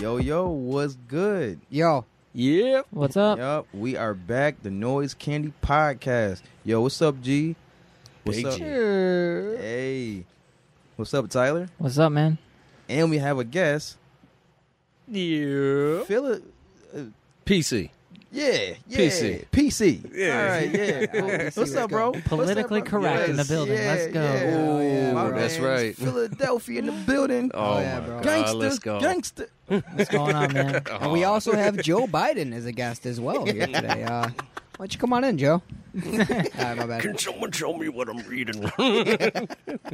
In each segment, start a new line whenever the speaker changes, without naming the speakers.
Yo, yo, what's good?
Yo,
Yep.
What's up?
Yup, we are back. The Noise Candy Podcast. Yo, what's up, G? What's
Big
up?
G.
Hey, what's up, Tyler?
What's up, man?
And we have a guest.
Yeah.
Philip.
PC.
uh, Yeah, yeah.
PC.
PC. Yeah. All right, yeah. Cool.
Let's see
what's
where
up,
it's
bro?
going.
What's up,
Politically
bro?
correct in the building.
yeah,
Let's go.
yeah. Oh,
Ooh,
Yeah, my
that's
man's
right.
Philadelphia in the building.
Oh,
yeah,
my
bro.
God.
gangster,
let's go.
gangster.
What's going on, man?
and we also have Joe Biden as a guest as well here today. Uh, why don't you come on in, Joe? All right, my bad.
someone show me what I'm reading?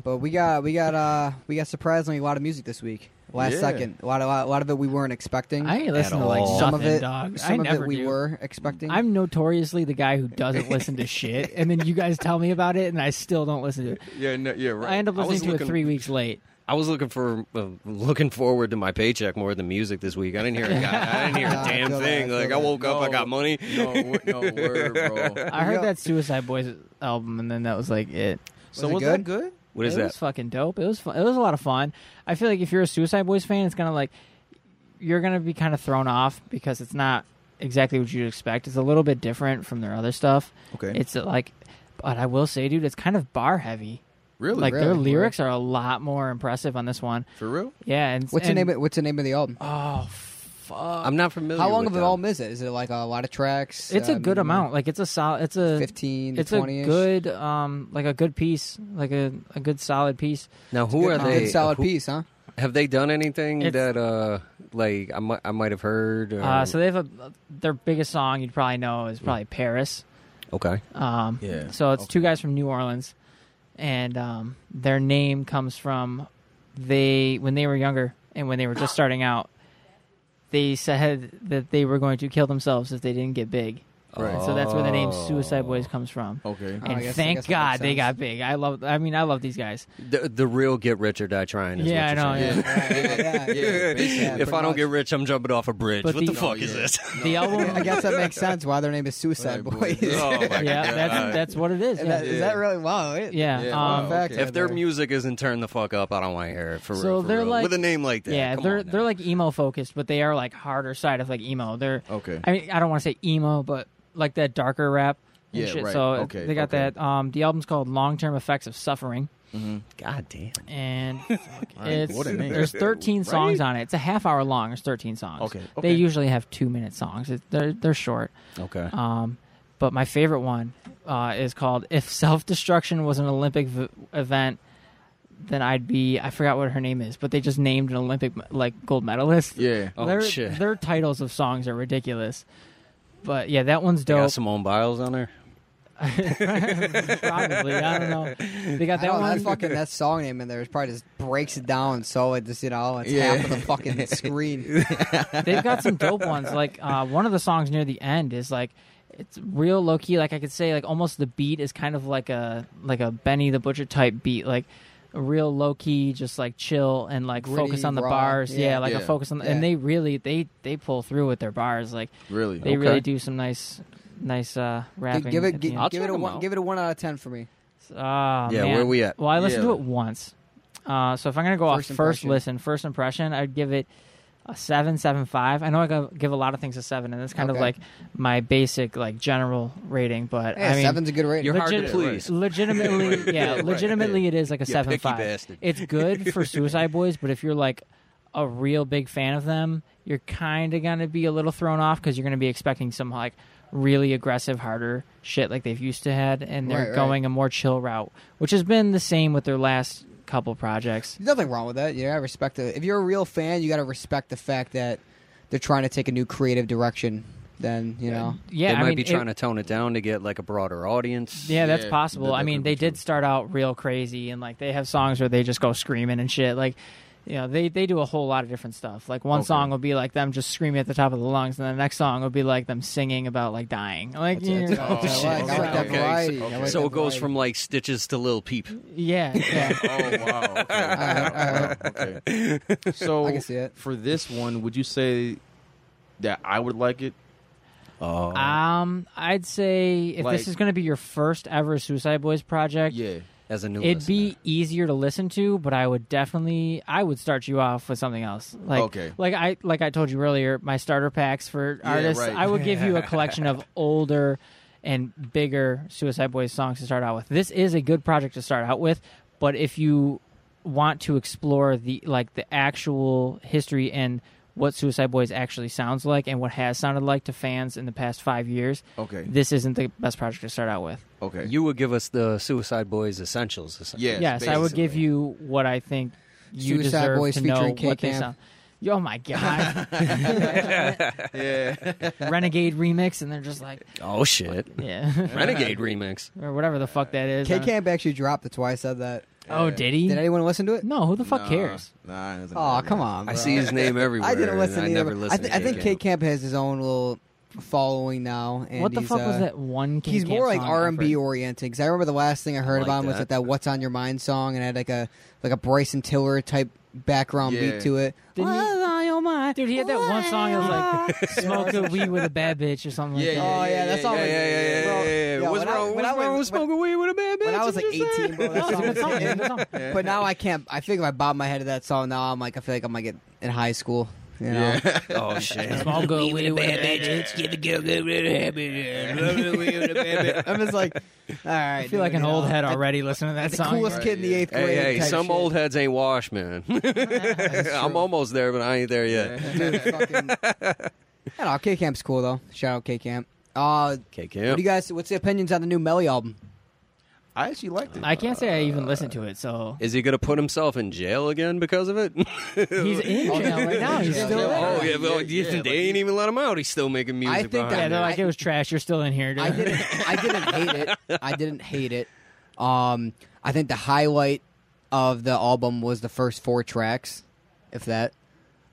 But we got we got uh we got surprisingly a lot of music this week. Last
Yeah.
second, a lot of a lot of it we weren't expecting.
I ain't listen to like
all.
nothing,
some of it,
dog.
some
I
of
never
it we
do.
were expecting.
I'm notoriously the guy who doesn't listen to shit, and then you guys tell me about it, and I still don't listen to it.
yeah, no, yeah, right.
I end up
I was
listening to
looking-
it three weeks late.
I was looking for uh, looking forward to my paycheck more than music this week. I didn't hear a guy, I didn't hear
Nah,
a
I
damn
feel that, I
thing.
feel
like I
that.
woke up, I
No.
got money.
No, wor- no word, bro.
I heard that Suicide Boys album, and then that was like it.
So
it
was that good?
What is
it
that?
was fucking dope. It was fun. It was a lot of fun. I feel like if you're a Suicide Boys fan, it's kind of like you're gonna be kind of thrown off because it's not exactly what you'd expect. It's a little bit different from their other stuff.
Okay.
It's uh, like, but I will say, dude, it's kind of bar heavy.
really?
Like their
Really?
lyrics are a lot more impressive on this one.
For real?
Yeah, and
What's the
and,
name? Of, what's the name of the album?
Oh fuck!
I'm not familiar.
How long
with
of an album is it? Is it like a lot of tracks?
It's
Uh,
a good
maybe
amount. Like it's a solid. It's a
Fifteen, to
It's a
twenty.
good, um, like a good piece, like a, a good solid piece.
Now, who
good,
are they?
Good solid
who-
piece, huh?
Have they done anything
It's-
that uh like I might I might have heard? Or...
Uh, so they have a their biggest song you'd probably know is probably Paris.
okay,
Um,
Yeah,
So it's two
okay.
guys from New Orleans, and um, their name comes from they when they were younger and when they were just starting out. They said that they were going to kill themselves if they didn't get big.
Right.
So that's where the name
Oh.
Suicide Boys comes from.
Okay.
Oh, I
and
guess- I
thank
guess that
God
makes
they
sense.
got big. I love. I mean, I love these guys.
the the real get rich or die trying. Is
Yeah,
what
I know,
you're saying.
yeah,
yeah, basically.
if I don't get rich, I'm jumping off a bridge.
But
what the,
the-
fuck
No,
is
yeah.
this?
The album.
I guess that makes sense why their name is Suicide
Right, boy.
Boys.
Oh, my
yeah, that's that's what it is.
Is
Yeah.
that, is that really wow? It,
Yeah,
Yeah,
um,
wow.
fact,
okay.
If their music isn't turn the fuck up, I don't want to hear it. For
So
real, for
they're
real.
like-
with a name like that.
yeah,
come
they're
on now.
they're like emo focused, but they are like harder side of like emo. They're
Okay.
I mean, I don't want to say emo, but like that darker rap. and
Yeah,
shit.
right.
So uh,
Okay,
they got
okay. Mm-hmm.
that. Um, the album's called Long Term Effects of Suffering,
God damn.
and fuck, it's
what a name.
there's 13 songs on it. It's a half hour long. There's 13 songs.
Okay, okay.
They usually have two minute songs. It, they're they're short.
Okay.
Um, but my favorite one uh, is called "If Self Destruction Was an Olympic v- Event." Then I'd be I forgot what her name is, but they just named an Olympic like gold medalist.
Yeah.
Oh,
their,
shit.
their titles of songs are ridiculous. But yeah, that one's
They got
dope.
Simone Biles on there.
Probably I don't know. They got
I
that
don't, that
one.
fucking that song name in there is probably just breaks it down so it just you know it's
Yeah.
half of the fucking screen.
They've got some dope ones. Like uh, one of the songs near the end is like it's real low key. Like I could say like almost the beat is kind of like a like a Benny the Butcher type beat. Like a real low key, just like chill and like
Gritty,
focus on the
raw.
bars. Yeah,
Yeah.
like
Yeah.
a focus on. The,
Yeah.
And they really they they pull through with their bars. Like
Really?
they really do some nice nice uh rapping.
give it
at the end.
gi- give,
I'll
it
check
a
'em
one
out.
give it a one out of ten for me.
Ah,
Yeah,
man.
where we at?
Well, I listened
Yeah.
to it once. Uh, so if I'm gonna go
First
off first
impression.
listen, first impression, I'd give it a seven, seven five. I know I go- give a lot of things a seven, and that's kind
Okay.
of like my basic like general rating. But
Yeah,
I mean,
seven's a good rating.
You're- hard to please.
Legitimately, yeah,
Right,
legitimately,
yeah.
it is like a
You
seven
picky
five.
bastard.
It's good for Suicide Boys, but if you're like a real big fan of them, you're kind of gonna be a little thrown off because you're gonna be expecting some like really aggressive, harder shit like they've used to had, and they're
Right, right.
going a more chill route, which has been the same with their last couple projects.
There's nothing wrong with that. You gotta respect the if you're a real fan, you gotta respect the fact that they're trying to take a new creative direction, then you know.
yeah,
they
I
might
mean,
be
it-
trying to tone it down to get like a broader audience.
Yeah, that's
Yeah,
possible.
that-
I
that
mean,
could
they
be
did
true.
start out real crazy, and like they have songs where they just go screaming and shit. Like, you know, they they do a whole lot of different stuff. Like one song will be like them just screaming at the top of the lungs, and the next song will be like them singing about like dying. Like, you know,
That's-
that's-
I like, I like that
Okay, so-
variety. I like
So
that
it goes
variety.
from like stitches to little peep.
yeah, yeah.
Oh wow. Okay. okay. So
I can see it.
for this one, would you say that I would like it?
Oh,
um, I'd say if
Like-
this is going to be your first ever Suicide Boys project,
Yeah.
as a new.
it'd
listener.
be easier to listen to but i would definitely i would start you off with something else like
Okay.
like i like i told you earlier my starter packs for
Yeah,
artists
right.
i would give you a collection of older and bigger suicide boys songs to start out with this is a good project to start out with but if you want to explore the like the actual history and what suicide boys actually sounds like and what has sounded like to fans in the past five years
Okay.
this isn't the best project to start out with
Okay.
You would give us the Suicide Boys essentials. essentially.
Yes,
yes, I would give
basically.
you what I think you
Suicide
deserve
Boys
to know
featuring
what they
K-Camp.
sound. Oh my god,
yeah.
renegade remix, and they're just like,
Oh shit!
yeah,
Renegade remix.
or whatever the fuck that is. I
K
don't-
Camp actually dropped. That's why I said that.
Oh, did he?
Did anyone listen to it?
no, who the fuck
Nah,
cares?
Nah, it doesn't
Oh,
matter.
come on!
I
bro.
see his name everywhere.
I didn't
and
listen.
I
either,
never
but
listened.
I, th-
to
I think K Camp has his own little following now. And
what the
he's,
fuck was
uh,
that one?
He's
K-Camp
more like
song
R and B
effort?
oriented. Because I remember the last thing I heard
like
about him was
that.
like that "What's on Your Mind" song, and it had like a like a Bryson Tiller type background
Yeah.
beat to it.
Didn't he-
"What's on your mind?"
Dude, he had that one song that was like smoke
Yeah.
a weed with a bad bitch or something like
Yeah,
that.
Oh
yeah,
yeah, that's
yeah,
all.
yeah,
I-
yeah, yeah,
bro,
yeah,
yo,
what's
when I-
wrong?
when I
What's wrong
was-
with smoking weed with a bad bitch?
When I was like
I'm just saying.
eighteen, bro, that
It's Oh, a
song
good
was
song, it's a
hitting.
good song.
but now I can't. I think if I bob my head at that song now, I'm like, I feel like I'm gonna get in high school. You know?
Yeah.
Oh shit!
Smoke a weed with a bad bitch.
I'm just like, all right.
I feel like an old head already listening to that
The
song.
coolest kid in the eighth grade.
Hey, hey,
type
some
shit.
old heads ain't washed, man. I'm almost there, but I ain't there yet.
Dude, fucking. I don't know. K Camp's cool though. Shout out K Camp. Uh,
K
what
Camp.
do you guys? What's the opinions on the new Melly album?
I actually liked it.
I can't say I even listened to it, so
Is he gonna put himself in jail again because of it?
he's in
Oh,
jail right now.
he's
He's
in
still
jail.
there.
Oh yeah, well,
Yeah,
you think
yeah,
they ain't even let him out. He's still making music.
I think
behind
that-
Yeah,
it.
they're like
I-
it was trash. You're still in here. Dude.
I didn't. I didn't hate it. I didn't hate it. Um, I think the highlight of the album was the first four tracks, if that.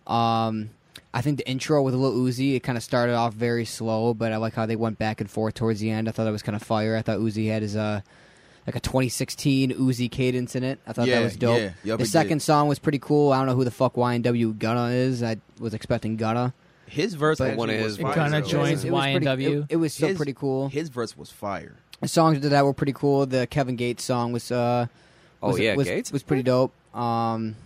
Um, I think the intro with Lil Uzi it kind of started off very slow, but I like how they went back and forth towards the end. I thought that was kind of fire. I thought Uzi had his uh. Like a 2016 Uzi cadence in it. I thought
Yeah,
that was dope.
yeah. Yup,
the
it
second
did.
song was pretty cool. I don't know who the fuck YNW Gunna is. I was expecting Gunna.
His verse
But
actually
one of
was
his
fire,
Gunna
though.
joins
It was pretty-
YNW.
It, it was still
His-
pretty cool.
His verse was fire.
The songs that that were pretty cool. The Kevin Gates song was uh
Oh,
was,
yeah,
was,
Gates?
was pretty dope. Um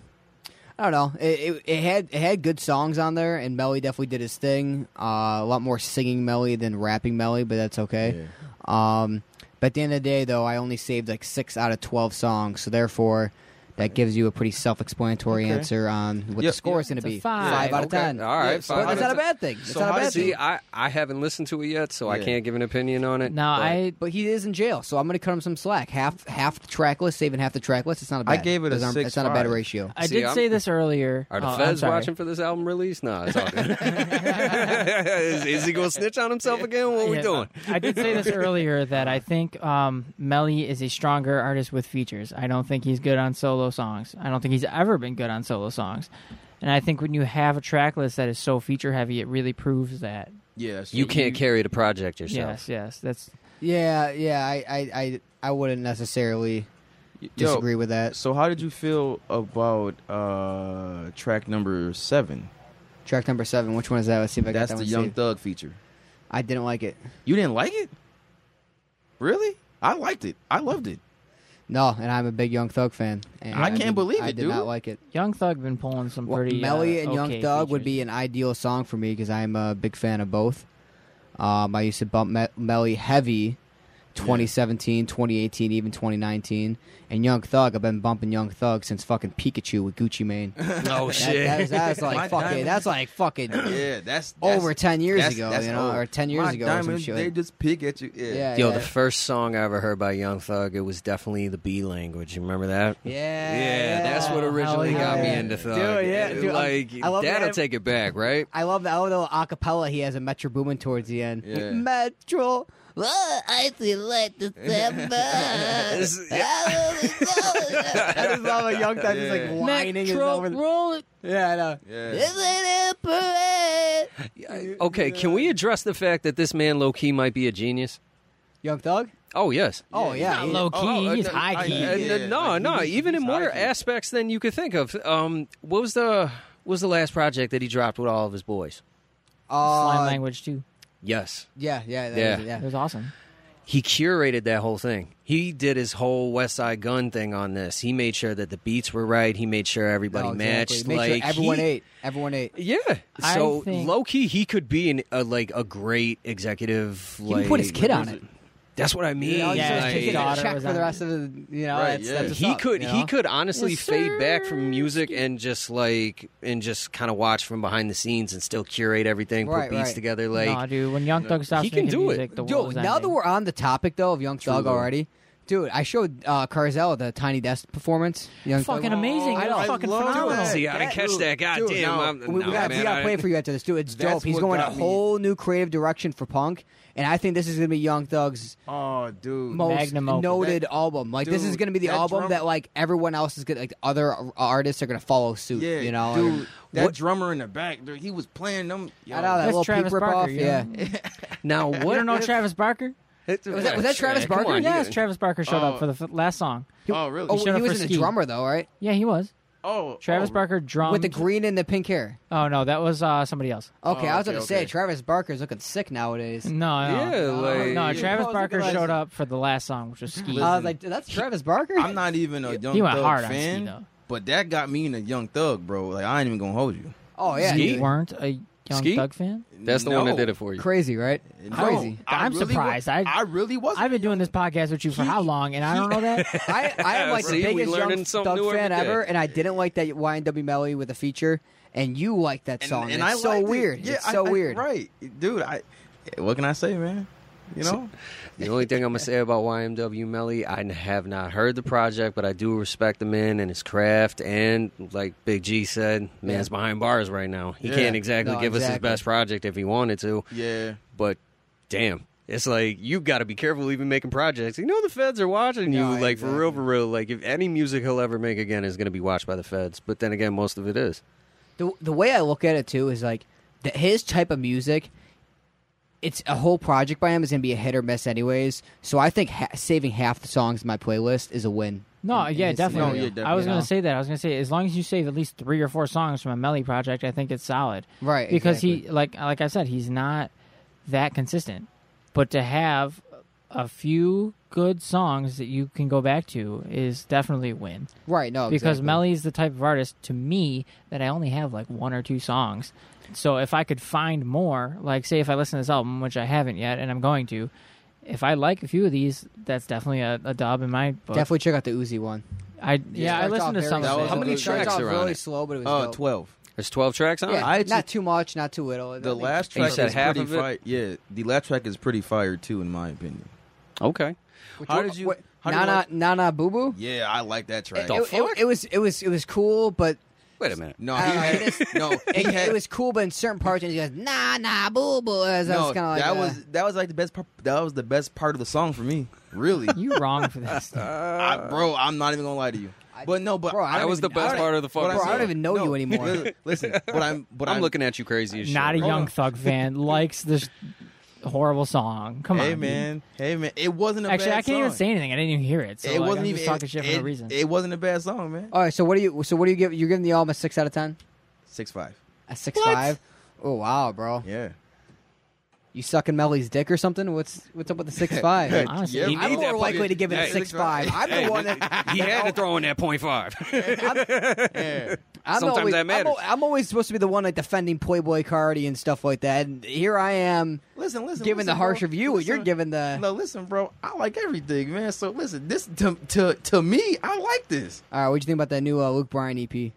I don't know. It, it, it had it had good songs on there, and Melly definitely did his thing. Uh, a lot more singing Melly than rapping Melly, but that's okay. Um, but at the end of the day, though, I only saved like six out of twelve songs, so therefore, that gives you a pretty self-explanatory answer on what
Yeah.
the score is going to
It's a
be.
five.
out of
Okay.
ten.
All right,
Yeah, so
five
But that's not
out
a
of
bad thing. That's
So
not a
how
bad
does he?
thing.
I I haven't listened to it yet, so I
Yeah.
can't give an opinion on it.
Now
but-
I
But he is in jail, so I'm going to cut him some slack. Half half the track list, saving half the track list. It's not a
I
bad.
gave it a
those aren't- That's not a
6.5.
bad ratio.
I
See,
did
I'm-
say this earlier.
Are the
Oh, I'm
feds
sorry.
watching for this album release? Nah, it's all good. is, is he going to snitch on himself again? What are we
Yeah.
doing?
I did say this earlier that I think um, Melly is a stronger artist with features. I don't think he's good on solo songs. I don't think he's ever been good on solo songs. And I think when you have a track list that is so feature heavy, it really proves that.
Yeah, that's
You
true.
can't carry the project yourself.
Yes, yes, that's
Yeah, yeah. I I I, I wouldn't necessarily
Yo,
disagree with that.
So how did you feel about uh track number seven?
Track number seven. Which one is that? Let's see if I got
That's
that
the
one
Young
saved.
Thug feature.
I didn't like it.
You didn't like it? Really? I liked it. I loved it.
No, and I'm a big Young Thug fan. And
I can't
did-
believe
I
it,
did
dude.
not like it.
Young Thug been pulling some
Well,
pretty.
Melly
uh,
and Young
okay
Thug would
features.
be an ideal song for me because I'm a big fan of both. Um, I used to bump Me- Melly heavy 2017, 2018, even 2019. And Young Thug, I've been bumping Young Thug since fucking Pikachu with Gucci Mane. That-
Oh
that is,
shit!
that's
My
like fucking.
diamond-
That's like fucking.
Yeah, that's, that's-
Over 10 years
that's-
ago,
that's
you know,
old.
or 10 years
My
ago or some
Diamond,
shit.
They just pick at you. Yeah.
Yeah,
Yo,
yeah.
the first song I ever heard by Young Thug, it was definitely the B language. You remember that?
yeah,
Yeah, that's what
Oh,
originally
hell
got me
yeah.
into Thug.
Dude, yeah, dude, I'm-
like
I love
that'll
that-
take it back, right?
I love the oh, little acapella he has a Metro Boomin towards the end.
Yeah.
Metro, oh, I feel like December. I
This-
just love a young guy just
Yeah.
like whining his
Metro
over.
roll it.
Yeah, I know.
Yeah.
This ain't a parade.
Okay, can we address the fact that this man low key might be a genius?
Young Thug?
Oh yes.
Oh yeah,
Not
he-
low key.
Oh, uh,
he's
uh,
high key.
Uh,
Yeah,
no,
like,
no,
he's-
even in
he's
more
high key.
aspects than you could think of. Um, what was the what was the last project that he dropped with all of his boys?
Slime
Uh,
language too.
Yes,
yeah, yeah, that
Yeah.
is it,
It
yeah.
was awesome.
he curated that whole thing. He did his whole West Side Gun thing on this. He made sure that the beats were right. He made sure everybody
No, exactly.
matched.
Make
like
sure everyone
he-
ate. Everyone ate.
Yeah.
I
So
think-
low key, he could be an, a, like a great executive.
You
like,
can put his kid on it.
That's what I mean.
You know,
Yeah,
just
like-
take it
daughter
check
was
for the
on
rest of the, you know,
Right,
that's,
yeah.
that's what's
he
up,
could
you
he
know?
could honestly
Yes,
fade back from
sir.
music and just like and just kind of watch from behind the scenes and still curate everything,
Right,
put beats
right.
together. Like
nah, dude. When Young Thug stops
he can
making
do it.
music, the
Yo,
world's
now that
ending.
we're on the topic though of Young Thug already, dude, I showed uh, Carzel the Tiny Desk performance. Young Thug.
fucking amazing.
I
It
know.
was fucking
love
phenomenal.
that.
See, I didn't catch that. God
dude,
damn,
no.
I'm-
we, we
no,
gotta, we
man,
gotta
I-
play for you after this, dude. It's
That's
dope. He's
what
going a
got me.
whole new creative direction for punk, and I think this is gonna be Young Thug's
Oh, dude.
most
Magnum opus.
noted
That-
album. Like this is
dude,
gonna be the
that
album
drum-
that like everyone else is gonna like other ar- artists are gonna follow suit.
yeah,
you know,
dude.
And-
that
What-
drummer in the back, dude, he was playing them. Yo,
I know that
That's
little
Travis
peep rip off.
Barker, you
Yeah,
know?
now,
You
what?
don't know
if-
Travis Barker?
was that- was that Travis
Come
Barker?
on, you
Yes,
got-
Travis Barker showed
Oh.
up for the f- last song.
Oh, really?
oh,
showed
he
up for
wasn't a
Ski.
drummer though, right?
Yeah, he was.
oh,
Travis
oh.
Barker drummed.
With the green and the pink hair.
oh no, that was uh, somebody else.
Okay,
Oh,
I was
okay,
gonna
okay.
say Travis Barker's looking sick nowadays.
No, no,
Yeah, like-
no.
Yeah.
Travis
Oh,
Barker
look at
showed
that.
up for the last song, which was Ski.
I was like, "Dude, that's Travis Barker.
I'm not even a Young
he went
Thug
hard on
fan,
Ski, though.
but that got me in a Young Thug, bro. Like I ain't even gonna hold you.
Oh yeah,
Ski?
dude.
you weren't a Young
Ski?
Thug fan.
That's the
No.
one that did it for you.
crazy, right?
No,
Crazy.
I
I'm
really
surprised.
wa-
I-
I really wasn't.
I've been doing this podcast with you for how long, and I don't know that.
I, I am like
See, we
the biggest
learning
Young
something
Thug
new every
fan
day.
ever, and I didn't like that YNW melody with a feature, and you like that
And-
song.
and
it's
I
so
liked it.
weird.
Yeah,
it's
I-
so
I-
weird.
Right, dude. I what can I say, man? You know,
The only thing I'm gonna say about YMW Melly, I have not heard the project, but I do respect the man and his craft. And like Big G said, man's behind bars right now. He
Yeah.
can't exactly
No,
give us his
exactly.
best project if he wanted to.
yeah.
But damn, it's like you got to be careful even making projects. You know the feds are watching you.
No,
like for real,
exactly.
for real. Like if any music he'll ever make again is gonna be watched by the feds. But then again, most of it is.
The the way I look at it too is like the, his type of music. It's a whole project by him is gonna be a hit or miss, anyways. So I think ha- saving half the songs in my playlist is a win.
No,
In- in
yeah,
this
definitely.
No, Oh, yeah,
scenario.
definitely.
I was
You
gonna
know?
say that. I was gonna say as long as you save at least three or four songs from a Melly project, I think it's solid.
Right,
Because he like like I said, he's not that consistent. But to have a few good songs that you can go back to is definitely a win.
Right, no,
Because
exactly.
Melly's the type of artist to me that I only have like one or two songs. So if I could find more, like say if I listen to this album, which I haven't yet and I'm going to, if I like a few of these, that's definitely a, a dub in my book.
Definitely check out the Uzi one.
I yeah, I
Starts
listened
off
to
very
some
slow.
of
How
it.
many
It starts
tracks
off
are on
really
it?
slow, but it was
Uh,
dope.
twelve.
There's 12 tracks on
Yeah,
it.
I actually-
not too much, not too little.
The last
You
track
said
is
half
pretty
of it?
fire. Yeah, the last track is pretty fire too, in my opinion.
Okay.
How did you? How did you
Nana
like-
Nana Boo Boo.
yeah, I like that track.
It, it- it was it was it was cool, but
Wait a minute.
no,
I
he
don't know,
had,
it just-
no, he
it,
had,
it was cool, but in certain parts, and he goes Nah Nah Boo Boo. As I
no,
was kind of like
that
uh,
was that was like the best. Part, that was the best part of the song for me. Really,
You wrong for this.
I, bro, I'm not even gonna lie to you.
I-
But no, but
Bro, I
That
don't
was the
even-
best
I
part of the
but
fucking
Bro, I
song.
don't even know you anymore.
Listen, listen, but I'm but
I'm looking at you crazy as shit.
Not a
bro.
young thug fan likes this horrible song. Come on.
Hey
dude.
man, hey man, it wasn't a
Actually,
bad
I can't even
song.
say anything. I didn't even hear it. So
it
like,
wasn't
I'm
even
just talking shit for
it,
no reason.
It wasn't a bad song, man.
All right, so what do you so what do you give? You're giving the album a six out of ten,
Six five.
a six five. Oh wow, bro!
Yeah.
You sucking Melly's dick or something? What's what's up with the six five?
Honestly,
He
I'm
needs
more
that
likely
fucking-
to give it a
Hey,
six five. I'm the one that
he had to throw in that point five.
I'm
Sometimes
always,
that
I'm
matters.
al- I'm, always supposed to be the one like defending Playboy Cardi and stuff like that. And here I am
Listen, listen.
giving the
listen,
harsh
bro.
review, and you're
Listen.
giving the
No, listen, bro. I like everything, man. So listen, this to to to me, I like this.
All right, what do you think about that new uh, Luke Bryan EP?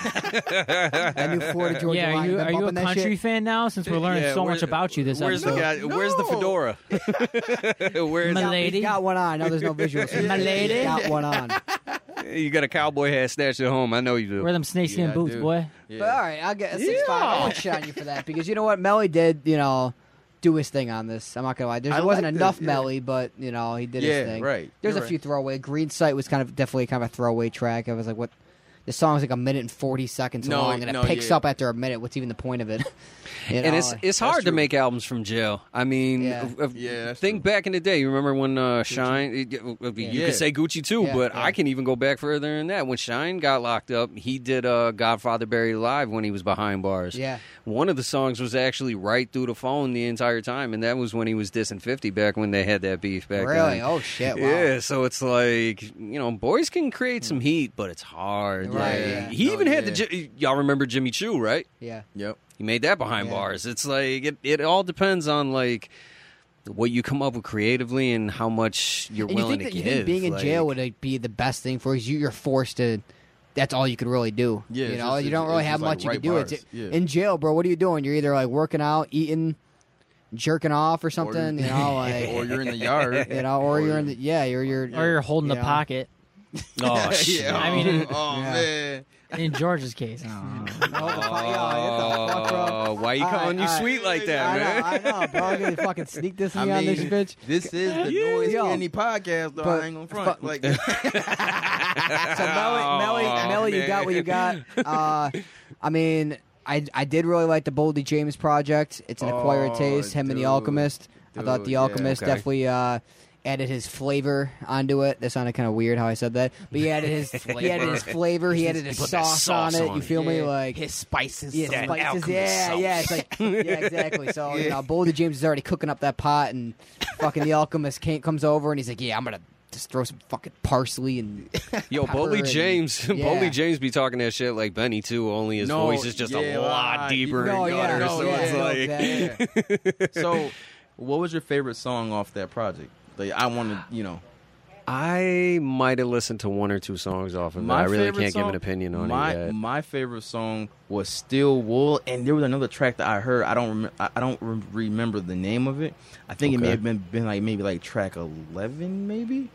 that new Florida Georgia
yeah, are
line.
you,
been
are you a
bumping that
country
shit?
fan now? Since we're learning
Yeah,
so
where-
much about you this
where's
episode,
the guy, Where's the
No.
fedora? where's
My
He's
lady.
got one on. No, there's no visual. so
My
he's
lady.
got one on. But
you got a cowboy hat stashed at home? I know you do.
Where them snakeskin
Yeah, I
boots,
do.
boy?
all right, I'll get a six five. I won't shit on you for that because you know what, Melly did, you know, do his thing on this. I'm not gonna lie. There
I
there wasn't
liked it,
enough
yeah.
Melly, but you know he did
Yeah,
his thing.
right.
There's a
You're
few
right.
throwaway. Green Sight was kind of definitely kind of a throwaway track. I was like, what? The song's like a minute and forty seconds
No,
long, and
no,
it picks
yeah.
up after a minute. What's even the point of it? You
and
know,
it's
like-
it's hard to make albums from jail. I mean,
Yeah.
uh, uh,
Yeah, that's
think back in the day. You remember when uh, Shine? it- it- uh, You
Yeah.
could say Gucci too,
Yeah,
but
yeah.
I can even go back further than that. When Shine got locked up, he did uh, Godfather Buried Live when he was behind bars.
Yeah.
one of the songs was actually right through the phone the entire time, and that was when he was dissing Fifty back when they had that beef back
really.
uh,
then.
Oh shit! Wow.
Yeah, so it's like you know, boys can create some heat, but it's hard.
Hmm. Right,
Like,
yeah.
He
No,
even had
yeah.
the Ji- y'all remember Jimmy Choo, right?
yeah.
Yep.
He made that behind
Yeah.
bars. It's like it, it all depends on like what you come up with creatively and how much you're
And you
willing
think that
to
you
give.
think being in
like-
jail would like, be the best thing for you? 'cause you- You're forced to. That's all you could really do.
Yeah,
you
it's
know,
just-
you
it's-
don't really
it's
have
just, like,
much you
right
can do. It's
bars. Yeah.
in jail, bro. What are you doing? You're either like working out, eating, jerking off, or something. you know, like
or you're in the yard.
you know, or you're in the yeah, you're you're
Or you're holding
you
the
know.
pocket.
Oh shit!
Yeah.
I mean, it-
oh
yeah.
man.
In George's case,
Oh, the fuck- yeah, what the fuck, bro?
Oh, why you
All right,
calling you
all right.
sweet like that,
I
man?
know, I know, bro. I'm gonna fucking sneak this
I
in on this
mean,
bitch.
This is the noise
Yo.
candy podcast, though.
But-
I ain't gonna front.
but-
like,
So Melly, Melly,
Oh,
Melly you
man.
got what you got. Uh, I mean, I I did really like the Boldy James project. It's an acquired
Oh,
taste. Him and the
dude.
Alchemist. I thought
Dude,
the
yeah,
Alchemist
okay.
definitely uh, added his flavor onto it. That sounded kind of weird how I said that, but he added his he added his flavor. He added his
put that
sauce,
sauce
on it.
on
You
it.
feel me?
Yeah.
Like
spices,
yeah,
that
spices.
alchemist
Yeah,
sauce.
yeah, it's like yeah, exactly. So you know, Boldy James is already cooking up that pot, and fucking the alchemist can't, comes over, and he's like, "Yeah, I'm gonna just throw some fucking parsley and
Yo,
pepper
Boley
and-
James,
yeah.
Boley James be talking that shit like Benny too. Only his
No,
voice is just
yeah,
a lot
like-
deeper
No,
and
yeah,
gutter.
no,
so
yeah,
it's
no,
like,
exactly.
so, what was your favorite song off that project? Like, I want to, you know,
I might have listened to one or two songs off of it. I really
favorite
can't give
song-
an opinion on
my,
it yet.
My favorite song was "Still Wool," and there was another track that I heard. I don't, rem- I I don't re- remember the name of it. I think it may
Okay.
have been, been like maybe like track eleven, maybe.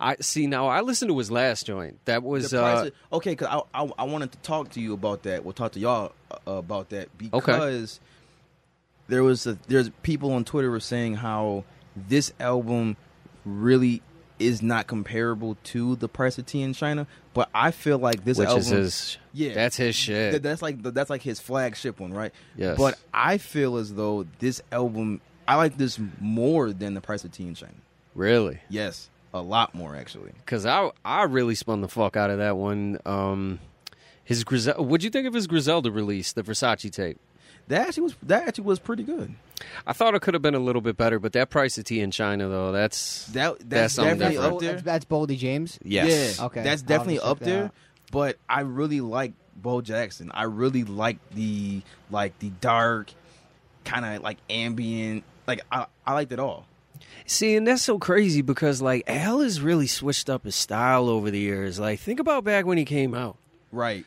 I see now. I listened to his last joint. That was
The price
uh,
of- okay, because I, I I wanted to talk to you about that. We'll talk to y'all uh, about that because there was a, there's people on Twitter were saying how this album really is not comparable to the price of tea in China, but I feel like this
which
album
is his.
yeah
That's his shit.
Th- that's like that's like his flagship one, right?
Yes.
But I feel as though this album I like this more than the price of tea in China.
really,
Yes, a lot more actually.
because I I really spun the fuck out of that one. Um, his Griselda. What'd you think of his Griselda release, the Versace tape?
That actually was that actually was pretty good.
I thought it could have been a little bit better, but that price of tea in China though, that's
That that's,
That's something
definitely
different.
up there.
That's, that's Boldy James.
yes.
Yeah,
Oh, Okay,
That's
I'll
definitely
have to
up
check that
there.
out.
But I really like Bo Jackson. I really like the like the dark, kind of like ambient. Like I I liked it all.
See, and that's so crazy because like Al has really switched up his style over the years. Like, think about back when he came out.
Right.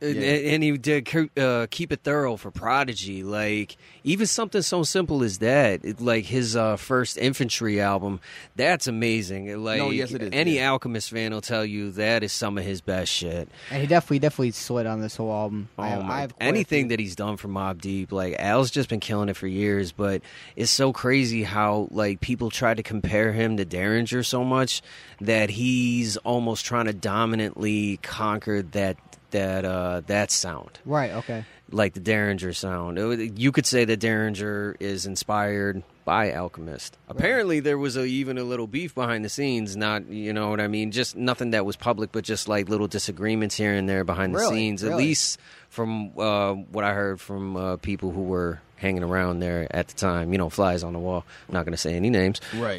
And,
Yeah.
and he did cur- uh, keep it thorough for Prodigy. Like even something so simple as that, it, like his uh, first Infantry album, that's amazing. It, Like
yes, it is,
any
yeah.
Alchemist fan will tell you that is some of his best shit.
And he definitely definitely slid on this whole album. I
Oh
have,
my-
I have quite a
anything
few-
that he's done for Mob Deep, like Al's just been killing it for years. But it's so crazy how like people try to compare him to Derringer so much that he's almost trying to dominantly conquer that that uh, that sound,
Right. Okay.
like the Derringer sound. It would- You could say that Derringer is inspired by Alchemist. Apparently, there was a, even a little beef behind the scenes. Not you know what I mean. Just nothing that was public, but just like little disagreements here and there behind the
Really?
scenes. At
Really?
least from uh, what I heard from uh, people who were hanging around there at the time. You know, flies on the wall. I'm not going to say any names.
Right.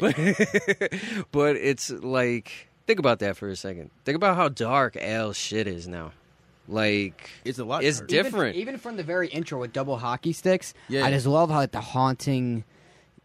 But it's like, think about that for a second. Think about how dark L shit is now. Like,
It's a lot
It's
darker.
different.
Even, even from the very intro with double hockey sticks,
Yeah.
I just love how like, the haunting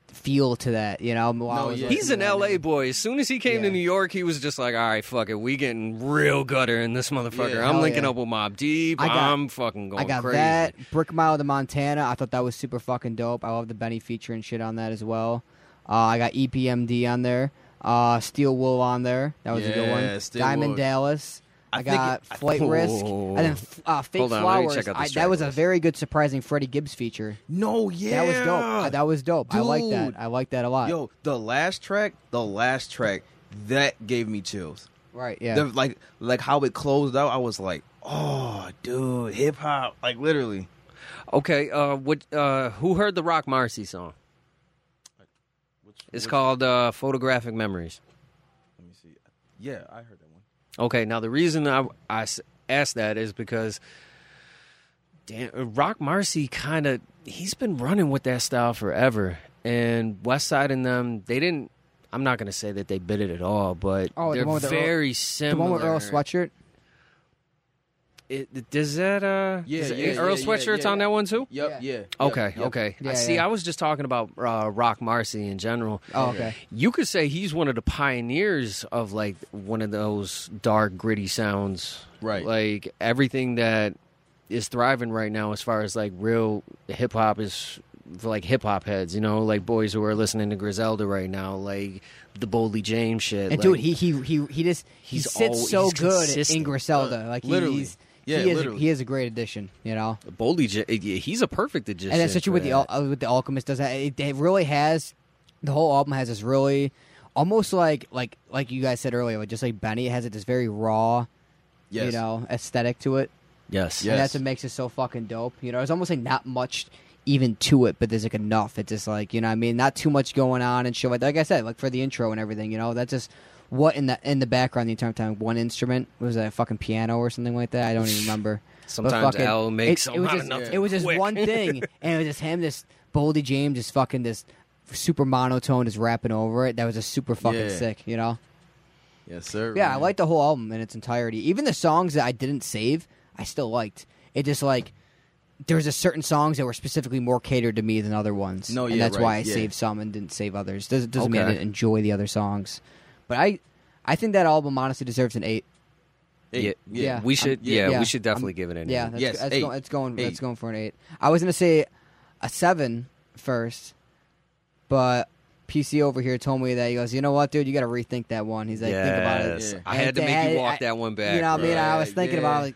feel to that. You know, while I
No,
was
yeah.
he's an
listening to
LA
it.
boy. As soon as he came to
Yeah.
New York, he was just like, all right, fuck it. We getting real gutter in this motherfucker.
Yeah,
I'm
hell
linking
yeah.
up with Mob Deep.
I got-
I'm fucking going
I got
crazy.
that brick mile to Montana. I thought that was super fucking dope. I love the Benny feature and shit on that as well. Uh, I got EPMD on there. Uh, Steel Wool on there. That was a good
Yeah,
one.
Steel
Diamond
Wool.
Dallas. I,
I think
got
it- I-
Flight Risk.
Ooh.
And then f- uh, Fake
Hold on, let me
Flowers.
check out
I,
this
that was a
track
very good, surprising Freddie Gibbs feature.
no, yeah.
That was dope. Uh, That was dope. I like that.
Dude.
I like that a lot.
Yo, the last track, the last track, that gave me chills.
right, yeah.
The- like like how it closed out, I was like, oh, dude, hip hop. Like literally.
Okay, uh, what, uh, who heard the Rock Marcy song? It's called uh, Photographic Memories.
Let me see. Yeah, I heard that one.
Okay, now the reason I, I s- asked that is because Dan, uh, Rock Marcy kind of he's been running with that style forever, and Westside and them they didn't. I'm not gonna say that they bit it at all, but
Oh, the
they're
one with the Earl-
very
the
similar.
one with Earl Sweatshirt.
It, does that uh?
Yeah,
does it-
yeah, yeah,
Earl
yeah,
Sweatshirt's
yeah.
on that one too.
Yep,
Yeah.
yeah.
Okay,
yep.
okay.
Yeah,
I see.
yeah.
I was just talking about uh, Rock Marcy in general.
Oh, okay.
You could say he's one of the pioneers of like one of those dark, gritty sounds.
Right.
Like everything that is thriving right now, as far as like real hip hop is for like hip hop heads, you know, like boys who are listening to Griselda right now, like the Boldly James shit.
And
like,
dude, he he he he just he
He's
sits
al-
so
he's
good in
consistent.
Griselda. Like he-
literally.
he's
Yeah,
he is
literally.
he is a great addition, you know.
Boldly, J- yeah, he's a perfect addition.
and that's such
for
with the
that.
Al- uh, with the Alchemist does that. It, it really has the whole album has this really almost like like like you guys said earlier, like just like Benny it has it this very raw,
Yes.
you know, aesthetic to it.
yes,
Yeah.
And
Yes.
that's what makes it so fucking dope. You know, it's almost like not much even to it, but there's like enough. It's just like, you know what I mean? Not too much going on and shit like that. Like I said, like for the intro and everything, you know, that's just what in the in the background the entire time. One instrument was that a fucking piano or something like that. I don't even remember. But
Sometimes
fucking,
Al makes
it,
a
it was
lot of
just,
nothing
It was just
quick.
one thing, and it was just him, this Boldy James, just fucking this super monotone, just rapping over it. That was just super fucking
Yeah.
sick, you know.
Yes, sir.
Yeah, I
man.
liked the whole album in its entirety. Even the songs that I didn't save, I still liked. It just like there's a certain songs that were specifically more catered to me than other ones.
No,
and
yeah,
that's
right,
why I
yeah.
saved some and didn't save others. Doesn't doesn't mean I
Okay.
didn't enjoy the other songs, but I I think that album honestly deserves an eight.
yeah,
yeah.
We should,
Yeah.
yeah,
Yeah.
we should definitely give it an.
Yeah,
eight.
that's,
Yes,
that's,
eight.
Going, that's going that's
Eight.
going for an eight. I was gonna say a seven first, but PC over here told me that he goes, you know what, dude, you got to rethink that one. He's like, think about it.
Yes.
Yeah.
I had to
And
make you
I-
walk
I-
that one back.
You know what I mean? I
right,
was thinking about
yeah.
it, like,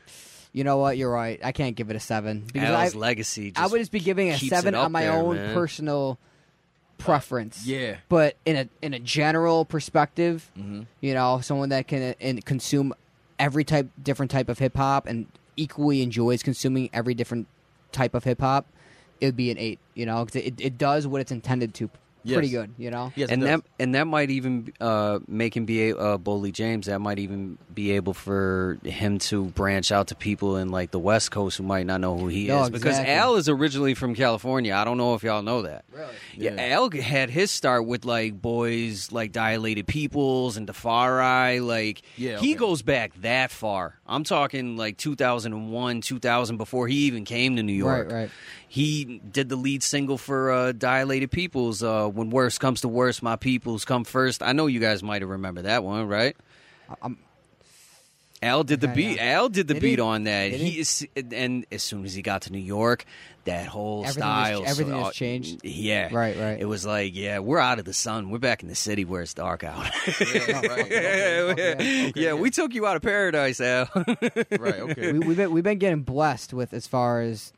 you know what? You're right. I can't give it a seven because
Al's
I,
legacy. Just
I would just be giving a
keeps
seven
it up
on my
there,
own
man. Uh,
personal preference.
Yeah. Mm-hmm.
But in a in a general perspective, you know, someone that can uh, and consume every type, different type of hip hop, and equally enjoys consuming every different type of hip hop, it would be an eight. You know, 'cause it, it does what it's intended to. Pretty
Yes.
good. You know.
Yes,
and
it
that
does.
and that might even uh, make him be a, uh, Boley James. That might even be able for him to branch out to people in like the West Coast who might not know who he
No,
is because
exactly.
Al is originally from California. I don't know if y'all know that.
Really?
Yeah,
Yeah.
Al had his start with like boys like Dilated Peoples and Defari. Like
Yeah, okay.
he goes back that far. I'm talking like 2001, 2000 before he even came to New York.
Right, right.
He did the lead single for uh, Dilated Peoples. Uh, when worst comes to worst, my peoples come first. I know you guys might have remember that one, right? Al did the
Yeah,
beat.
yeah.
Al did the
Did he?
beat on that.
Did
He,
he?
is, and as soon as he got to New York, that whole
Everything has-
style,
everything
so- uh,
has changed.
Yeah,
Right, right.
It was like, yeah, we're out of the sun. We're back in the city where it's dark out.
Yeah, right.
yeah, we took you out of paradise, Al.
right, okay.
we, we've been, we've been getting blessed with as far as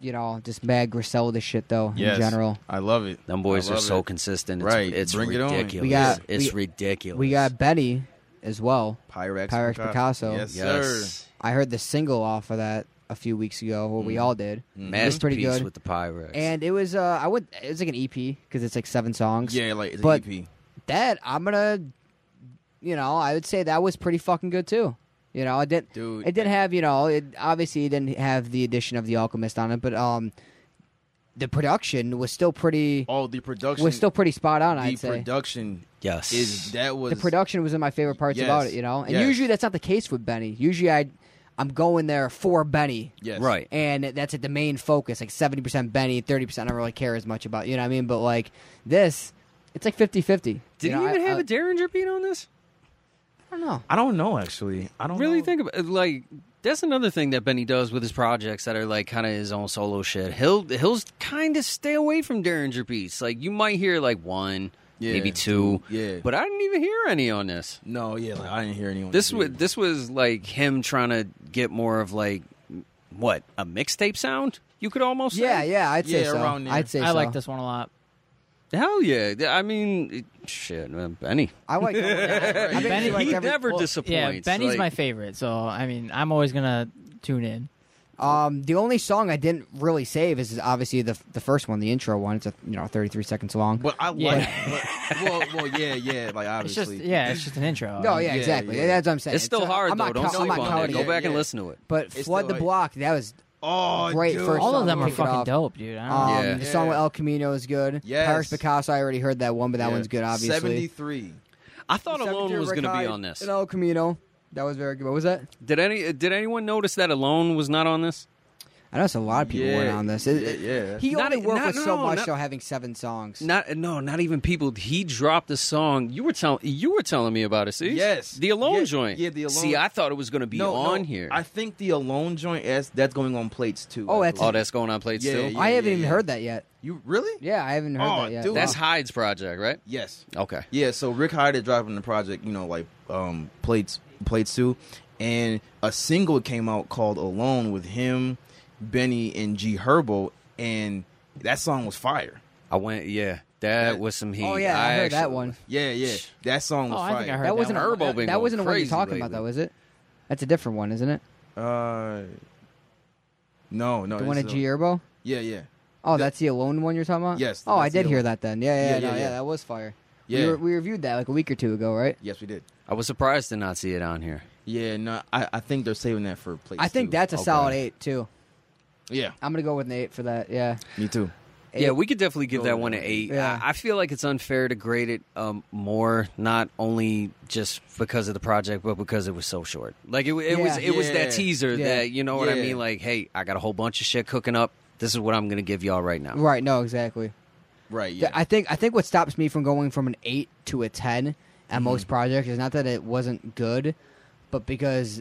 you know just mad Griselda shit though
Yes.
in general.
I love it.
Them boys
I
are
love
so
it.
consistent. It's,
Right.
it's
Bring it on.
ridiculous.
We got-
it's
we-
ridiculous.
We got Benny as well.
Pyrex,
Pyrex Picasso.
Yes, sir.
Yes.
I heard the single off of that a few weeks ago, where
Mm.
we all did.
Mm-hmm.
It was pretty
Masterpiece
good.
with the Pyrex.
and it was uh, I would it was like an EP because it's like seven songs.
Yeah, like it's E
But-
an EP.
that I'm gonna, you know, I would say that was pretty fucking good too. You know, it didn't,
Dude.
it didn't have, you know, it obviously it didn't have the addition of the Alchemist on it, but um, the production was still pretty
All Oh, the production
was still pretty spot on.
the
I'd say
production
yes.
is that was
the production was in my favorite parts
Yes.
about it. You know, and
Yes.
usually that's not the case with Benny. Usually I, I'm going there for Benny.
yes.
right.
And that's at the main focus, like seventy percent Benny, thirty percent I don't really care as much about. You know what I mean? But like this, it's like 50-50.
Did
you know,
he even
I-
have
I-
a Derringer beat on this?
I don't know.
I don't know actually. I don't
Really
know.
think about like that's another thing that Benny does with his projects that are like kind of his own solo shit. He'll he'll kind of stay away from Derringer beats. Like you might hear like one,
Yeah,
maybe two,
two, yeah.
But I didn't even hear any on this.
No, yeah, like, I didn't hear anyone.
This
do.
was this was like him trying to get more of like m- what a mixtape sound. You could almost
Yeah,
say?
yeah, I'd say
Yeah,
so.
around there.
I'd say
I
so.
like this one a lot.
hell yeah. I mean, it- shit, man, Benny.
I like. I, I
Benny-
Benny, like
he
every,
never
well,
disappoints.
Yeah, Benny's
like-
my favorite, so I mean, I'm always gonna tune in.
Um, the only song I didn't really save is obviously the the first one, the intro one. It's a you know 33 seconds long.
But I like.
Yeah.
But, well, well, yeah, yeah. Like
It's
obviously,
just yeah, it's just an intro.
no,
I mean,
Oh, yeah,
yeah,
exactly.
yeah.
That's what I'm saying.
It's still
not-
hard
I'm
though.
not
Don't
count- I'm
sleep
not
on it.
counting
Go
it.
back and
Yeah.
listen to it.
But
It's
flood
still
the
like-
block. That was
Oh,
Great
dude.
first
all of
song
them
to
are
kick it
fucking
off.
dope, dude. I don't know.
um,
Yeah.
the song with
Yeah.
El Camino is good.
Yes.
Paris Picasso. I already heard that one, but that
Yeah.
one's good. Obviously,
Seventy-three.
I thought Alone
72
was going to be
Rickard
on this.
And El Camino. That was very good. What was that?
Did any did anyone notice that Alone was not on this?
I noticed a lot of people
Yeah,
went on this. It-
yeah, yeah.
He
Not-
only worked
not-
with so
no,
much,
not-
so having seven songs.
Not no, not even people. He dropped the song. You were telling you were telling me about it. See,
Yes.
the Alone
Yeah,
joint.
yeah, the Alone-
See, I thought it was going to be
no,
on
no,
here.
I think the alone joint is that's going on plates too.
Oh,
I
that's-
oh,
believe.
that's going on plates
Yeah,
too.
yeah.
I haven't even heard that yet.
you really?
Yeah, I haven't heard
Oh,
that yet.
dude.
That's Hyde's project, right?
Yes.
Okay.
Yeah. So Rick Hyde is driving the project. You know, like um, plates, plates too, and a single came out called "Alone" with him, Benny, and G Herbo, and that song was fire.
I went. Yeah, that was some heat.
Oh yeah, I, heard that
actually-
one.
Yeah, yeah. That song was
Oh, I
fire.
think I heard
That
that
wasn't
one.
Herbo
that,
been
that
going
wasn't the one you're
crazy
talking about,
lately.
though, is it? That's a different one, isn't it?
Uh, no, no.
The one
it's
at
a-
G Herbo.
Yeah, yeah,
Oh, that's the alone one you're talking about.
Yes,
Oh, I
that's the
did hear
Alone.
that then. Yeah, yeah,
Yeah,
yeah, no,
yeah,
yeah,
yeah.
That was fire.
Yeah.
We, re- we reviewed that like a week or two ago, right?
Yes, we did.
I was surprised to not see it on here.
Yeah, no, I, I think they're saving that for plates.
I think
too. Oh,
that's a
Okay.
solid eight too.
Yeah,
I'm gonna go with an eight for that. Yeah.
me too.
Yeah, we could definitely give
Go
that
there.
one an eight.
Oh, Yeah.
I, I feel like it's unfair to grade it um, more, not only just because of the project, but because it was so short. Like it, w- it was, it
Yeah.
was
Yeah.
that teaser
Yeah.
that you know what I
Yeah.
mean. Like, hey, I got a whole bunch of shit cooking up. This is what I'm going to give y'all right now.
Right. No, exactly.
Right. Yeah.
I think I think what stops me from going from an eight to a ten at
Mm-hmm.
most projects is not that it wasn't good, but because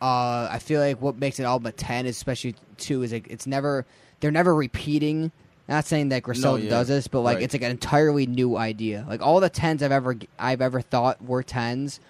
uh, I feel like what makes it all but ten, especially two, is like it's never they're never repeating. Not saying that Griselda
yeah.
does this, but like
Right.
it's like an entirely new idea. Like all the tens I've ever I've ever thought were tens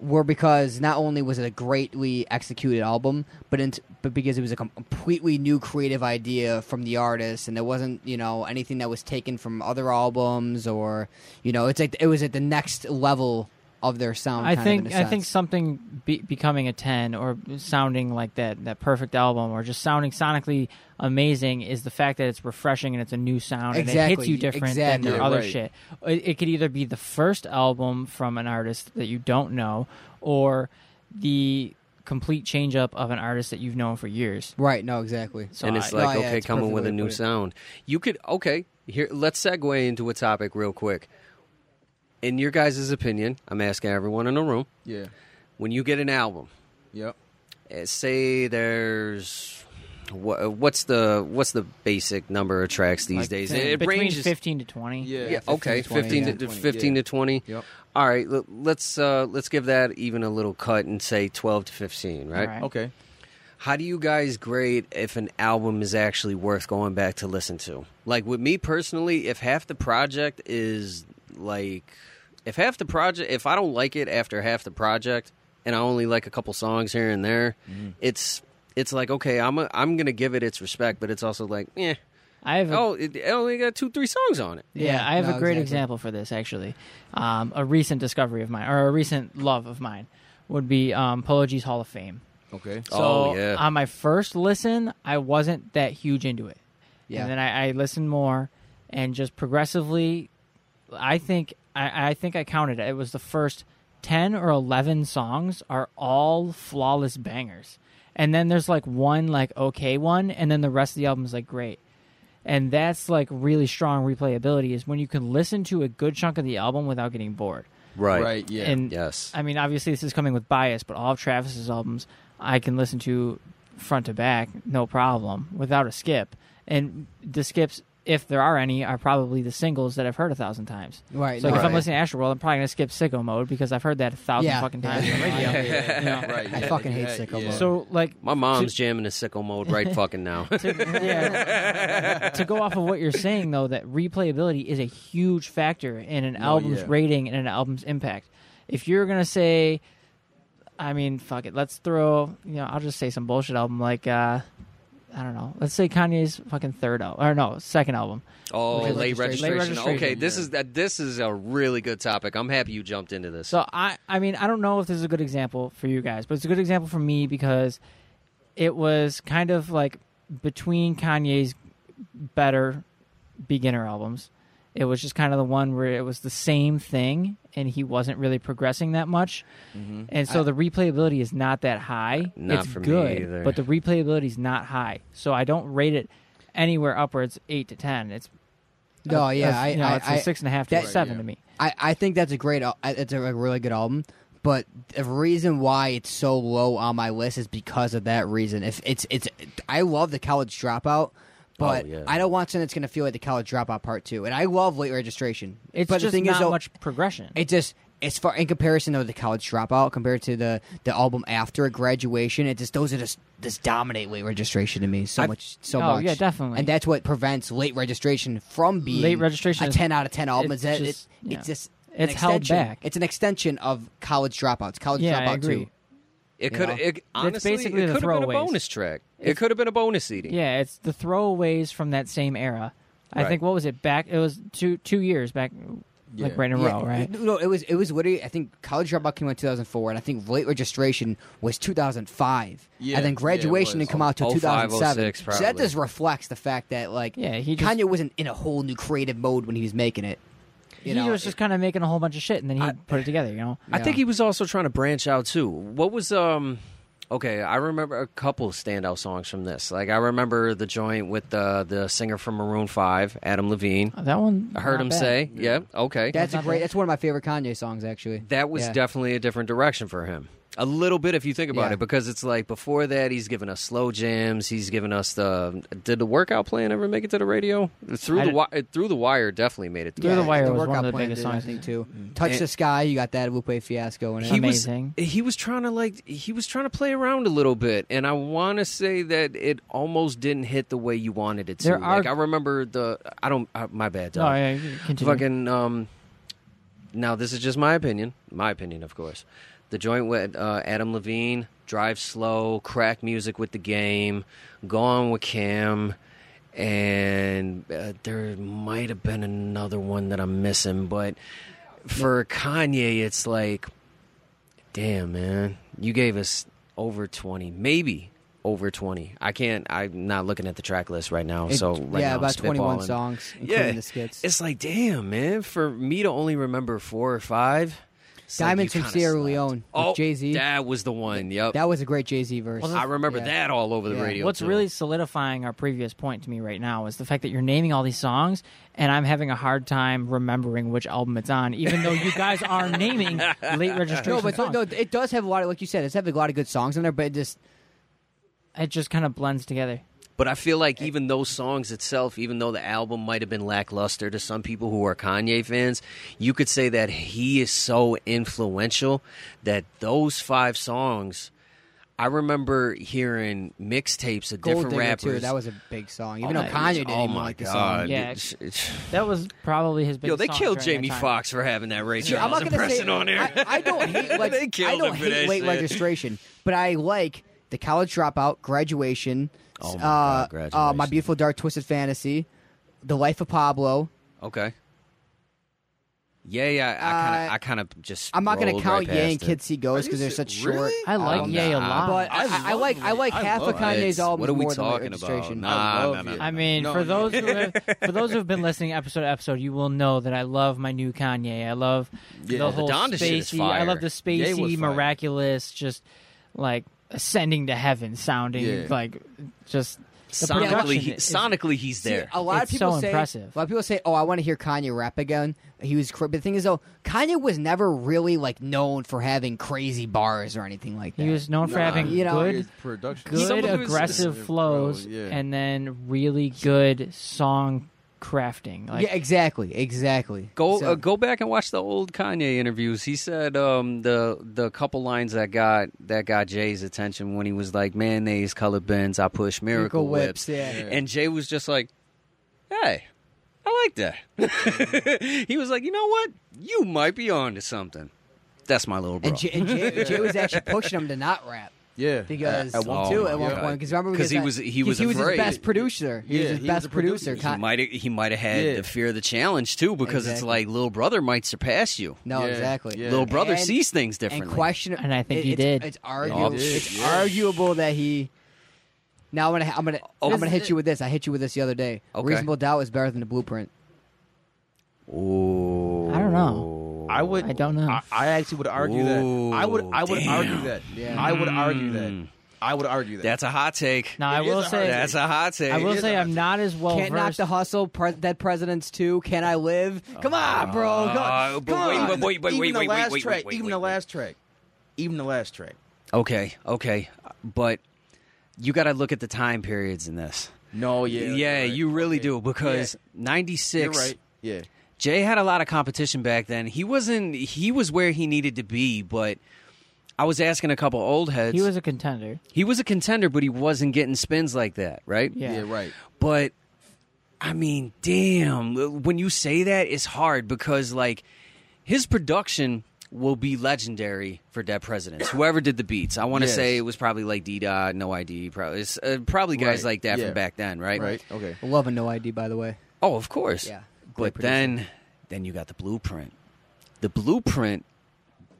were because not only was it a greatly executed album, but in, but because it was a com- completely new creative idea from the artist, and there wasn't you know anything that was taken from other albums or you know it's like it was at the next level of their sound.
I
kind
think
of in a
I think
sense.
something be- becoming a ten or sounding like that that perfect album or just sounding sonically amazing is the fact that it's refreshing and it's a new sound and it hits
Exactly,
you different
exactly.
than their
Yeah,
other
right.
shit. It, it could either be the first album from an artist that you don't know or the complete change up of an artist that you've known for years.
right. No, exactly.
So
and it's
I-
like
No, Oh, yeah,
okay,
it's a
coming
perfect
with
way
a
to
new
put it.
sound. You could okay here. Let's segue into a topic real quick. In your guys' opinion, I'm asking everyone in the room:
yeah.
when you get an album,
Yep.
Uh, say there's wha- what's the what's the basic number of tracks these
like,
days?
between-
It
between
ranges.
15 to 20.
Yeah.
yeah, okay,
15 to
15 to
20, yeah.
15 to 20.
Yep.
All right, l- let's uh let's give that even a little cut and say 12 to 15, right?
All right.
Okay.
How do you guys grade if an album is actually worth going back to listen to? Like with me personally, if half the project is like if half the project if I don't like it after half the project and I only like a couple songs here
Mm-hmm.
and there, it's it's like okay, I'm a, I'm going to give it its respect, but it's also like, eh,
I have
Mm-hmm.
a
Oh, it, it only got two, three songs on it.
Yeah, I have
no,
a great
exactly.
example for this actually. Um, a recent discovery of mine, or a recent love of mine, would be um, Pology's Hall of Fame.
Okay.
So
Oh, yeah.
on my first listen, I wasn't that huge into it.
Yeah.
And then I, I listened more, and just progressively, I think I, I think I counted it. It was the first ten or eleven songs are all flawless bangers, and then there's like one like okay one, and then the rest of the album is like great and that's like really strong replayability is when you can listen to a good chunk of the album without getting bored
Right.
Right. Yeah.
and
Yes.
i mean obviously this is coming with bias but all of travis's albums i can listen to front to back no problem without a skip and the skips if there are any are probably the singles that i've heard a thousand times
Right.
so like
no,
if i'm
right.
listening to astro world i'm probably going to skip sicko mode because i've heard that a thousand
Yeah.
fucking times on the radio
Yeah.
You know?
Right.
I
yeah,
fucking hate
yeah,
Sicko
yeah.
Mode.
so like
My mom's jamming to sickle mode right fucking now.
to, yeah. to go off of what you're saying though that replayability is a huge factor in an album's
yeah.
rating and an album's impact if you're gonna say i mean fuck it let's throw you know i'll just say some bullshit album like uh I don't know. Let's say Kanye's fucking third album, or no, second album.
Oh,
Late registration.
late registration.
Late
Okay,
registration,
this is that. This is a really good topic. I'm happy you jumped into this.
So I, I mean, I don't know if this is a good example for you guys, but it's a good example for me because it was kind of like between Kanye's better beginner albums. It was just kind of the one where it was the same thing, and he wasn't really progressing that much. And so the replayability is not that high.
Mm-hmm. Not
it's
for me
good,
either.
but the replayability is not high. So I don't rate it anywhere upwards eight to ten. It's
no, Oh, yeah,
it's,
I,
you know,
I,
it's a
I,
six and a half to
that-
a seven
yeah.
to me.
I, I think that's a great, al- I- it's a really good album. But the reason why it's so low on my list is because of that reason. If it's it's, I love the College Dropout, but
Oh, yeah.
I don't want something that's going to feel like the College Dropout Part Two. And I love late registration.
It's
but
just
the thing
not
is, though,
much progression.
It just it's far in comparison to the college dropout compared to the the album after graduation. It just those are just just dominate late registration to me so much so
Oh,
much.
yeah, definitely.
And that's what prevents late registration from being
Late registration
a
is-
ten out of ten album.
it's
Is that
just-
it,
yeah.
it's just an
It's held
extension.
back.
It's an extension of college dropouts. College
Yeah, I
dropout
agree.
too.
it could.
know?
It, honestly,
basically
it
the
could have been a
throwaways.
bonus track. It could have been a bonus CD.
Yeah, it's the throwaways from that same era. I
Right.
think what was it back? It was two two years back,
Yeah.
like right in a row,
Yeah,
right?
No, it was it was literally I think college dropout came out in two thousand four, and I think late registration was two thousand five,
Yeah,
and
yeah,
then
it
graduation
was.
didn't come out till two
05,
thousand seven.
06
So that
oh, probably.
just reflects the fact that like
Yeah, he just-
Kanye wasn't in a whole new creative mode when he was making it. You
he
know,
was just kind of making a whole bunch of shit, and then he put it together. You know,
I think he was also trying to branch out too. What was um okay, I remember a couple standout songs from this. Like I remember the joint with the the singer from Maroon 5, Adam Levine.
Oh, that one.
I heard
not
him
bad.
say, yeah, okay.
that's a
not
great.
bad.
That's one of my favorite Kanye songs actually.
that was
yeah.
definitely a different direction for him. A little bit if you think about
Yeah.
it because it's like before that he's given us slow jams, he's given us the did the workout plan ever make it to the radio? Through
I
the
did-
wire through the wire definitely made it
Through the
radio.
Wire was one
workout
of the
plan
biggest
did, I
songs.
think too. Touch the sky, you got that Lupe Fiasco in it.
Mm-hmm. he
Amazing.
was he was trying to like he was trying to play around a little bit and i want to say that it almost didn't hit the way you wanted it to
There are-
like i remember the i don't uh, my bad
No,
dog.
Oh, yeah, you continue.
fucking um now this is just my opinion my opinion of course the joint with uh, adam levine drive slow crack music with the game gone with cam and uh, there might have been another one that i'm missing but for kanye it's like Damn, man. You gave us over 20, maybe over 20. I can't, I'm not looking at the track list right now. so,
It- yeah,
right now, I'm
about twenty one
spitballing.
songs, including
Yeah.
the skits.
It's like, damn, man. For me to only remember four or five. it's like
Diamonds
you
from
kinda
Sierra
slept.
Leone with
Oh,
Jay-Z.
That was the one. Yep.
That was a great Jay Z verse.
I remember
yeah.
that all over the
Yeah.
radio.
What's
too.
really solidifying our previous point to me right now is the fact that you're naming all these songs, and I'm having a hard time remembering which album it's on, even though you guys are naming late registration
No, but
songs.
no, it does have a lot of like you said. It's have a lot of good songs in there, but it just
It just kind of blends together.
But I feel
Eh.
like even those songs itself, even though the album might have been lackluster to some people who are Kanye fans, you could say that he is so influential that those five songs. I remember hearing mixtapes of
Gold
different
Digger
rappers.
too. That was a big song. Even
Oh,
though
my-
Kanye didn't
oh
even
my
like the
God.
song.
Yeah.
It's- it's-
That was probably his biggest.
Yo, they
song
killed
during that
Jamie
time.
Foxx for having that Ray
See, I'm
Charles
not gonna
impression
say
on there.
I, I don't hate like
They
I
killed
don't
him for
hate
that
late
shit.
registration, but I like The College Dropout, Graduation,
Oh my
uh,
God,
uh, My
Graduation.
Beautiful Dark Twisted Fantasy, The Life of Pablo.
Okay. Yeah, yeah. I kind of,
Uh,
I kind of just.
I'm not going to
rolled
count
right
Yay and
past it.
Kids See Ghosts because they're such short.
Really?
I like
don't
Yay
know.
a lot.
But I, I,
I love
like I like
Yay. I
half of
love
Kanye's
It's-
albums
What are we
more than Late
talking about?
Registration.
I
Nah,
love
nah, nah,
you.
nah.
I mean,
No,
for
you-
those who have, for those who've been listening episode to episode, you will know that I love my new Kanye. I love
Yeah,
the
the
whole
Donda shit is
spacey. I love the
fire. Ye was
spacey,
fire.
miraculous, just like ascending to heaven, sounding
Yeah.
like just the
sonically,
production
he,
is-
sonically, he's
See,
there.
a lot
It's
of people
so
say,
impressive.
A lot of people say, "Oh, I want to hear Kanye rap again." He was, cra- but the thing is, though, Kanye was never really like known for having crazy bars or anything like that.
He was known for
Nah,
having
you know,
good,
production.
good
Somebody was-
aggressive
Bro,
flows,
yeah.
and then really good song crafting. Like
yeah, exactly, exactly.
Go
So-
uh, go back and watch the old Kanye interviews. He said um, the the couple lines that got that got Jay's attention when he was like mayonnaise colored bins. I push miracle,
Miracle whips,
whips.
yeah.
And Jay was just like, hey. I like that. he was like, you know what? You might be on to something. That's my little bro.
and, Jay, and Jay, Jay was actually pushing him to not rap
Yeah,
because
At- at one
Oh
too
my
at one
God.
point because remember
'Cause he
because
was- he
he
was
he was his
afraid.
best producer. He
Yeah,
was his
he was
best
a
producer.
producer.
he
Con-
might he might have had
Yeah.
the fear of the challenge too because it's
Exactly.
like little brother might surpass you.
no,
Yeah,
exactly.
yeah.
Little brother
And-
sees things
and
differently.
question.
And I think
it-
he
it's-
did.
It's
Oh,
arguable.
did,
It's
yeah.
arguable that he. Now I'm gonna I'm gonna
Oh.
I'm gonna hit you with this. I hit you with this the other day.
Okay.
Reasonable doubt is better than the blueprint.
Ooh.
I don't know.
Uh, I would.
I don't know.
I, I actually would argue that. I would. I would
Ooh,
argue that.
Yeah.
I would argue
Mm.
that. I would argue that.
That's a hot take.
Now I
It is
will
a hot
say,
That's a hot take.
I will
is
say,
a
I'm
hot
not as well
Can't knock
versed.
the hustle. Pre- Dead Presidents Two. Can I live?
Oh.
Come on, bro. Come on.
Uh, but
Come
wait,
on.
but wait, wait,
even
wait,
the
wait,
last
wait, wait,
track.
wait,
even
wait,
the
wait.
last track. Even the last track.
Okay, okay, but you got to look at the time periods in this.
No. Oh, Yeah.
Yeah,
you're right.
you really
Okay.
do because
You're
'96.
right. Yeah.
Jay had a lot of competition back then. He wasn't. He was where he needed to be, but I was asking a couple old heads.
he was a contender.
he was a contender, but he wasn't getting spins like that, right?
Yeah.
Yeah. Right.
But I mean, damn, when you say that, it's hard because like his production will be legendary for Dead Presidents. Whoever did the beats, I want to
Yes.
say it was probably like D Dot, No ID, probably it's, uh, probably guys
Right.
like that
Yeah.
from back then, right?
Right. Okay.
Loving No ID, by the way.
Oh, of course.
Yeah,
But
great producer.
then, then you got the blueprint. The blueprint.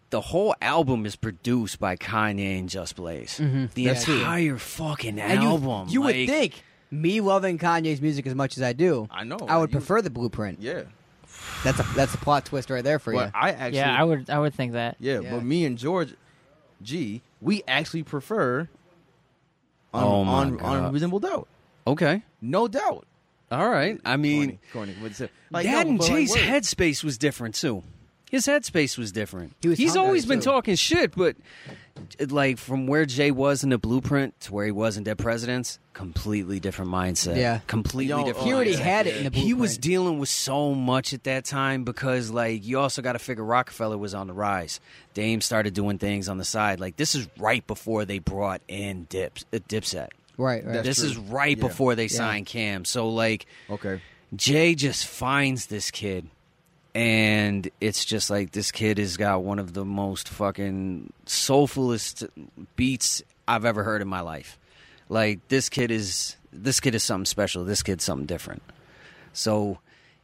The whole album is produced by Kanye and Just Blaze. The
Mm-hmm. That's true.
entire fucking
And you-
album.
You, would
like-
think me loving Kanye's music as much as I do,
I
Oh,
know.
I would
You-
prefer the blueprint.
Yeah.
That's a that's a plot twist right there for you.
But I actually.
yeah, I would. I would think that.
Yeah,
Yeah.
but me and George G, we actually prefer on
Oh my
on,
God.
on reasonable doubt.
Okay.
No doubt.
All right. I mean,
Corny, corny. but it's-
that
no,
and
but
Jay's
word.
headspace was different too. His headspace was different.
He was
He's
hungry,
always been
too.
talking shit, but like from where Jay was in the blueprint to where he was in Dead Presidents, completely different mindset.
Yeah.
completely
Yo,
different.
he already
mindset.
had it in the blueprint.
He was dealing with so much at that time because, like, you also got to figure Rockefeller was on the rise. Dame started doing things on the side. Like, this is right before they brought in Dips, uh, Dipset.
right, right.
That's
this
true.
is right
Yeah.
before they signed Cam. So, like,
Okay.
Jay just finds this kid, and it's just like this kid has got one of the most fucking soulfulest beats I've ever heard in my life. Like this kid is this kid is something special. This kid's something different. So.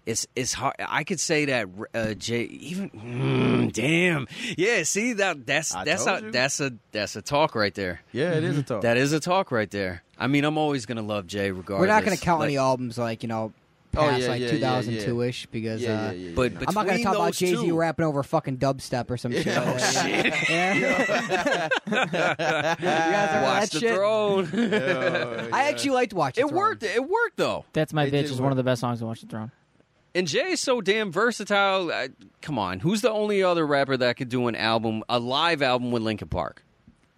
It's it's hard. I could say that uh, Jay even mm, damn yeah. See that that's
I
that's
told
a
you.
that's a that's a talk right there.
Yeah, it is a talk.
That is a talk right there. I mean, I'm always gonna love Jay regardless.
We're not going to count
Like-
any albums like you know
Oh,
past
yeah,
like
yeah, yeah,
2002 ish because
yeah, yeah,
uh,
yeah, yeah.
But
I'm not going to
between
talk about
those
Jay Z
two- Oh,
rapping over fucking dubstep or some shit. like that.
shit.
You guys ever that
Watch the
shit?
throne.
Uh,
I actually liked watching.
it worked. It worked though.
That's my
It
bitch.
did
Is one
work.
of the best songs to watch the throne.
And Jay is so damn versatile. I, come on, who's the only other rapper that could do an album, a live album with Linkin Park,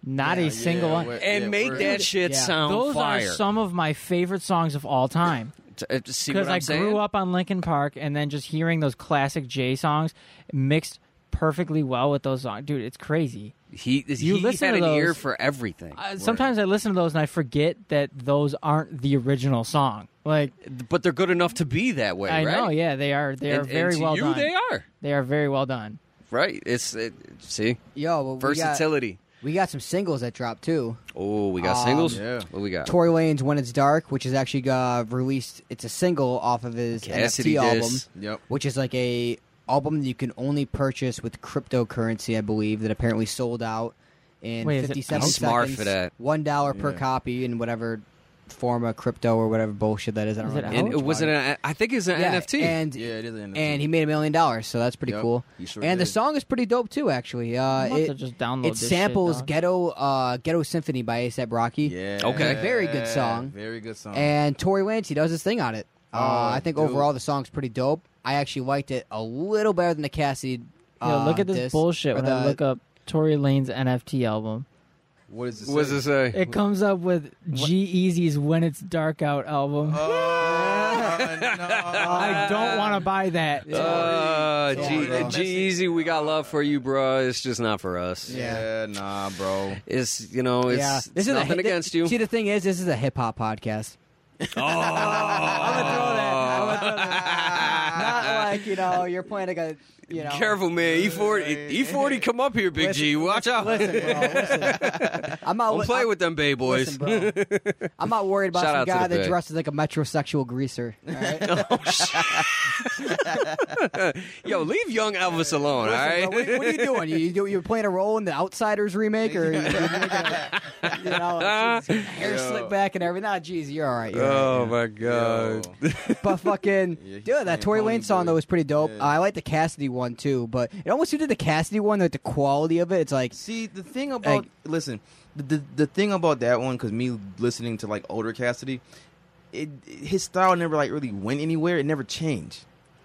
Not a single one.
we're-
and
yeah,
make
we're-
that shit
Yeah.
sound
Those
fire?
are some of my favorite songs of all time.
T- uh, See what
Because
I'm
I
saying?
grew up on Linkin Park, and then just hearing those classic Jay songs mixed perfectly well with those songs, dude, it's crazy.
He
You
he
listen
had
to
an ear
those- uh,
for everything.
I, Sometimes I listen to those and I forget that those aren't the original song. Like
but they're good enough to be that way,
I
right?
know, yeah, they are. They
And-
are
and
very
to
well
you,
done.
They are
They are very well done.
right. It's it, see
Yo, well, we got-
versatility.
We got some singles that dropped too.
Oh, we got
Um,
singles.
Yeah.
What we got?
Tory Lane's "When It's Dark," which is actually uh, released. It's a single off of his
Cassidy
NFT album,
diss.
Yep.
which is like a album that you can only purchase with cryptocurrency, I believe. That apparently sold out in
Wait, is it-
fifty-seven
I'm smart
seconds.
for that.
One dollar per
Yeah.
copy in whatever form of crypto or whatever bullshit that is. I don't
Is it
really know.
out?
And it
much
was it?
about
An, I think it's an
Yeah,
NFT.
And
Yeah, it is an NFT.
and he made a million dollars, so that's pretty
Yep,
cool.
he sure
and the
did.
song is pretty dope too, actually.
I'm
Uh,
about to
it
just download
it
this shit,
samples
dog.
"Ghetto uh, Ghetto Symphony" by ASAP Rocky.
Yeah.
Okay.
Very good song.
Very good
Uh-huh.
song.
And Tory Lanez, he does his thing on it. Uh,
Oh,
I think
dude.
overall the song's pretty dope. I actually liked it a little better than the Cassidy.
Yo,
Uh,
look at this
diss,
bullshit
or
when
the-
I look up Tory Lane's NFT album.
what is this?
what does it say?
It comes up with G Easy's When It's Dark Out album.
Oh. Uh,
I don't want to buy that.
Uh,
Sorry,
G Easy, we got love for you, bro. It's just not for us.
Yeah, nah, bro.
It's you know, it's,
yeah,
it's nothing
hi- thi-
against you. Oh.
See, the thing is, this is a hip hop podcast.
I'm
gonna throw that. I'm gonna throw
Not like you know you're playing like a you know.
Careful, man. E forty, E forty, come up here, Big G. Watch out.
Listen, bro. Oh, Listen. I'm not.
Don't play with them bay boys.
Listen, bro. I'm not worried about
Shout
some
out to
guy
the
that
Bay.
dresses like a metrosexual greaser. all right?
Yo, leave young Elvis alone. all right.
Listen, bro, what, what are you doing? You, you do, you're playing a role in the Outsiders remake, or you- you're making a, you know, it's- it's hair
Yo.
slick back and everything? Nah, jeez, you're all right. You're all
Oh my god.
Yo.
right. But fucking,
Yeah, he's
dude, that
playing
Tory
Pony
Lane song
Boy.
though was pretty dope.
Yeah.
I like the Cassidy one too, but it almost suited the Cassidy one. Like the quality of it, it's like
See the thing about listen, the, the the thing about that one because me listening to like older Cassidy, it, his style never like really went anywhere. It never changed.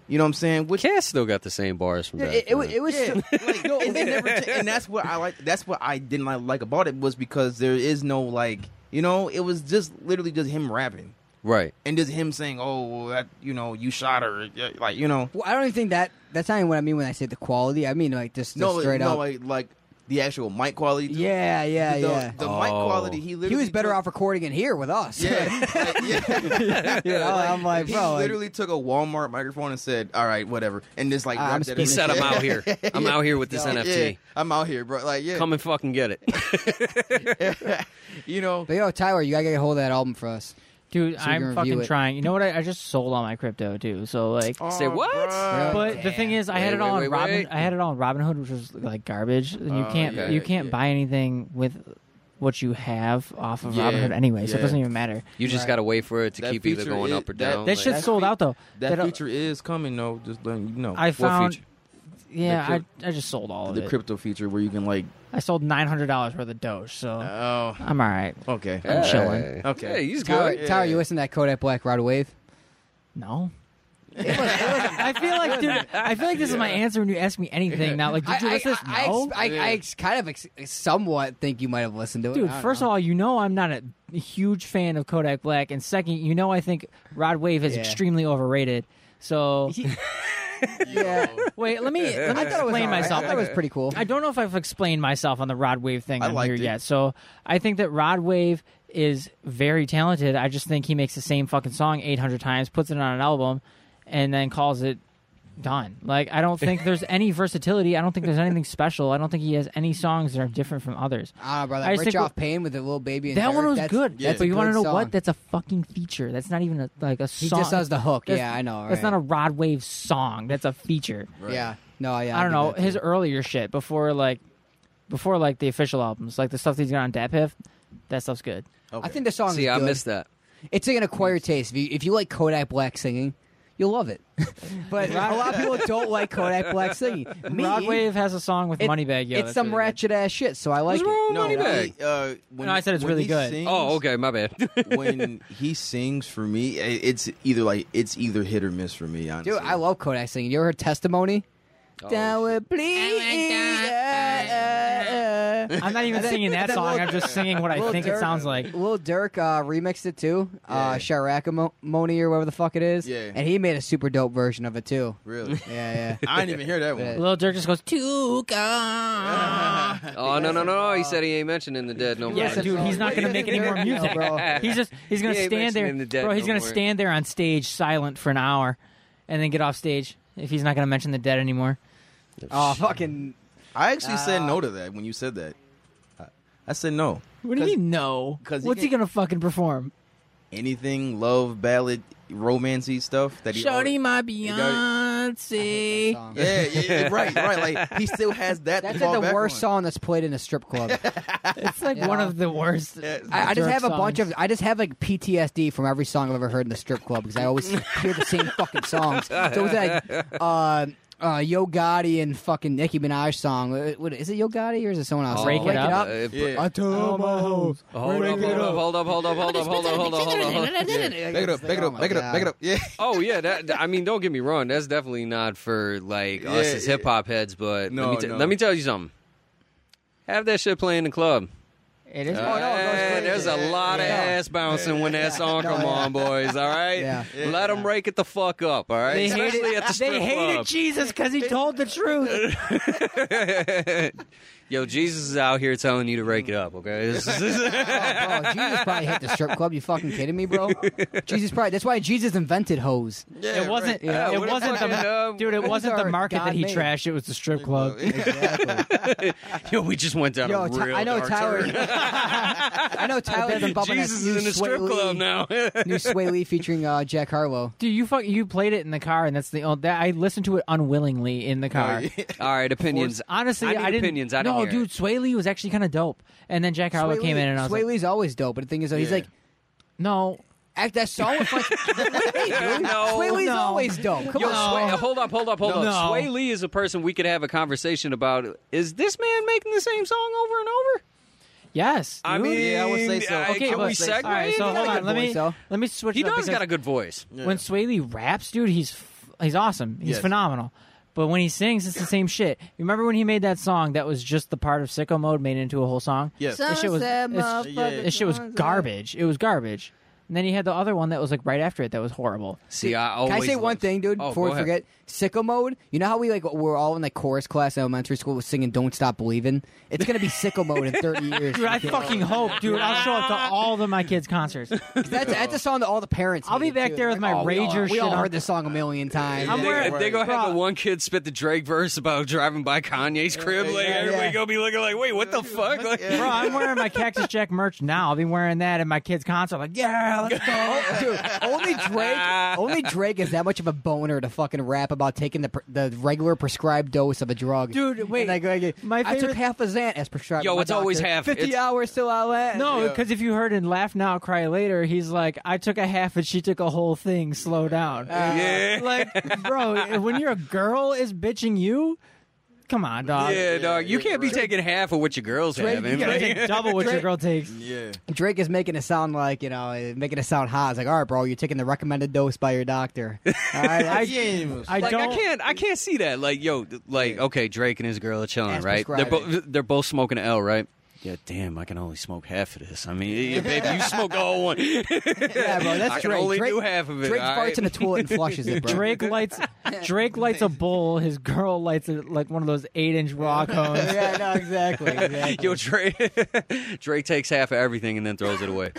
You know what I'm saying? Which
Cass still got the same bars from
it,
back
it, it,
then.
was- it was.
like, no, it never cha- and that's what I like. That's what I didn't like, like about it was because there is no like you know it was just literally just him rapping
right.
and just him saying oh well, that you know you shot her yeah, like you know
Well, I don't even think that. That's not even what I mean when I say the quality. I mean like just, just
no
straight
no
up.
like like the actual mic quality. too.
yeah, yeah,
the,
yeah.
The mic
Oh.
quality he literally
he was better
took-
off recording it here with us.
Yeah, like, yeah.
You know, I'm like,
he
bro, like-
literally took a Walmart microphone and said, "All right, whatever," and just like
I'm
rapped
speaking
it.
He said, "I'm out here. I'm out here with this
Yeah,
NFT.
I'm out here, bro. Like, yeah,
Come and fucking get it."
you know,
But yo, Tyler, you gotta get a hold of that album for us.
Dude,
So you can
I'm
review
fucking
it.
trying. You know what? I, I just sold all my crypto too. So like,
Say
Oh,
what?
bruh.
but the
damn.
thing is, I had
Wait,
it all
wait,
on
wait,
Robin.
wait.
I had it all on Robinhood, which was like garbage. And you
Oh,
can't
yeah,
you can't
yeah.
buy anything with what you have off of
Yeah,
Robinhood anyway. So
yeah.
it doesn't even matter.
You just
Right.
got to wait for it to
That
keep either
feature
going
is-
up or
that-
down.
That
like-
shit's
that
sold
fe-
out though.
that
uh,
feature is coming though. Just letting you know,
I found.
feature?
Yeah,
The crypt-
I, I just sold all of
the
it.
crypto feature where you can like,
I sold nine hundred dollars worth of Doge, so
oh,
I'm all right.
okay,
I'm chilling.
Hey.
Okay.
Hey, he's
Tyler,
good.
Tyler, you listen to that Kodak Black Rod Wave?
No. I feel like, dude, I feel like this is my answer when you ask me anything now. Like, did you listen to this?
I,
No.
ex- I, I ex- kind of ex- somewhat think you might have listened to it.
Dude, first of all, you know I'm not a huge fan of Kodak Black, and second, you know I think Rod Wave is
Yeah.
extremely overrated. So
yeah,
wait, let me let me
I thought it was
explain
alright.
myself.
I thought it was pretty cool.
I don't know if I've explained myself on the Rod Wave thing
I
on
liked
here
it.
yet. So I think that Rod Wave is very talented. I just think he makes the same fucking song 800 times, puts it on an album, and then calls it done. Like I don't think there's any versatility. I don't think there's anything special. I don't think he has any songs that are different from others.
I don't know, bro. That
I just
Rich
think-
Off Pain with the little baby. And
That
Eric,
one was
that's,
good.
That's
but
a
you want to
good
know
song.
what? That's a fucking feature. That's not even a, like a
he
song.
just does the hook.
That's-
yeah, I know.
That's
right.
not a Rod Wave song. That's a feature.
Yeah, no, yeah.
I don't
get
know
that,
his
too.
earlier shit before like before like the official albums, like the stuff that he's got on Datpiff. That stuff's good.
I think the song.
See,
is
I
good.
missed that.
It's like an acquired taste. If you, if you like Kodak Black singing, you'll love it. but a lot of people don't like Kodak Black singing. Me,
Rod Wave has a song with
it-
Moneybag. Yo,
it's
that's
some
really good.
ratchet ass shit, so I like
What's
it.
wrong with
No,
Moneybag?
he, uh, when,
No, I said it's
when
really
he
good.
sings-
Oh, okay, my bad.
when he sings for me, i- it's either like it's either hit or miss for me. Honestly,
Dude, I love Kodak singing. You ever heard testimony?
Oh,
Down with bleed. yeah, yeah, yeah.
I'm not even singing that
That
song.
little-
I'm just singing what I
little
think it
dirt-
sounds like.
Lil Durk uh, remixed it too, uh,
Yeah.
Sharakamoni or whatever the fuck it is.
Yeah.
And he made a super dope version of it too.
really.
Yeah, yeah.
I didn't even hear that one.
Yeah.
Lil Durk just goes Tuka.
Oh no no no no! He said he ain't mentioning the dead no more.
Yeah,
Listen,
dude,
bro,
he's not
you
gonna
ain't
make any
dirt
more
now,
music.
bro.
He's just he's gonna
He ain't
stand there,
mentioning the dead
bro. He's
no
gonna
more.
stand there on stage silent for an hour, and then get off stage if he's not gonna mention the dead anymore.
Oh, fucking.
I actually said no to that when you said that. I said no.
What do you
'Cause
mean no?
'cause
What's
he
he
can-
gonna fucking perform?
Anything love ballad, romancy stuff that he. al-
Shorty, my
got
Beyonce.
song.
Yeah, yeah, yeah, right, right. Like he still has that.
That's
to fall
like the
back
worst
on.
song that's played in a strip club.
It's like
Yeah.
one of the worst.
Yeah,
I, I just
jerk
have a bunch
songs.
of. I just have like PTSD from every song I've ever heard in the strip club because I always hear the same fucking songs. So it was like, uh, uh, Yo Gotti and fucking Nicki Minaj song. What- what- Is it Yo Gotti or is it someone else?
Break It Up.
Uh,
Yeah.
I told my hoes.
Hold up, hold up, hold up, hold up, hold up, hold up, hold up, hold up, hold up.
Back it up, back it up, back it up, back it up. Yeah.
Oh yeah, that I mean, don't get me wrong. That's definitely not for like us
Yeah,
as
yeah.
hip hop heads. But
No,
let, me t-
no.
let me tell you something. Have that shit playing in the club.
It is.
no, it goes
Hey,
crazy.
Eh, there's a lot of
Yeah.
ass bouncing when that song come on, boys. All right,
Yeah.
let them rake it the fuck up. All right,
They
especially at the
hated,
strip
they hated
club.
Jesus because he told the truth.
Yo, Jesus is out here telling you to rake it up. Okay, This is-
Oh, bro, Jesus probably hit the strip club. You fucking kidding me, bro? Jesus probably. That's why Jesus invented hoes.
Yeah,
it wasn't.
right.
Yeah,
it
what a
wasn't the
fucking, uh,
dude. It
these
wasn't the
are
market that he
God-made.
trashed. It was the strip club.
Exactly.
yo, we just went down
Yo,
a
Ty-
real
I know
dark
Tyler.
turn.
I know Tyler been bumping
Jesus
that
is
new
in the
Sway
strip
Lee-
club now.
New Sway Lee featuring uh, Jack Harlow.
Dude, you fuck, you played it in the car, and that's the only, that I listened to it unwillingly in the car.
All right, opinions.
Honestly,
I,
I,
need
didn't.
opinions. I didn't
no,
hear it.
dude, Sway Lee was actually kind of dope, and then Jack Harlow
Sway
came
Lee-
in, and I was
Sway
like,
Lee's always dope, but the thing is, though, he's
Yeah.
like,
no,
act that song was like,
No.
Sway Lee's
No.
always dope. Come
Yo,
on,
Sway, uh, hold up, hold up, hold
No.
up.
No.
Sway Lee is a person we could have a conversation about. Is this man making the same song over and over?
yes.
I
dude.
mean,
Yeah, I would say so.
I-
okay,
can
but,
we segue?
All right, so
into
hold
that?
on, let me
voice, though.
let me switch.
He
it up
does
because
got a good voice.
When Sway Lee raps, dude, he's f- he's awesome. He's
Yes.
phenomenal. But when he sings, it's the same shit. Remember when he made that song that was just the part of Sicko Mode made into a whole song?
Yes.
This shit was,
Sunset,
it's-
motherfucker,
this shit was garbage. It was garbage. And then he had the other one that was like right after it that was horrible.
See, I
Can
always
I say one
loved-
thing, dude?
Oh,
before
go
we
ahead.
forget, sicko mode. You know how we like we're all in like chorus class in elementary school singing "Don't Stop Believing." It's gonna be sicko mode in thirty years.
Dude, I
Okay.
fucking hope, dude. I'll show up to all of my kids' concerts.
that's, that's a song that all the parents.
I'll be
hated,
back
too.
there with
Like,
my
oh, we all-
Rager
We
shit
all
on.
heard this song a million times.
I'm
They,
wearing-
if they go have the
Bro.
one kid spit the Drake verse about driving by Kanye's crib, like
yeah,
everybody
yeah.
gonna be looking like, wait, what the fuck? Like,
Bro, I'm wearing my Cactus Jack merch now. I'll be wearing that at my kids' concert. Like, yeah, let's go.
Dude, only Drake, only Drake is that much of a boner to fucking rap about taking the pr- the regular prescribed dose of a drug.
Dude,
And
wait,
I, go, I go,
my
I took
favorite-
half a Xant as prescribed.
Yo,
by my
it's always
doctor.
half.
Fifty
It's-
hours till I last.
No, because if you heard in Laugh Now, Cry Later, he's like, I took a half and she took a whole thing. Slow down.
Ah. yeah,
Like, bro, when you're a girl is bitching you, come on, dog.
yeah, dog. You can't be taking half of what your girls have.
You gotta
man.
take double what your girl takes.
Yeah.
Drake is making it sound like you know, eh, making it sound hot. It's like, all right, bro, you're taking the recommended dose by your doctor. All right, I,
I
Like
don't.
I can't, I can't see that. Like yo, th- like okay, Drake and his girl are chilling,
As
right? They're
prescribed.
both, they're both smoking an L, right? Yeah, damn, I can only smoke half of this. I mean, yeah, baby, you smoked all one.
yeah, bro, that's
I can
Drake.
only
Drake,
do half of it.
Drake
all
farts
right?
in a toilet and flushes it, bro.
Drake lights Drake lights a bowl. His girl lights a, like one of those eight inch rock cones.
yeah, no, exactly. exactly.
Yo, Drake, Drake takes half of everything and then throws it away.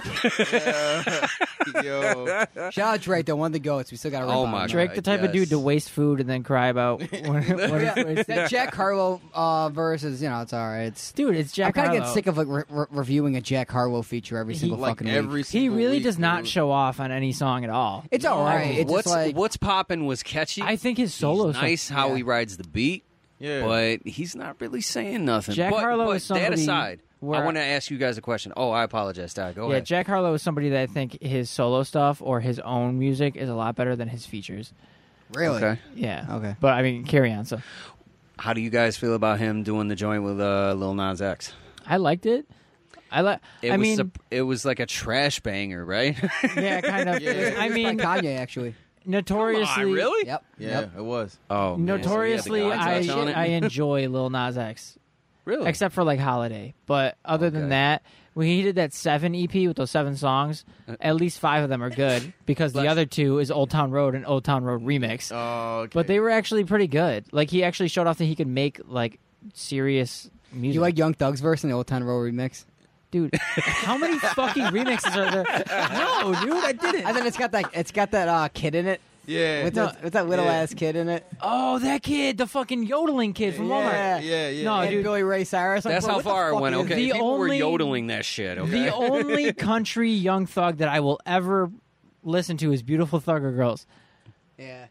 Yo.
Shout out Drake, though, one of the goats. We still got to.
Oh my
Drake, the type of dude to waste food and then cry about when, when it's wasted.
That Jack Harlow uh, verse is, you know, it's all right. It's
Dude, it's
I'm
Jack
kind of getting
Harlow.
sick of like re- re- reviewing a Jack Harlow feature every single
Like
fucking week.
every
He
single
really
week,
does not
dude.
show off on any song at all.
It's all right. It's
what's
just like
what's popping was catchy.
I think his
He's
solo
nice how he rides the beat,
Yeah.
but he's not really saying nothing.
Jack
but,
Harlow
but
is
that
somebody
aside,
where-
I want to ask you guys a question. Oh, I apologize, Ty. Go
Yeah,
ahead.
Jack Harlow is somebody that I think his solo stuff or his own music is a lot better than his features.
really.
okay.
Yeah.
Okay.
But I mean, carry on. So
How do you guys feel about him doing the joint with uh, Lil Nas X?
I liked it. I like.
It
I
was
mean,
sup- it was like a trash banger, right?
yeah, kind of. I mean,
by Kanye actually.
notoriously,
Come on, Ah, really?
Yep.
Yeah,
Yep.
it was.
Oh, man, so he had the
notoriously, I
context on it?
I enjoy Lil Nas X,
really
except for like Holiday. But other
Oh. Okay.
than that, when he did that seven EP with those seven songs,
Uh.
at least five of them are good because the other two is Old Town Road and Old Town Road remix.
Oh, okay.
But they were actually pretty good. Like he actually showed off that he could make like serious music.
You like Young Thug's verse in the Old Town Road remix?
dude? how many fucking remixes are there? No, dude, I didn't.
And then it's got that it's got that uh, kid in it.
Yeah.
with, that, with that little
Yeah.
ass kid in it.
Oh, that kid, the fucking yodeling kid from
Yeah.
Walmart.
yeah, yeah.
No,
yeah.
and
Oh, dude.
Billy Ray Cyrus. I'm
That's
like,
how
what the
far it
fuck
went.
is
Okay,
this?
The
people were
only-
yodeling that shit. Okay,
The only country young thug that I will ever listen to is Beautiful Thugger Girls.
Yeah.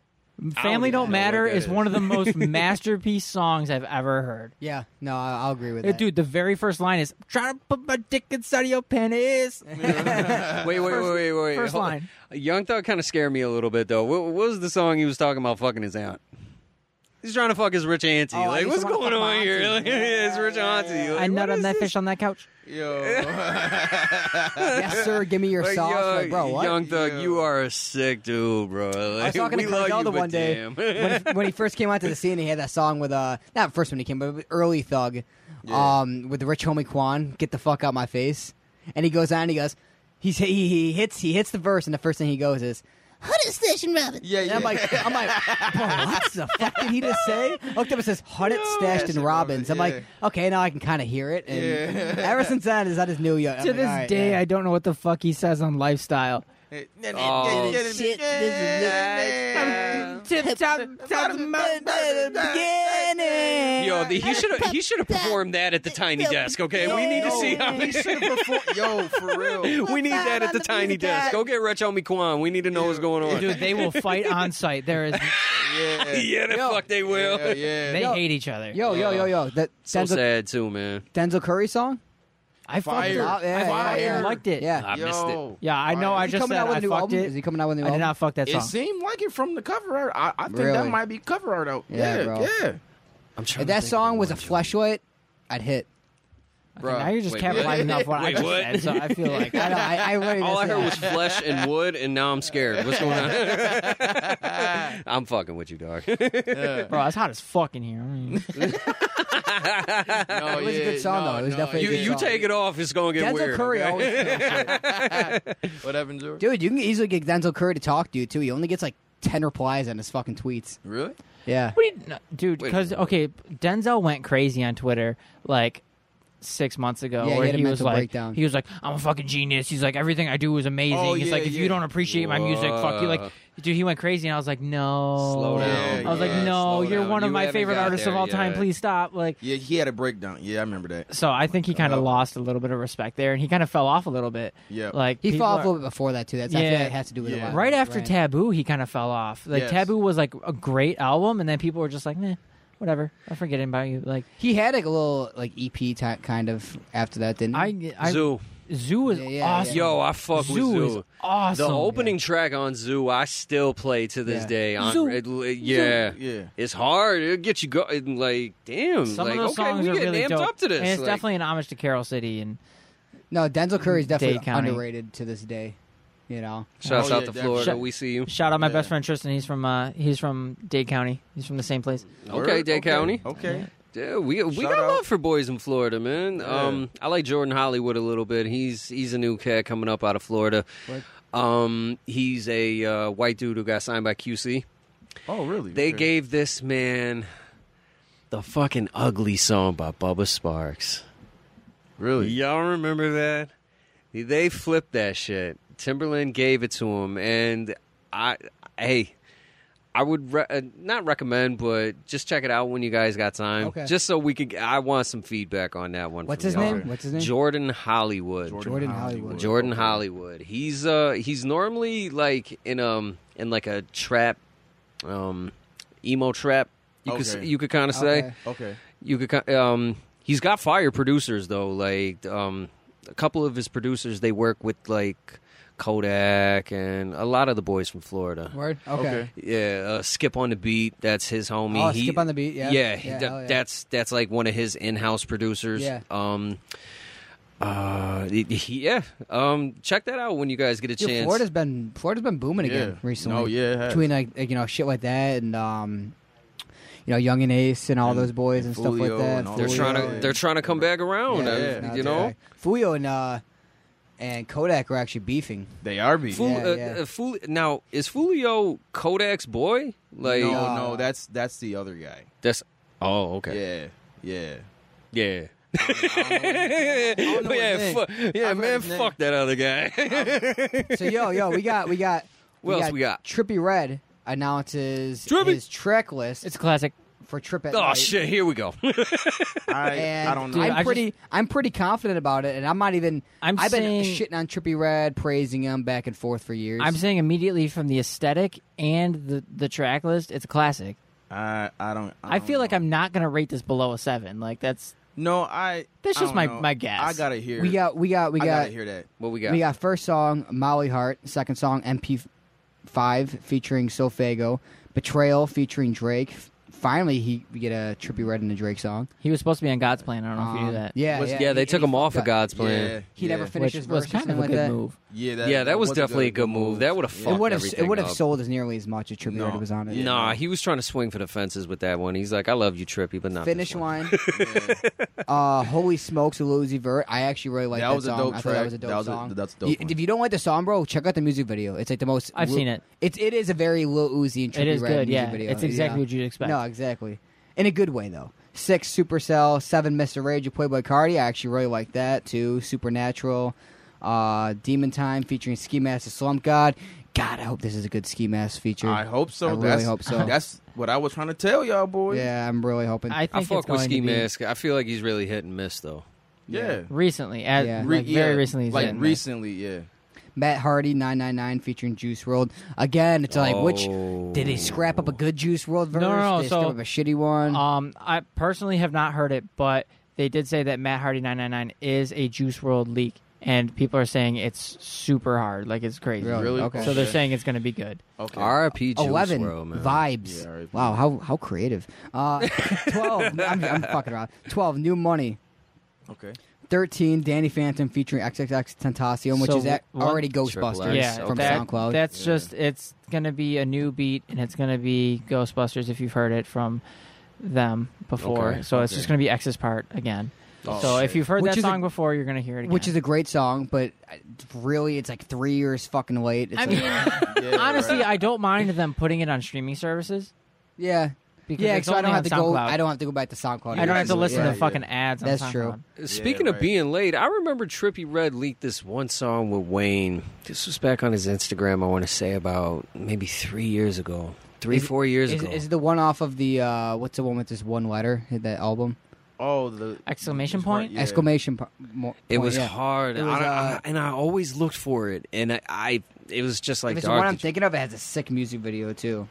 Family Don't
even know what
Matter
that
is
is.
one of the most masterpiece songs I've ever heard.
Yeah. No, I, I'll agree with
Uh,
that.
Dude, the very first line is "Trying to put my dick inside of your panties."
wait, wait, wait, wait, wait.
first
Hold-
line.
Young Thug kind of scared me a little bit though. What, what was the song he was talking about fucking his aunt? He's trying to fuck his rich auntie.
Oh, I
like,
used to
what's
wanna fuck
going
my
on
auntie.
here? Like,
Yeah,
his rich
yeah,
auntie. Like,
I
what
nut on
is
that
this?
fish on that couch.
Yo.
yes, sir. Give me your
Like,
sauce.
yo,
like, bro, what?
Young Thug, you are a sick dude, bro.
I was
Like,
talking to
we love you,
Griselda
but
one day
damn.
when, he, when he first came out to the scene. He had that song with uh, not first when he came, but early Thug, um, with the rich homie Quan, "Get the fuck out my face," and he goes on. He goes, he's, he he hits he hits the verse, and the first thing he goes is. Huddle Station Rabbit.
Yeah,
And I'm
yeah.
like, I'm like, bro, what the fuck did he just say? I Looked up and says Huddle Stashed and
Station
Robbins. I'm
Rabbit,
like, okay, now I can kind of hear it. And
Yeah.
ever since then, is that his new yo? I'm
To
like,
this
all right,
day,
yeah.
I don't know what the fuck he says on lifestyle.
Oh,
shit, this
Tip top, top of my bed beginning.
Yo, the, he should have he should have performed that at the tiny desk. Okay, we need to see how
He should have performed. Yo, for real.
we need that at the tiny desk. Go get Rich Homie Kwan. We need to know what's going on.
Dude, they will fight on site. There is,
Yeah.
yeah, the fuck they will.
Yeah, yeah.
they
Yo.
hate each other.
Yo, yo, yo, yo. That
So
Denzel,
sad too, man.
Denzel Curry song?
I fucking,
Fire.
I fucking
Fire.
liked it.
Yeah.
I missed it.
Yo.
yeah. I know.
Fire.
I
Is he
just
coming
said
out with
I
a new
fucked
album?
it.
Is he coming out with a new
I did
album?
not fuck that
It
song.
seemed like it from the cover art. I, I think
Really?
that might be cover art out.
Yeah,
Yeah,
bro.
yeah.
I'm trying.
if
to
that
think
song
of
was a
one.
fleshlight, I'd hit.
Bro.
now you're just
Wait,
capitalizing off what I
Wait,
just
what?
said, so I feel like
I, know, I, I already
All I
missed
heard
it.
was flesh and wood, and now I'm scared. What's going on? I'm fucking with you, dog.
Bro, it's hot as fuck in here. I mean,
No,
It was a
yeah,
good song,
no,
though. It was
no,
definitely a
you
good
you
song.
take it off, it's gonna get
Denzel
weird.
Curry
okay?
always
What happened, George?
Dude, you can easily get Denzel Curry to talk to you, too. He only gets like 10 replies on his fucking tweets.
Really?
Yeah.
what do you- no, dude,
Wait.
because okay, Denzel went crazy on Twitter like six months ago,
Yeah, he
where
had a
was
mental
like,
breakdown.
he was like, "I'm a fucking genius." He's like, "Everything I do is amazing."
Oh,
He's
yeah,
like, "If you
yeah.
don't appreciate my music, fuck you."
Whoa.
Like, dude, he went crazy, and I was like, "No,
Slow
down,
I was
yeah,
like, "No,
slow
you're
down.
one of
You
my
haven't
favorite
got
artists of
there
all time.
yet."
Please stop." Like,
Yeah, he had a breakdown. Yeah, I remember that.
so I think he kind
Oh.
of lost a little bit of respect there, and he kind of fell off a little bit.
Yeah.
like
He
people
fell off
are-
a little bit before that, too. That's, I
Yeah.
feel like it has to do with
Yeah.
a lot.
right after
Tab.
Taboo, he kind of fell off. Like
Yes.
Taboo was like a great album, and then people were just like, "Meh, whatever. I forget about you." Like
He had like a little like EP type kind of after that, didn't he?
I, I
Zoo.
Zoo is
Yeah, yeah,
awesome.
Yo, I fuck
Zoo,
with
is
Zoo.
awesome.
The opening track on Zoo, I still play to this
Yeah.
day. On,
Zoo.
it- it- yeah,
Yeah.
it's hard. It'll get you go. and, Like, damn.
Some
like,
of those
okay,
songs
we
are
getting
really
amped
dope.
up to this.
and it's
like-
definitely an homage to Carol City. And
no, Denzel Curry is definitely
Dade County.
underrated to this day. You know,
Shouts
Oh, yeah,
out to
definitely.
Florida.
Shut-
we see you.
shout out my
Yeah.
best friend Tristan. He's from uh, he's from Dade County. He's from the same place.
Okay,
Word?
Dade County.
Okay.
Yeah, we we
Shout
got
out.
love for boys in Florida, man. Um, I like Jordan Hollywood a little bit. He's he's a new cat coming up out of Florida. Um, he's a uh, white dude who got signed by QC.
Oh, really?
They
Okay.
gave this man the fucking ugly song by Bubba Sparks.
Really?
Y'all remember that? They flipped that shit. Timberland gave it to him, and I, hey, I would re- uh, not recommend, but just check it out when you guys got time.
Okay.
Just so we could, I want some feedback on that one.
what's
from
his
y'all.
name? What's his name?
Jordan Hollywood.
Jordan Hollywood.
Jordan
Okay.
Hollywood. He's uh he's normally like in um in like a trap, um, emo trap. You could
Okay.
you could kind of say
Okay.
Okay.
you could ki- um he's got fire producers though like um a couple of his producers they work with like kodak and a lot of the boys from florida
Word. Okay.
Okay.
yeah uh, skip on the beat that's his homie
Oh, Skip on the Beat, yeah.
yeah, he-
Yeah,
that-
hell yeah.
that's that's like one of his in-house producers
Yeah.
um uh he, he- yeah um check that out when you guys get a
Dude,
chance
Florida's been Florida's been booming again
Yeah.
recently.
No, yeah, it has.
between like, like, you know shit like that and um, you know Young and Ace and all those boys and, stuff
Fulio
like that.
and all
they're
Fulio
trying
Oh,
to
and-
they're trying to come back around
Yeah,
uh,
yeah.
you know
Fuyo and uh, and Kodak are actually beefing.
They are beat.
Ful-
Yeah,
uh,
yeah.
uh, Ful- now is Fulio Kodak's boy? Like
no,
uh,
no, that's that's the other guy.
that's oh okay
Yeah, yeah.
yeah
I don't know his
yeah
name.
fuck, yeah
I've heard
man
his name.
fuck that other guy
So yo yo we got we got
What else we got?
Trippy Red announces
Trippy.
his track list
It's classic.
for Trip at
Oh
Night.
shit! Here we go.
I,
And
I don't know.
Dude,
I'm
I just-
pretty, I'm pretty confident about it, and I'm not even.
I'm
have been
saying-
shitting on Trippy Red, praising him back and forth for years.
I'm saying immediately from the aesthetic and the the track list, it's a classic.
I, I don't.
I,
don't
feel like
know.
I'm not gonna rate this below a seven. Like that's
No, I.
That's
I
just
don't
my-
know.
my guess.
I gotta hear.
we got, we got, we
I
got,
gotta hear that.
What we got?
we got first song Molly Heart, second song MP5 featuring Sofago, Betrayal featuring Drake. Finally, he we get a Trippy Red and a Drake song.
he was supposed to be on God's plan. I don't know if you knew
Um,
that.
Yeah,
yeah,
yeah,
they
he-
took
he
him off of
fucked up.
God's plan.
Yeah,
He never
yeah.
finished
which
his
was
verse or
kind of
something
a
like
good
that.
move.
Yeah, that,
Yeah, that was
a
definitely a good move. That would've
Yeah.
fucked
It would have, it
everything
would have
up.
sold as nearly as much as Trippy
No.
Red was on it.
Nah, he was trying to swing for the fences with that one. He's like, "I love you, Trippy, but not
Finish
this one."
line.
Yeah.
Uh, Holy Smokes, Lucy Vert. I actually really like
That
that,
was a
song.
dope
I thought that was a
track.
dope
That was a-
song.
that's a dope
You-
one.
if you don't like the song, bro, check out the music video. It's like the most.
I've
Lil-
seen it.
It's it is a very Lil Uzi and Trippie
It is
Redd
good.
music
Yeah,
video.
it's exactly
Yeah.
what you'd expect.
No, exactly. In a good way though. Six Supercell, seven Mr. Rage, played by Cardi. I actually really like that too. Supernatural, uh, Demon Time featuring Ski Mask, the Slump God. God, I hope this is a good Ski Mask feature.
I hope so.
I really
that's,
hope so.
That's what I was trying to tell y'all, boys.
yeah, I'm really hoping.
I
I
think it's
fuck
going
with Ski
to be
Mask. I feel like he's really hit and miss though.
yeah.
recently, as,
Yeah.
like,
Re-
very
yeah,
recently. he's
like
in this.
recently, yeah.
Matt Hardy, 999 featuring Juice World. Again, it's like which
Oh.
Did they scrap up a good Juice World verse?
No, no, no,
They scrap
so-
up a shitty one.
Um, I personally have not heard it, but they did say that Matt Hardy 999 is a Juice World leak, and people are saying it's super hard, like it's crazy.
Really?
Really?
Okay.
So they're
Yeah.
saying it's going to be good.
Okay.
R.I.P. Juice
Eleven
WRLD, man.
vibes.
Yeah, R.I.P.
wow, how how creative. Uh, Twelve. I'm, I'm fucking around. Twelve. New money.
Okay.
Thirteen. Danny Phantom featuring XXX Tentacion, which
So
is at,
one-
already
Triple
Ghostbusters
X,
yeah,
from
that-
SoundCloud.
That's
Yeah.
just it's going to be a new beat, and it's going to be Ghostbusters if you've heard it from them before.
Okay,
so it's
okay.
just going to be X's part again.
Oh,
so
shit.
if you've heard
Which
that
is a-
song before, you're going to hear it again.
which is a great song, but uh, really, it's like three years fucking late. It's
I
like-
mean,
Yeah,
honestly,
right.
I don't mind them putting it on streaming services.
yeah,
Because
yeah.
it's
So I
only
don't
on
have to go.
SoundCloud.
I don't have to go back to SoundCloud.
I don't have to
Yeah,
listen
yeah,
to fucking ads. On
That's
SoundCloud.
true.
Uh, Speaking of
right.
being late, I remember Trippy Red leaked this one song with Wayne. This was back on his Instagram. I want to say about maybe three years ago, three
Is-
four years
Is,
ago.
is the one off of the uh, what's the one with this one letter? That album.
Oh, the
Exclamation
this part,
point?
yeah.
exclamation po- mo-
it
point,
was
yeah.
hard,
It was,
I don't- I-
uh,
and I always looked for it, and I, I it was just
If
like
it's the
dark.
one I'm thinking of, it has a sick music video too.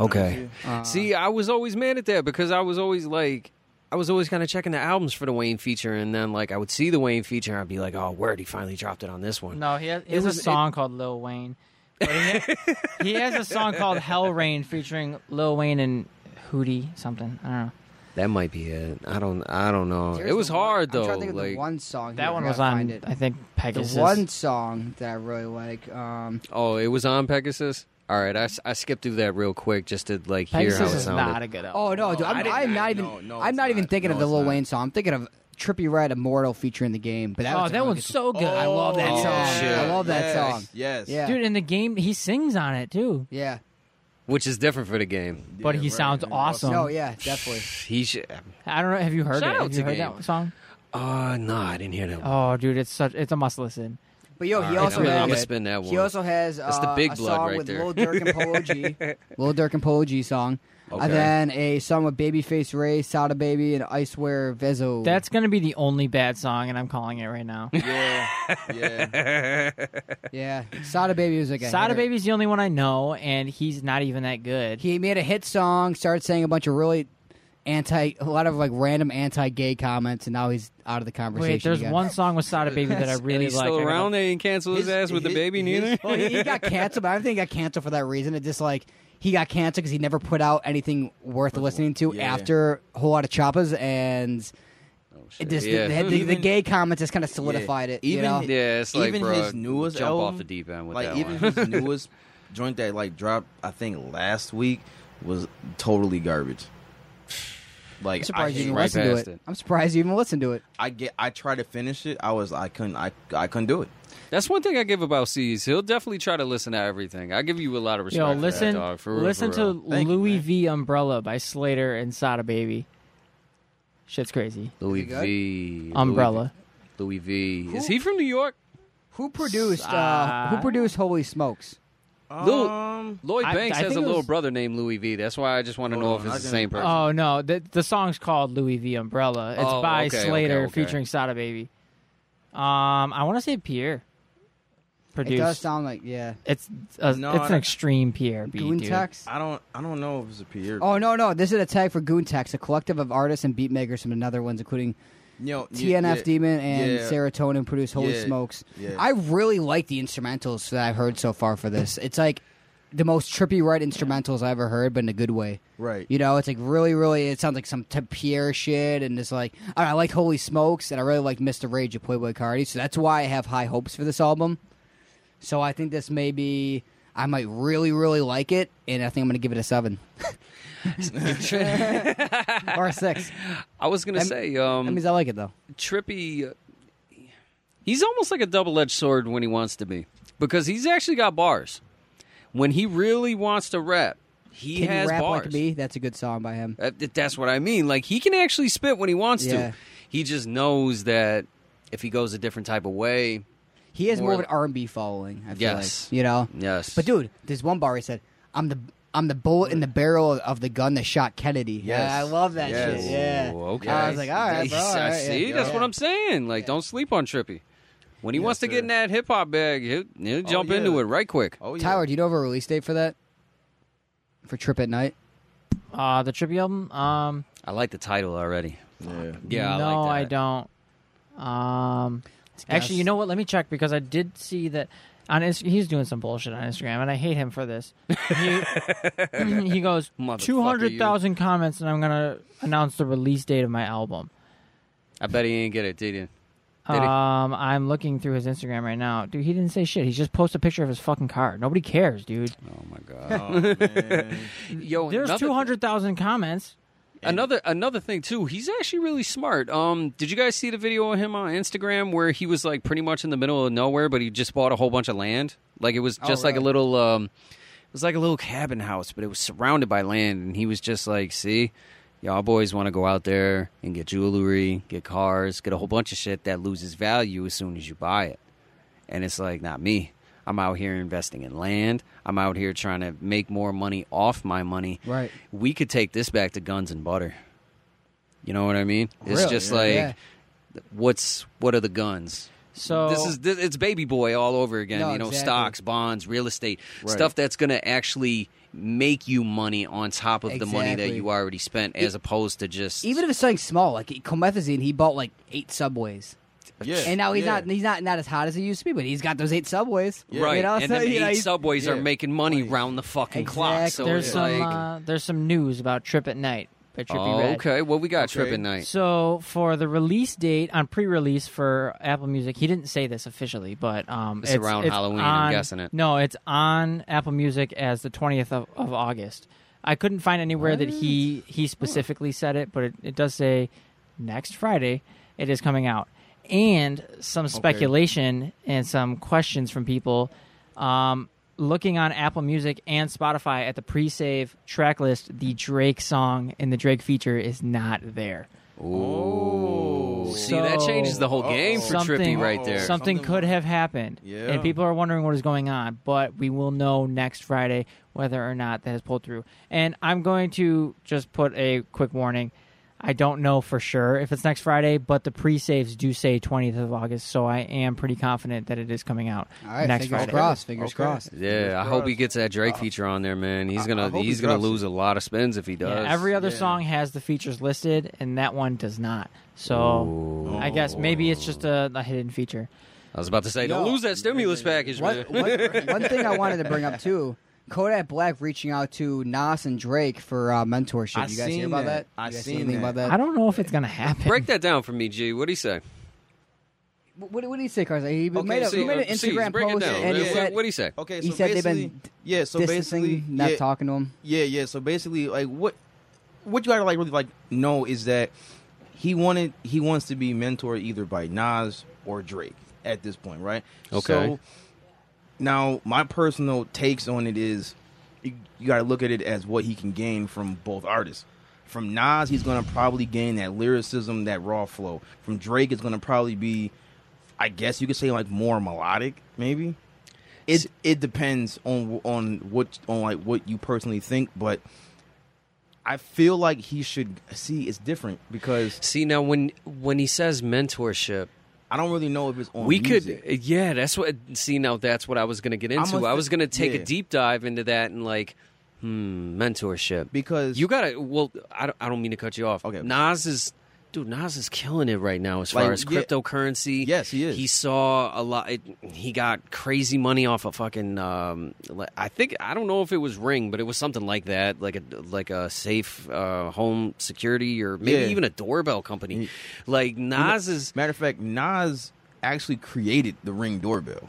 okay,
Uh,
See, I was always mad at that because I was always like, I was always kind of checking the albums for the Wayne feature, and then like I would see the Wayne feature, and I'd be like, oh, word, he finally dropped it on this one.
No, he has, he has
was-
a song called Lil Wayne. But he, he has a song called Hell Rain featuring Lil Wayne and Hootie something. I don't know.
That might be it. I don't, I don't know.
there's
it was
the one-
hard
I'm
though.
trying to think of the
Like,
one song.
That
here.
one
I
was
gotta
on,
find it.
I think,
The
Pegasus.
one song that I really like. Um,
oh, it was on Pegasus. All right, I, s- I skipped through that real quick just to like hear
Pegasus
how it
is
sounded.
not a good album.
oh no, dude,
I
I'm,
didn't-
I'm not
I-
even.
no, no,
I'm
it's
not even
not.
thinking
No,
of the
it's
Lil
not.
Wayne song. I'm thinking of Trippy Red, "Immortal" featuring the game. But that,
Oh,
was a
that
really
one's
good-
so good. I love that
Oh,
song.
shit.
I love that
Yes,
song.
Yes.
Yeah.
Dude, in the game, he sings on it too.
Yeah.
which is different for the game.
But he sounds awesome.
No, yeah, definitely.
He should.
I don't know. Have you heard
Shout
it?
out
Have
to
you heard
Gabe.
that song?
Uh, no, I didn't hear that. One.
Oh, dude, it's such. It's a must listen.
But yo,
All
he
right,
also
I'm gonna-
has.
I'm gonna spin that
He
one.
also has uh,
That's the big
a
blood
song
right
with
there.
Lil Durk and Polo G, Lil Durk and Polo G song,
Okay.
and then a song with Babyface Ray, Sada Baby, and Iceware Vezo.
That's gonna be the only bad song, and I'm calling it right now.
Yeah. Yeah.
yeah. Sada Baby was like a
Sada
hitter.
Baby's the only one I know, and he's not even that good.
He made a hit song, started saying a bunch of really anti, a lot of like random anti-gay comments, and now he's out of the conversation.
Wait, there's
again.
one song with Sada Baby Oh, that I really
and he's
like.
still
I gotta-
around. They didn't cancel his,
His-
ass with the
his-
baby
his-
neither.
Well, he, he got canceled, but I don't think he got canceled for that reason. It just like he got canceled because he never put out anything worth listening to
Yeah.
after whole lot of choppas and. It just
Yeah.
the, the, the
Even-
gay comments just kind of solidified it. you
Even
know?
Yeah, it's like
even
bro,
his newest
jump
album,
off the deep end with
like
that
even
one.
his newest joint that like dropped, I think last week was totally garbage. Like
I'm surprised
I,
you even
right
listened to
past
it.
it.
I'm surprised you even listened to it.
I get, I tried to finish it. I was, I couldn't, I, I couldn't do it.
That's one thing I give about C's. He'll definitely try to listen to everything. I give you a lot of respect.
Yo,
for
listen,
that, dog. For real,
listen
for real.
to
Thank you,
Louis
man.
V. Umbrella by Slater and Sada Baby. Shit's crazy.
Louis
Is he good?
V.
Umbrella.
Louis V. Louis V. Is he from New York?
Who produced? Uh,
Uh,
who produced Holy Smokes?
Lil-
Um,
Lloyd
I-
Banks
I
has
think
a
it
little
was-
brother named Louis V. That's why I just want to
Hold
know
on,
if it's
I
the
can-
same person.
Oh no, the the song's called Louis V Umbrella. It's
Oh,
by
okay, okay,
Slater
okay.
featuring Sada Baby. Um, I want to say Pierre produced.
It does sound like yeah.
It's a,
No,
it's
I-
an extreme Pierre beat,
Goon
dude.
Tex?
I don't. I don't know if it's a Pierre.
Oh no no! This is a tag for Goon Tex, a collective of artists and beat makers from the Netherlands, including
Yo, y-
TNF
yeah,
Demon and
yeah.
Serotonin produced Holy
Yeah.
Smokes.
Yeah.
I really like the instrumentals that I've heard so far for this. It's like the most trippy right instrumentals I ever heard, but in a good way.
Right.
You know, it's like really, really. It sounds like some Tim Pierre shit, and it's like I, I like Holy Smokes, and I really like Mr. Rage of Playboy Cardi, so that's why I have high hopes for this album. So I think this may be. I might really, really like it, and I think I'm going to give it a seven or a six.
I was gonna
That-
say, um,
That means I like it though.
Trippy, uh, he's almost like a double-edged sword when he wants to be, because he's actually got bars. When he really wants to rap, he
Can
has
you rap
bars.
like me? That's a good song by him.
Uh, th- That's what I mean. Like he can actually spit when he wants
Yeah.
to. He just knows that if he goes a different type of way,
He has more,
More
of an R and B following. I feel
Yes.
like, you know.
yes.
But dude, there's one bar he said, "I'm the I'm the bullet in the barrel of the gun that shot Kennedy."
Yes.
Yeah, I love that
Yes.
shit. Yeah.
Ooh, okay.
I was like, all right, bro, all
I
right,
see.
yeah,
That's
yeah.
what I'm saying. Like, don't sleep on Trippy. When he
Yes,
wants to
sir.
get in that hip hop bag, he'll,
Oh,
he'll jump
yeah.
into it right quick.
Oh yeah.
Tyler, do you know of a release date for that? For Trip at Night?
Uh, the Trippy album. Um,
I like the title already.
Yeah.
Yeah,
no,
I,
I
like that.
don't. Um, actually,
guess.
you know what? Let me check because I did see that on Inst- he's doing some bullshit on Instagram, and I hate him for this. He, he goes
Motherfucker, you.
two hundred thousand comments, and I'm gonna announce the release date of my album.
I bet he ain't get it, did he? Did he?
Um, I'm looking through his Instagram right now, dude. He didn't say shit. He just posted a picture of his fucking car. Nobody cares, dude.
Oh my god.
Oh, man.
Yo,
There's
another-
two hundred thousand comments.
Another another thing too. He's actually really smart. Um, did you guys see the video of him on Instagram where he was like pretty much in the middle of nowhere, but he just bought a whole bunch of land. Like it was just like a
really?
little um, it was like a little cabin house, but it was surrounded by land, and he was just like, see. Y'all boys want to go out there and get jewelry, get cars, get a whole bunch of shit that loses value as soon as you buy it. And it's like, not me. I'm out here investing in land. I'm out here trying to make more money off my money.
Right.
We could take this back to guns and butter. You know what I mean? It's
Really?
just
Yeah.
like,
Yeah.
what's what are the guns?
So
this is this, it's baby boy all over again.
Oh. No,
you know,
exactly.
stocks, bonds, real estate,
Right.
stuff that's going to actually make you money on top of the money that
Exactly. E
you already spent, as opposed to just
Even if it's something small, like comethazine, he bought like eight subways.
Yeah.
And now he's
yeah.
not he's not, not as hot as he used to be, but he's got those eight subways.
right,
You know,
and
so,
then
you know,
eight
he's-
subways are
Yeah.
making money round the fucking clock. So
there's
it's
some
like,
uh, there's some news about Trip at Night by Trippy
oh,
Red.
okay, well we got
Okay.
Trippin' Night.
So for the release date on pre-release for Apple Music, he didn't say this officially, but um,
It's around Halloween, I'm
on-
guessing it.
No, it's on Apple Music as the twentieth of, of August. I couldn't find anywhere that he he specifically said it, but it, it does say next Friday it is coming out, and some speculation and some questions from people. Um, looking on Apple Music and Spotify at the pre-save track list, the Drake song and the Drake feature is not there.
Oh, see that
So-
changes the whole game for Trippy
Something-
right there.
some-
Something
Something-
could have happened.
Yeah.
And people are wondering what is going on, but we will know next Friday whether or not that has pulled through. And I'm going to just put a quick warning. I don't know for sure if it's next Friday, but the pre-saves do say 20th of August, so I am pretty confident that it is coming out
All right,
next
fingers
Friday.
crossed. Fingers
Okay.
crossed.
Yeah, I hope he gets that Drake feature on there, man. He's
I-
gonna
I hope he
he's gonna
drops it.
lose a lot of spins if he does.
Yeah, every other
Yeah.
song has the features listed, and that one does not. So I guess maybe it's just a, a hidden feature.
I was about to say, don't
Yo.
lose that stimulus package,
One,
man.
one, one thing I wanted to bring up too. Kodak Black reaching out to Nas and Drake for uh, mentorship.
I
you guys
seen
hear about
that.
that?
I
you guys see
seen
anything
that.
about that?
I don't know if it's gonna happen.
Break that down for me, G. What do you say?
What, what did he say, Carson? He,
Okay,
made, a,
so
he made an
you- so you
Instagram
break it
post
down.
and he
What-
said,
what do you say?
Okay. So
he said they've
basically,
been
yeah. So basically,
distancing, not
yeah,
talking to him.
Yeah, yeah. So basically, like what what you gotta like really like know is that he wanted he wants to be mentored either by Nas or Drake at this point, right?
Okay.
So now my personal takes on it is you, you gotta look at it as what he can gain from both artists. From Nas, he's gonna probably gain that lyricism, that raw flow. From Drake, it's gonna probably be, I guess you could say, like more melodic, maybe. it it depends on on what on like what you personally think, but I feel like he should see it's different because
See now when when he says mentorship,
I don't really know if it's on.
we
music.
could yeah, that's what see now that's what I was gonna get into.
must
I
have-
was gonna take
yeah.
a deep dive into that and like, hmm, mentorship.
because
You gotta. Well, I don't, I don't mean to cut you off.
Okay.
Nas is, dude. Nas is killing it right now as far
Like,
as
yeah.
cryptocurrency.
Yes, he is.
He saw a lot. It, he got crazy money off of fucking. Um, like, I think I don't know if it was Ring, but it was something like that, like a like a safe uh, home security or maybe
Yeah.
even a doorbell company. Like Nas is.
matter of fact, Nas actually created the ring doorbell.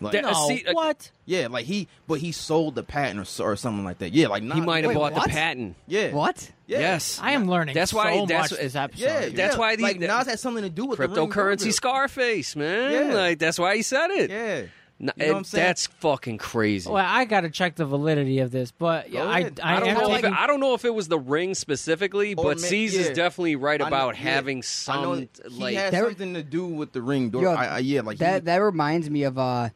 Like,
That-
No,
see, uh,
what?
yeah, like he, but he sold the patent or, s- or something like that. Yeah, like Nas,
He might have
Wait,
bought
what?
the patent.
Yeah,
What?
Yeah.
Yes,
I am learning.
That's why-
So
that's
much
wh-
this episode.
Yeah,
dude.
That's
yeah.
why the-
like Nas had something to do with the ring
cryptocurrency
doorbell.
Scarface, man.
Yeah.
Like that's why he said it.
Yeah,
N-
You know what I'm
and
saying?
that's fucking crazy.
Well, I gotta check the validity of this, but yeah,
Go
I,
ahead.
I,
I don't,
am
know
taking.
if it, I don't know if it was the ring specifically,
Or
but
ma-
C's is
yeah.
definitely right
I know-
about
yeah.
having
I know
some
he
like
had
There-
something to do with the ring
Yo,
doorbell. I, I, yeah, like
that
he,
that reminds me of uh,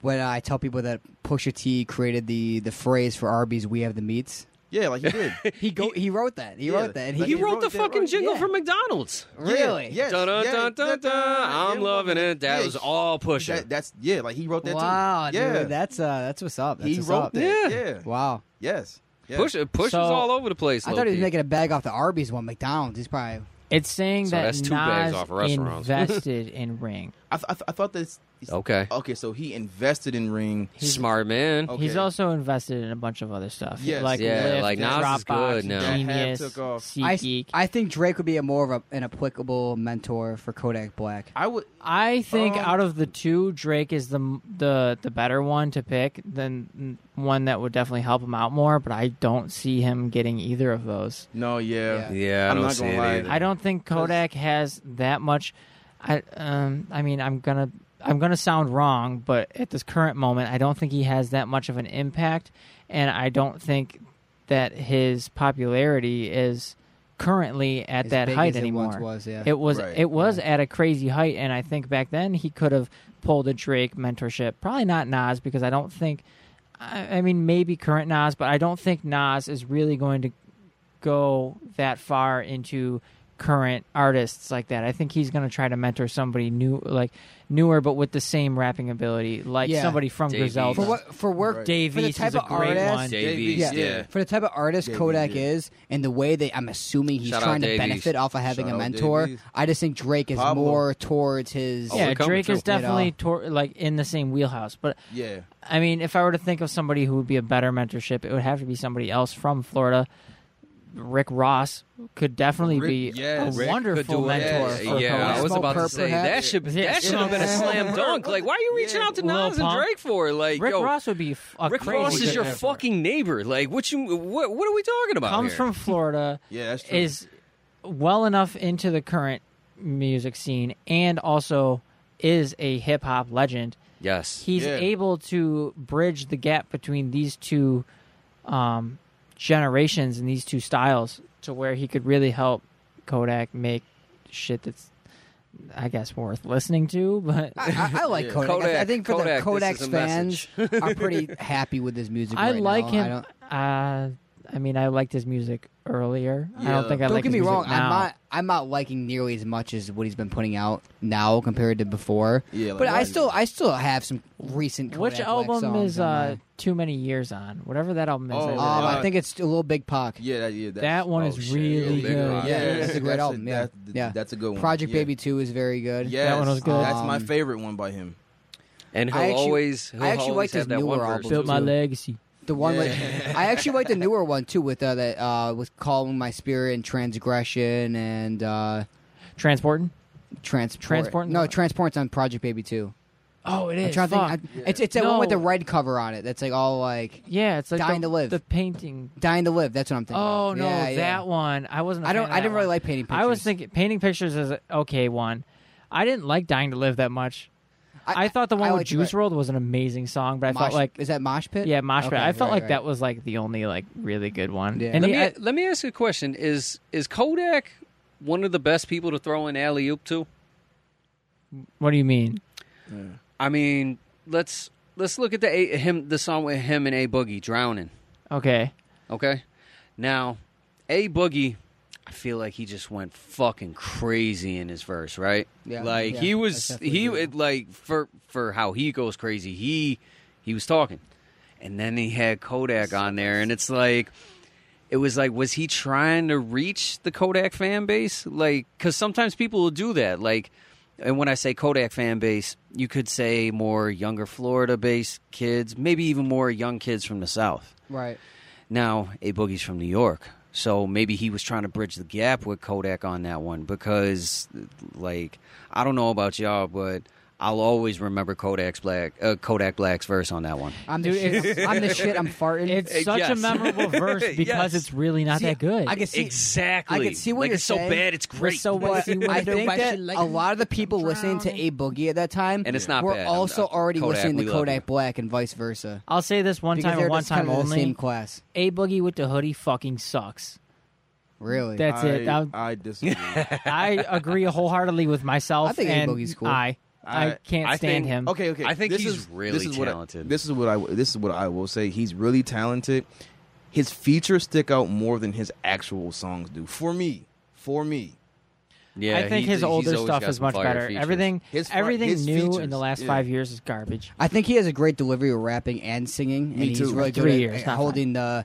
when I tell people that Pusha T created the the phrase for Arby's "We have the meats."
yeah, like he did.
He go he, wrote that. He
yeah,
wrote that. And he,
like
he wrote the
that,
fucking
right?
jingle
Yeah.
for McDonald's.
really
Yeah, yes,
Dun, dun,
yeah,
dun, dun,
dun,
dun.
dun.
I'm
Yeah,
loving it. That
yeah,
was
he-
all Pusha.
That, that's yeah, like he wrote that.
wow,
too. yeah,
dude, that's uh that's what's up. That's
he
what's
wrote
up.
that.
Yeah.
yeah.
Wow.
Yes. yes.
Pusha, Pusha's
So-
all over the place.
I thought he was
low-key.
making a bag off the Arby's one, McDonald's. He's probably
It's saying
So
that
that's two bags
Nas
off of restaurants.
invested in Ring.
I, th- I, th- I thought this.
Okay.
Okay, so he invested in Ring.
Smart man.
Oh, Okay.
He's also invested in a bunch of other stuff.
Yes.
like
Yeah,
Lyft,
like Nas is
Dropbox,
good now.
That hat
Genius,
took off.
I,
SeatGeek. I,
I think Drake would be a more of a, an applicable mentor for Kodak Black.
I would.
think
Um,
out of the two, Drake is the m- the the better one to pick than one that would definitely help him out more. But I don't see him getting either of those.
No, yeah.
Yeah.
Yeah, I
I'm
don't
not
see
gonna
it
lie.
either.
I don't think Kodak has that much. I um I mean I'm gonna I'm gonna sound wrong, but at this current moment, I don't think he has that much of an impact, and I don't think that his popularity is currently at
As
that
big
height
as
anymore.
It once was yeah.
It was
Right,
it was at a crazy height, and I think back then he could have pulled a Drake mentorship. Probably not Nas because I don't think. I, I mean, maybe current Nas, but I don't think Nas is really going to go that far into current artists like that. I think he's going to try to mentor somebody new, like newer, but with the same rapping ability, like
Yeah.
somebody from
Davies.
Griselda.
for what for work
Right.
for the
Davies
type
is a
of
great
artist-
one.
Davies,
Yeah.
yeah.
for the type of artist
Davies,
Kodak
yeah.
is and the way that I'm assuming he's
Shout out
trying to
Davies.
benefit off of having
Shout
a
out
mentor,
Davies.
I just think Drake is
Pablo. Oh,
more towards his.
we're
Yeah,
coming
Drake is
through.
definitely tor- like in the same wheelhouse, but
Yeah.
I mean, if I were to think of somebody who would be a better mentorship, it would have to be somebody else from Florida. Rick Ross could definitely
Rick-
be
yes.
a
Rick
Could
wonderful
do it.
mentor.
Yeah,
for
Yeah,
Kodak.
I was
Smoke
about
Purp,
to say that
perhaps?
should
Yeah,
that should have been a
Smoke
slam dunk. Like, why are you reaching out to
Lil
Nas and
Pump.
Drake for? Like,
Rick
yo,
Ross would be f- a
Rick
crazy
Ross is your
mentor.
fucking neighbor. Like, what you what what are we talking about?
comes
here?
from Florida.
Yeah, that's true.
is well enough into the current music scene and also is a hip hop legend.
yes,
He's
Yeah.
able to bridge the gap between these two um, generations and these two styles to where he could really help Kodak make shit that's, I guess, worth listening to. But
I, I, I like
Yeah.
Kodak. I- I,
Kodak,
think for
Kodak,
the
this
Kodak's
is a
fans are pretty happy with his music.
I
right
like
now. I
him.
don't,
I, uh, I mean, I liked his music earlier. I
Yeah.
don't think I
don't
like
get
his
me
music
wrong.
now.
I'm not. I'm not liking nearly as much as what he's been putting out now compared to before.
Yeah, like
but I
what-
still, I still have some recent. Kodak
Which
Black
album
songs
is
on
uh,
there.
too many years on? Whatever that album is.
Oh,
I really
uh,
Um,
like.
I think it's a little Big Pac.
Yeah. That, yeah. That's,
that one
oh,
is
shit,
really
Lil Big
good.
Rock.
uh, Yeah,
Yeah,
that's a great
that's a-
album. yeah.
that- th-
yeah,
that's a good one.
Project
Yeah.
Baby Two is very good.
Yes.
one was good.
That's my
Um,
favorite one by him.
and he'll
I actually-
always. He'll
I actually
always
liked
have
his
that one
newer
verse.
album.
Built my
too.
legacy.
the one
Yeah.
with I actually like the newer one too with uh, that uh, with calming my spirit and transgression and uh,
Transporting.
transport.
Transport's
No,
on-
transport's on Project Baby Two.
Oh, it
I'm trying to think. I, It's it's that one with the
No.
red cover on it. That's like all like
yeah, it's like
Dying
the,
to Live.
The painting.
dying to live. That's what I'm thinking.
Oh
of.
no,
Yeah,
that
yeah.
one. I wasn't. I
I don't. I didn't really like painting pictures.
I was thinking painting pictures is a okay one. I didn't like Dying to Live that much. I, thought the one
I
with
liked the
Juice
red-
World was an amazing song, but I
mosh,
felt like
is that mosh pit?
yeah, Mosh Pit.
Okay,
I felt
right,
like
right.
that was like the only like really good one.
Yeah.
And e-,
Let
he-
me
I-
let me ask you a question: Is is Kodak one of the best people to throw an alley oop to?
what do you mean?
I mean, let's let's look at the a, him the song with him and A Boogie, Drowning.
Okay.
Okay. Now, A Boogie, I feel like he just went fucking crazy in his verse, right?
Yeah.
Like
Yeah,
he
that's
was
definitely
he
true.
it, like for for how he goes crazy, he he was talking. And then he had Kodak on there and it's like it was like was he trying to reach the Kodak fan base? Like cuz sometimes people will do that. Like and when I say Kodak fan base, you could say more younger Florida based kids, maybe even more young kids from the south.
Right.
Now, A Boogie's from New York. So maybe he was trying to bridge the gap with Kodak on that one because, like, I don't know about y'all, but I'll always remember Kodak's Black, uh, Kodak Black's verse on that one.
I'm the
Dude,
shit. I'm the shit. I'm farting.
It's
Uh,
such a
yes.
memorable verse because
Yes.
it's really not
See,
that good.
I can see.
exactly.
I can see what
like,
you're
it's
saying.
so bad, it's
We're
great.
so
But
wet.
I think that a lot of the people listening to
drowning.
A Boogie at that time
And it's not
were
bad. I'm-
also
uh,
already
Kodak,
listening to
we love
Kodak
you.
Black and vice versa.
I'll say this one
because
time
they're
and one
just kind
time
of in the same
only.
class.
A Boogie with the hoodie fucking sucks.
Really?
That's it.
I,
I'm-
I disagree.
I agree wholeheartedly with myself.
I think A
and
Boogie's cool.
I, I
I-
can't
I
stand
think-
him.
Okay, okay.
I think
this
he's
is,
really
this is what I-
talented.
this is what I this is what I will say. He's really talented. His features stick out more than his actual songs do. For me, for me,
yeah,
I think
he-
his
he's
older
always
stuff
got
is
some
much
fire
better.
features.
Everything,
His fi-
everything
his
new in
features,
the last
yeah.
five years is garbage.
I think he has a great delivery of rapping and singing, and
Me
he's
too.
really good
Three
at
years, not
holding the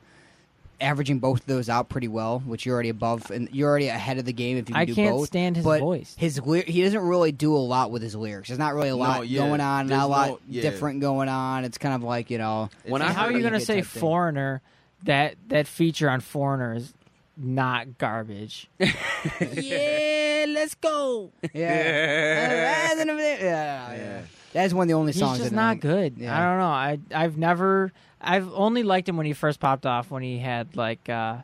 averaging both of those out pretty well, which you're already above and you're already ahead of the game if you can
I
do
can't
both.
stand his
but
voice.
His ly- he doesn't really do a lot with his lyrics. There's not really a
No,
lot
yeah.
going on,
There's
not a lot
no- yeah.
different going on. It's kind of like you know
When
And
I
how are
heard
you
him-
going to
get
say
type thing.
foreigner? That that feature on foreigner is not garbage. yeah, let's go.
Yeah. yeah. yeah. That's one of the only
He's
songs.
just
that I
not
like.
good.
Yeah.
I don't know. I I've never I've only liked him when he first popped off when he had like uh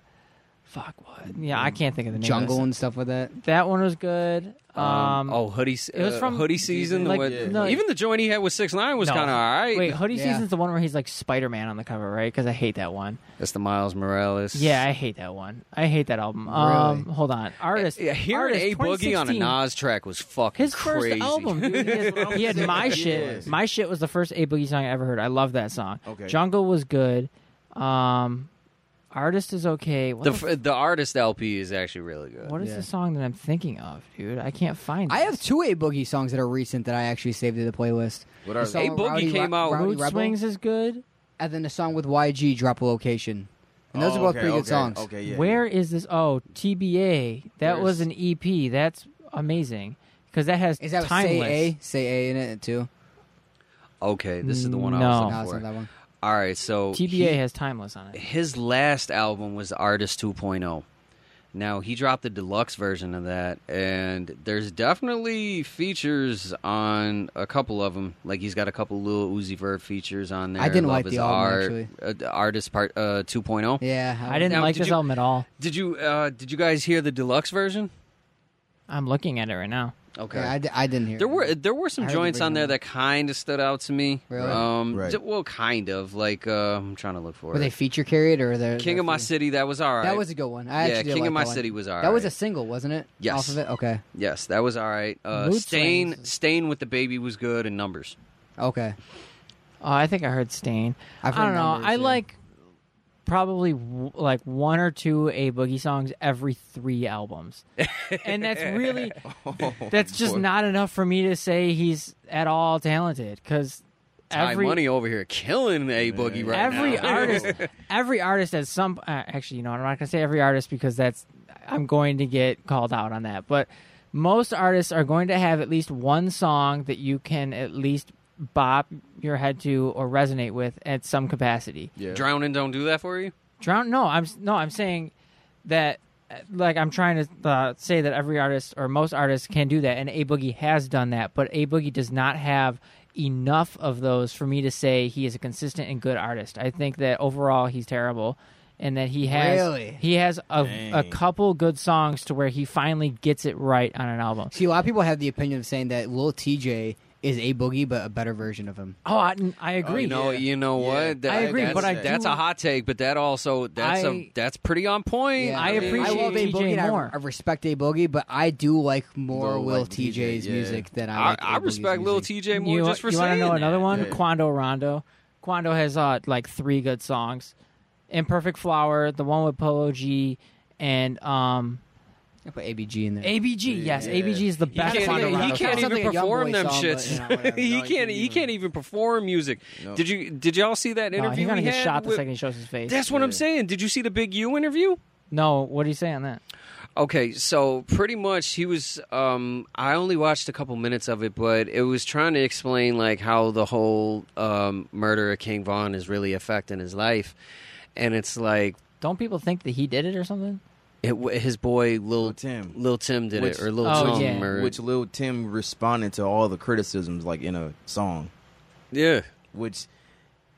fuck what yeah
Mm.
I can't think of the name
Jungle
Of
and stuff with that.
it. That one was good. Um,
oh, hoodie. se-
it was
uh,
from-
hoodie season.
like,
with-
Yeah. no-
even the joint he had with Six Nine was
no.
kind of all right.
Wait, hoodie
Yeah.
season's the one where he's like Spider Man on the cover, right? Because I hate that one.
That's the Miles Morales.
Yeah, I hate that one. I hate that album. Um,
Really?
hold on, artist.
Yeah, hearing
artist,
a boogie on a
2016.
Nas track was fucking
His
crazy.
first album, dude. He had, he had my shit. My shit was the first A Boogie song I ever heard. I love that song.
Okay.
Jungle was good. Um, Artist is okay. What
The
the,
f- the artist LP is actually really good.
what is
Yeah.
the song that I'm thinking of, dude? I can't find.
I
it.
have two A Boogie songs that are recent that I actually saved to the playlist.
What are
The
they?
song
A Boogie
Rowdy Ro-
came out-
Rowdy
Mood
Rebel,
Swings is good.
and then the song with YG, Drop a Location. And those are both
Oh, okay,
pretty
okay,
good songs.
Okay, yeah.
Where is this? Oh, TBA. That
Where's-
was an EP. That's amazing because that has
Is that with
timeless.
Say A? Say A in it too?
Okay, this is the one I
No.
was looking
No, it's
for.
not that one.
All right, so
TBA
Oh, he-
has timeless on it.
his last album was Artist 2.0. Now he dropped the deluxe version of that, and there's definitely features on a couple of them. Like he's got a couple little Uzi Vert features on there.
I didn't
Love
like
Is
the album,
art,
actually.
Uh, the artist part uh, 2.0.
Yeah,
I didn't
Now,
like
did
this
you-
album at all.
Did you uh, did you guys hear the deluxe version?
I'm looking at it right now.
Okay,
Yeah, I, d- I didn't hear.
There
it.
were there were some
I heard the
joints on there
original.
that kind of stood out to me.
Really?
Um,
Right.
d- well, kind of like uh, I'm trying to look for
were
it.
they feature carried or the
King of My City, that was all right.
That was a good one. I
yeah,
actually did
King of
like
My
that one.
City was all right.
That was a single, wasn't it?
Yes.
Off of it. Okay.
yes, that was all right. Uh,
Mood
Stain
Swings.
Stain with the baby was good and numbers.
Okay.
Oh, I think I heard Stain.
I've
I
heard
don't know.
numbers,
I
yeah.
like probably w- like one or two A Boogie songs every three albums, and that's really
Oh,
that's just not enough for me to say he's at all talented because
Ty
every
Money over here killing a boogie right
every
now.
artist every artist has some uh, actually you know what, i'm not going to say every artist because that's i'm going to get called out on that but most artists are going to have at least one song that you can at least bop your head to or resonate with at some capacity
Yeah.
Drowning don't do that for you.
drown no i'm s- no i'm saying that uh, like i'm trying to uh, say that every artist or most artists can do that and a boogie has done that but a boogie does not have enough of those for me to say he is a consistent and good artist i think that overall he's terrible and that he has
Really?
he has a, a
Dang.
couple good songs to where he finally gets it right on an album
See, a lot of people have the opinion of saying that Lil TJ is a boogie, but a better version of him.
Oh, I, I agree.
You know, you know
Yeah.
what?
I agree,
that's,
but I
that's
do-
a hot take, but that also that's a
I-
that's pretty on point.
Yeah.
I
mean,
appreciate
I love a
TJ
boogie. and I,
more.
I respect a boogie, but I do like more
More
Will
like TJ,
TJ's
yeah.
music than I.
I,
Like
I
Lil Boogie's
respect Lil
music.
TJ more
you,
just for
you wanna
saying
know another
that.
one?
Yeah.
Quando Rondo. Quando has uh, like three good songs: "Imperfect Flower," the one with Polo G, and um,
I put ABG in there.
ABG. Yes,
Yeah.
ABG is the
He
best
can't,
Quando
he
Rondo.
can't
song.
Sounds like
even
a young
perform
boy
them
song,
shits.
but, you know, whatever.
he
No,
can't.
he
He can't
can't
even.
even.
perform music.
No.
Did you? Did y'all see that
No,
interview?
he's gonna
he
get
had
shot the
with-
second he shows his face.
That's what I'm
Yeah.
saying. Did you see the Big U interview?
no, what do you say on that?
Okay, so pretty much he was. Um, I only watched a couple minutes of it, but it was trying to explain like how the whole um, murder of King Vaughn is really affecting his life, and it's like
Don't people think that he did it or something?
it, w- his boy Lil
Lil Tim.
Lil Tim did
Which-
it, or Lil
Oh,
Tom,
yeah.
or
Which Lil Tim responded to all the criticisms like in a song,
yeah,
which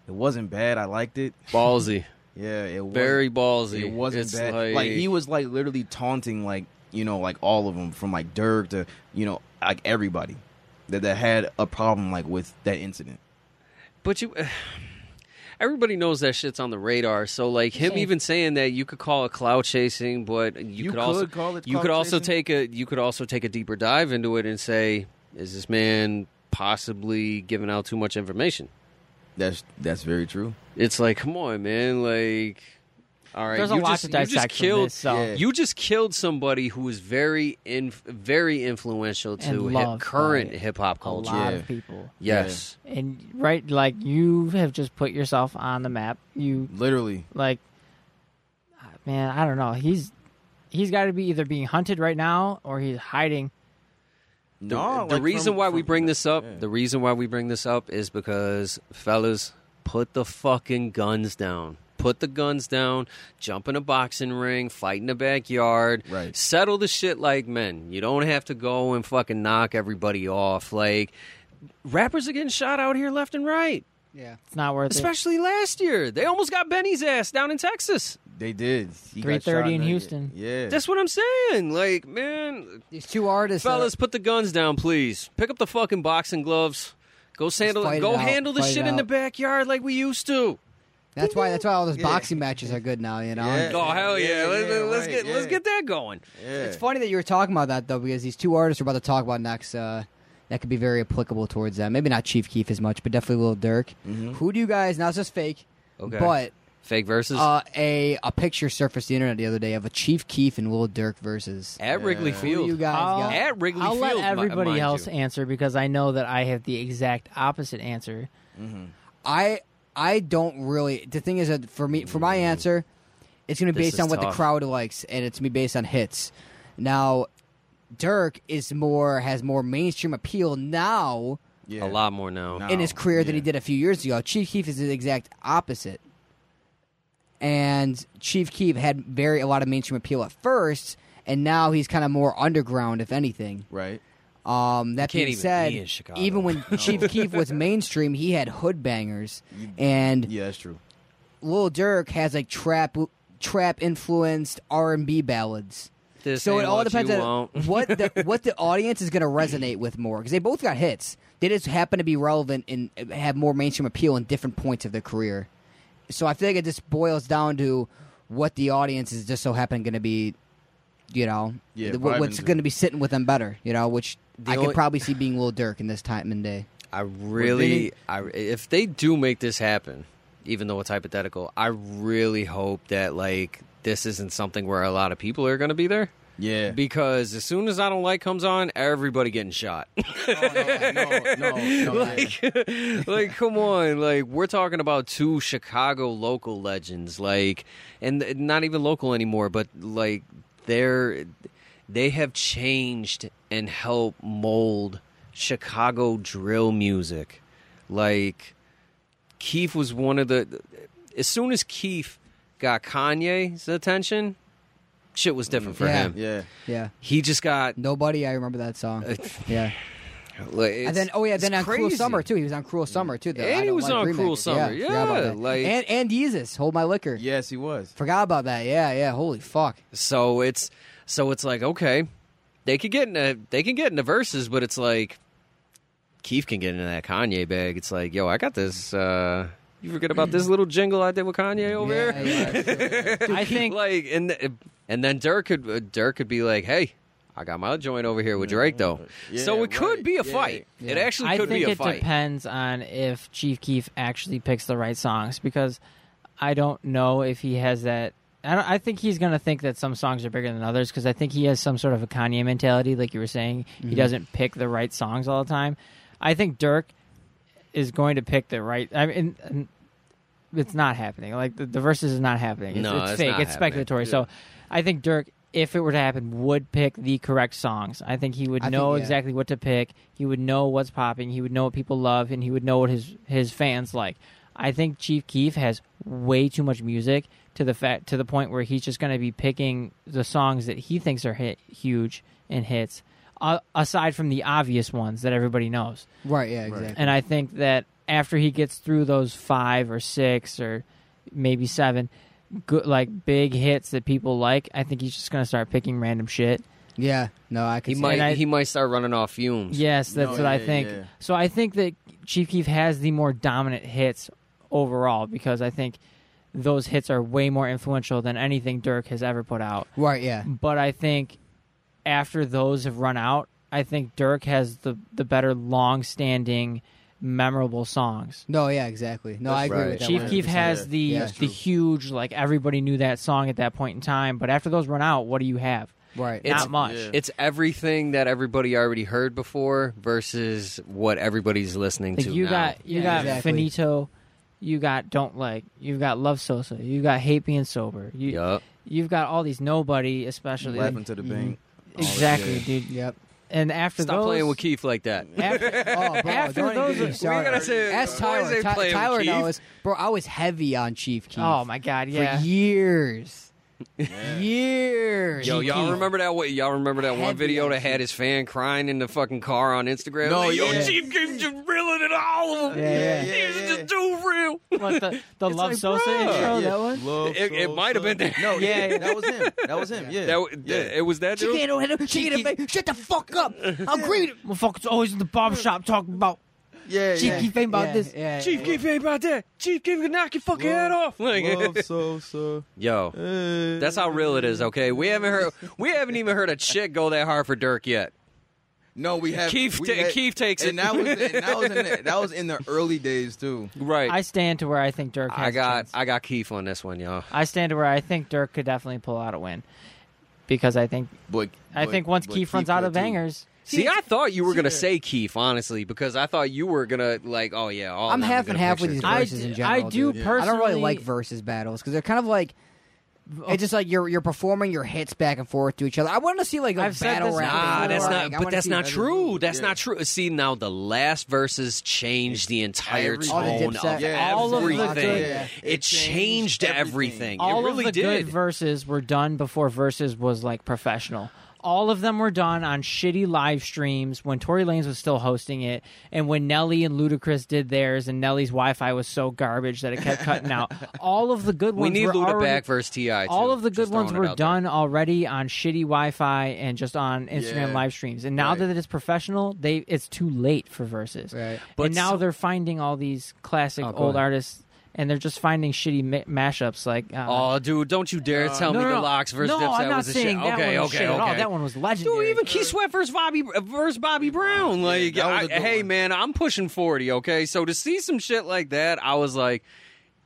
it wasn't bad. I liked it.
ballsy,
Yeah, it was
very ballsy.
It wasn't
It's
bad. Like, he was like literally taunting like you know like all of them from like Dirk to you know like everybody that that had a problem like with that incident.
But you, everybody knows that shit's on the radar. So like him
Yeah.
even saying that you could call it cloud chasing, but you,
You
could, also
could call it
you could
clout
also
chasing?
take a you could also take a deeper dive into it and say, is this man possibly giving out too much information?
That's that's very true.
It's like, come on, man, like. All right,
There's a
you
lot to
just, you just
dissect from
killed.
this, so-
Yeah.
You just killed somebody who was very in, very influential to
And
hip,
loved
current
by
hip hop
A
culture.
lot
Yeah.
of people.
Yes,
And right, like you have just put yourself on the map. You
Literally,
like, ah, man, I don't know. He's he's got to be either being hunted right now or he's hiding.
The,
no.
the
like,
reason
from-
why we
from-
bring this up,
yeah.
the reason why we bring this up is because fellas, put the fucking guns down. Put the guns down, jump in a boxing ring, fight in the backyard,
Right.
settle the shit like men. You don't have to go and fucking knock everybody off. Like rappers are getting shot out here left and right.
Yeah.
It's not worth it.
Especially last year. They almost got Benny's ass down in Texas.
they did He got
3:30
shot
in
that-
Houston.
Yeah,
That's what I'm saying. Like, man,
These two artists, that are-
Fellas, put the guns down, please. Pick up the fucking boxing gloves. Go handle,
fight it
go
out,
handle the
fight it
shit in the
out.
backyard like we used to.
That's why. That's why all those
Yeah.
boxing matches are good now. You know.
Yeah.
Oh hell yeah!
yeah,
let's
yeah,
let's
right,
get let's
yeah.
get that going.
yeah.
It's funny that you were talking about that though, because these two artists we're about to talk about next, uh, that could be very applicable towards that. Maybe not Chief Keef as much, but definitely Lil Durk. Who do you guys? Now it's just fake,
Okay.
but
Fake versus
uh, a a picture surfaced the internet the other day of a Chief Keef and Lil Durk versus.
at Wrigley
Yeah.
Who
Field.
you guys
I'll-
got?
at Wrigley
I'll
Field.
let
mi-
everybody
mind
else
You.
answer because I know that I have the exact opposite answer.
I I don't really. The thing is that for me, for my answer, it's going to be
Mm. This
based on
is
what the
tough.
crowd likes, and it's me based on hits. Now, Dirk is more has more mainstream appeal now
yeah.
A lot more now.
Nah.
in his career than he
yeah.
did a few years ago. Chief Keef is the exact opposite, and Chief Keef had very a lot of mainstream appeal at first, and now he's kind of more underground, if anything.
Right.
Um, that
You
being
can't even
said,
be in Chicago.
even when Chief Keef was mainstream, he had hood bangers, and
Yeah, that's true.
Lil Durk has like trap trap influenced R and B ballads.
This
so it
ain't
all
what
depends
you
on
want.
what the what the audience is going to resonate with more because they both got hits. They just happen to be relevant and have more mainstream appeal in different points of their career. So I feel like it just boils down to what the audience is just so happen going to be, you know,
Yeah,
th- what- what's
vibing to.
going to be sitting with them better, you know, which I
only-
could probably see being Lil Durk in this time and day.
I really, I, if they do make this happen, even though it's hypothetical, I really hope that like this isn't something where a lot of people are going to be there.
Yeah.
Because as soon as I don't like comes on, everybody getting shot.
no, no, no, no, yeah.
like, like, come on, like we're talking about two Chicago local legends, like, and th- not even local anymore, but like they're they have changed and helped mold Chicago drill music. Like, Keith was one of the. As soon as Keith got Kanye's attention, shit was different for
Yeah.
him.
yeah.
Yeah,
He just got
nobody. I remember that song. Yeah,
like,
and then oh yeah, then on Cruel
crazy.
Summer too. He was on Cruel Summer too. The
And
I
he
Don't
was
Like
on
remix.
Cruel Summer,
Yeah, forgot about
yeah,
that.
like-
and and Jesus, Hold My Liquor.
Yes, he was.
Forgot about that. Yeah, yeah. Holy fuck.
So it's so it's like okay, they could get in a, they can get into verses, but it's like Keith can get into that Kanye bag. It's like, yo, I got this. Uh, you forget about this little jingle I did with Kanye over
Yeah,
here.
yeah, sure.
I think
like, and and then Dirk could uh, Dirk could be like, hey. I got my joint over here with Drake though, so it
Yeah,
could
right.
be a
Yeah.
fight. It
Yeah.
actually
I
could
think
be a
it
fight.
depends on if Chief Keef actually picks the right songs because I don't know if he has that. I, don't, I think he's going to think that some songs are bigger than others because I think he has some sort of a Kanye mentality, like you were saying.
Mm-hmm.
He doesn't pick the right songs all the time. I think Dirk is going to pick the right. I mean, and it's not happening. Like the, the verses is not happening. It's,
No,
it's,
it's
fake.
not
it's
happening.
speculatory. So I think Dirk, if it were to happen, would pick the correct songs. I think he would
I think,
know
yeah.
exactly what to pick. He would know what's popping. He would know what people love, and he would know what his his fans like. I think Chief Keef has way too much music to the fact to the point where he's just going to be picking the songs that he thinks are hit huge and hits. Uh, aside from the obvious ones that everybody knows,
right. Yeah, exactly.
and I think that after he gets through those five or six or maybe seven good like big hits that people like, I think he's just gonna start picking random shit.
Yeah, no, I
He
can.
might
And I-
he might start running off fumes.
Yes, that's
No,
what I
yeah,
think.
yeah.
So I think that Chief Keef has the more dominant hits overall because I think those hits are way more influential than anything Dirk has ever put out.
Right. Yeah.
But I think after those have run out, I think Dirk has the the better long standing memorable songs.
No. Yeah. Exactly. No, I agree with that.
Chief Keef
100%,
has
yeah.
the
Yeah. That's
the huge like everybody knew that song at that point in time, but after those run out, what do you have?
Right.
It's-
Not much.
yeah.
It's everything that everybody already heard before versus what everybody's listening
Like
to
you
now.
got you
Yeah,
got
exactly.
Finito, you got Don't Like, you've got Love Sosa, you got Hate Being Sober, you
Yup.
you've got all these nobody, especially like-
Laughing to the
Mm-hmm.
bank.
exactly,
yeah.
dude.
Yep.
And after
Oh, Stop
those,
playing with Keith like that.
after,
Oh, bro,
After
don't
those-
even get me
we
started.
gotta say,
Ask
why is
Tyler.
they
Ty-
playing with
Tyler
Keith?
knows, bro. I was heavy on Chief Keef.
oh my god, yeah,
For years, years.
Yo, y'all
Keef.
remember that? What y'all remember that one
Heavy
video
on
that had his fan crying in the fucking car on Instagram?
No,
like, yo,
yeah.
Chief Keef just reeling it all of them.
Yeah, yeah,
he was
yeah, yeah.
just too real.
What, the, the
It's
Love
like,
Sosa
bruh.
intro, that one.
Love,
It- it
soul,
might have been
soul.
there.
No,
Yeah,
yeah,
yeah.
that was him. That was him. Yeah,
That, w-
yeah.
th- it was that dude.
Chicken don't hit him. Chicken don't hit him. Shut the fuck up. I'll greet him.
Well, fuck, it's always in the barber shop talking about
yeah,
Chief
yeah.
Keef ain't about
Yeah,
this.
Yeah.
Chief
yeah.
Keef ain't about that. Chief Keef can knock your fucking head off. Like,
Love, so, so.
yo,
Hey.
that's how real it is. Okay, we haven't heard we haven't even heard a chick go that hard for Dirk yet.
No, we have
Keith
we
ta- Keith takes
and
it.
That was, and that was in the, that was in the early days too.
Right.
I stand to where I think Dirk. Has
I
a
got
chance.
I got Keith on this one, y'all.
I stand to where I think Dirk could definitely pull out a win because I think
But
I
but-
think once
but
Keith runs out
could,
of
too.
bangers,
See, I thought you were gonna say Keith, honestly, because I thought you were gonna like, oh yeah, all
I'm
of them are
half and
gonna
half with
picture
these
Dirk.
I
verses
d-
in general.
I do
dude. I don't really
personally-
like verses battles because they're kind of like. It's just like you're you're performing your hits back and forth to each other. I want to see like a
I've said
battle
this
rap.
Nah,
before.
that's
Like,
not.
I
But
wanna
that's
see-
not true. That's
Yeah.
not true. See, now the last verses changed the entire
Every- All the
tone
Dipset-
of
yeah,
all of the
everything.
good-
Yeah.
It
It
changed
changed
everything.
everything.
all
it really
of the
did.
good verses were done before verses was like professional. All of them were done on shitty live streams when Tory Lanez was still hosting it, and when Nelly and Ludacris did theirs, and Nelly's Wi-Fi was so garbage that it kept cutting out. All of the good
we
ones
need
were
Luda
already,
back versus Ti. too.
all of the good
Just
ones
throwing it
were
out there.
done already on shitty Wi-Fi and just on Instagram
Yeah.
live streams. And now
Right.
that it's professional, they it's too late for verses.
Right.
But
and now
so-
they're finding all these classic
Oh, go
old
ahead.
artists, and they're just finding shitty ma- mashups like. Uh,
Oh, dude, don't you dare tell
no,
me
no,
the
no.
Locks versus
no,
Dipset
I'm not
was a shit.
saying that
okay,
one was
okay,
shit
okay.
at all. That one was legendary.
Dude, even Keith Sweat versus Bobby uh, versus Bobby Brown. Like,
uh, that was
I,
a good
hey
one.
man, I'm pushing forty. Okay, so to see some shit like that, I was like,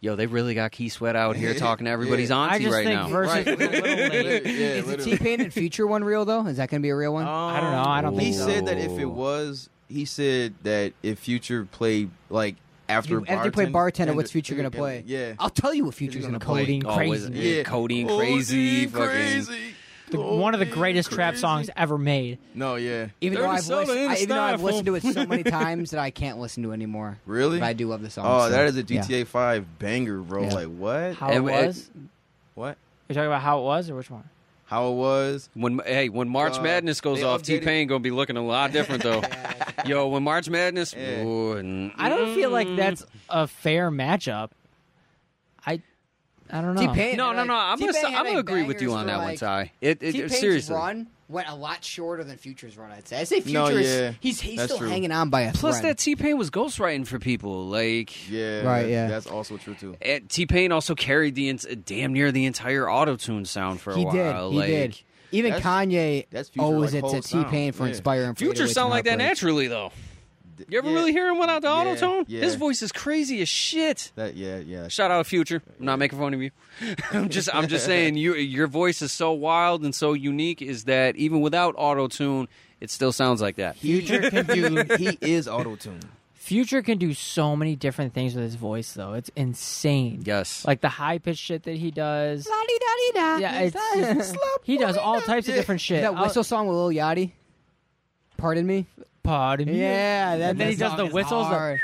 yo, they really got Keith Sweat out here talking to everybody's auntie
I just
right
think
now.
versus
Right.
was a little late.
Literally, yeah,
Is the
literally.
T Pain and Future one real though? Is that going to be a real one?
Oh,
I don't know. I don't
He
think so.
said that if it was, he said that if Future played like after
You- after you play
Bartend-
bartender,
and-
what's Future gonna
and-
play?
Yeah,
I'll tell you what Future's going to play.
Codeine
Oh, was
crazy.
it- yeah, codeine crazy,
Codeine
fucking-
crazy. Oh,
The- one of the greatest trap
Crazy.
songs ever made.
No, yeah,
Even though
Dirty
I've,
soda
listened,
in
I,
the
even though I've
styrofoam.
listened to it so many times that I can't listen to it anymore.
really.
But I do love the song.
Oh,
so,
that is a
yeah.
GTA Five banger, bro.
Yeah.
Like what?
How
It-
it,
it-
was?
what?
You're talking about how it was, or which one?
How it was?
When hey, when March
Uh,
Madness goes
they
off,
updated-
T Pain gonna be looking a lot different though. Yo, when March Madness,
Yeah.
ooh, and-
I don't feel like
Mm.
that's a fair matchup. I, I don't know.
T-Pain,
No, no,
like,
no. I'm gonna
T-Pain
I'm
had,
gonna
like,
agree with you
bangers
on
for,
that one,
like,
Ty. It, it
T-Pain's
seriously.
run went a lot shorter than Future's run. I'd say. I say Future
No, yeah.
is he's he's
That's
still
true.
hanging on by a
Plus,
thread.
that T Pain was ghostwriting for people. Like,
Yeah,
Right,
that-
yeah.
That's also true too.
and T Pain also carried the en- damn near the entire auto tune sound for a
he
while.
did. He
like,
did. Even
That's-
Kanye
that's Future, like,
owes it to
whole
T
sound.
Pain for
Yeah.
inspiring. for
Future
808s
sound
and
like that
Heartbreak.
naturally though. You ever
Yeah.
really hear him without the
Yeah,
auto tone?
yeah.
His voice is crazy as shit.
That yeah yeah.
Shout out Future. I'm not making fun of you. I'm just I'm just saying you your voice is so wild and so unique is that even without auto tune, it still sounds like that.
Future can do. He is auto tuned.
Future can do so many different things with his voice, though. It's insane.
Yes.
Like the high pitched shit that he does. Yeah, it's, he does all types of different shit.
That
I'll-
whistle song with Lil Yachty. Pardon me.
Pardon me.
Yeah, that,
And then
that
he does
song
the
is
whistles, the-
hard.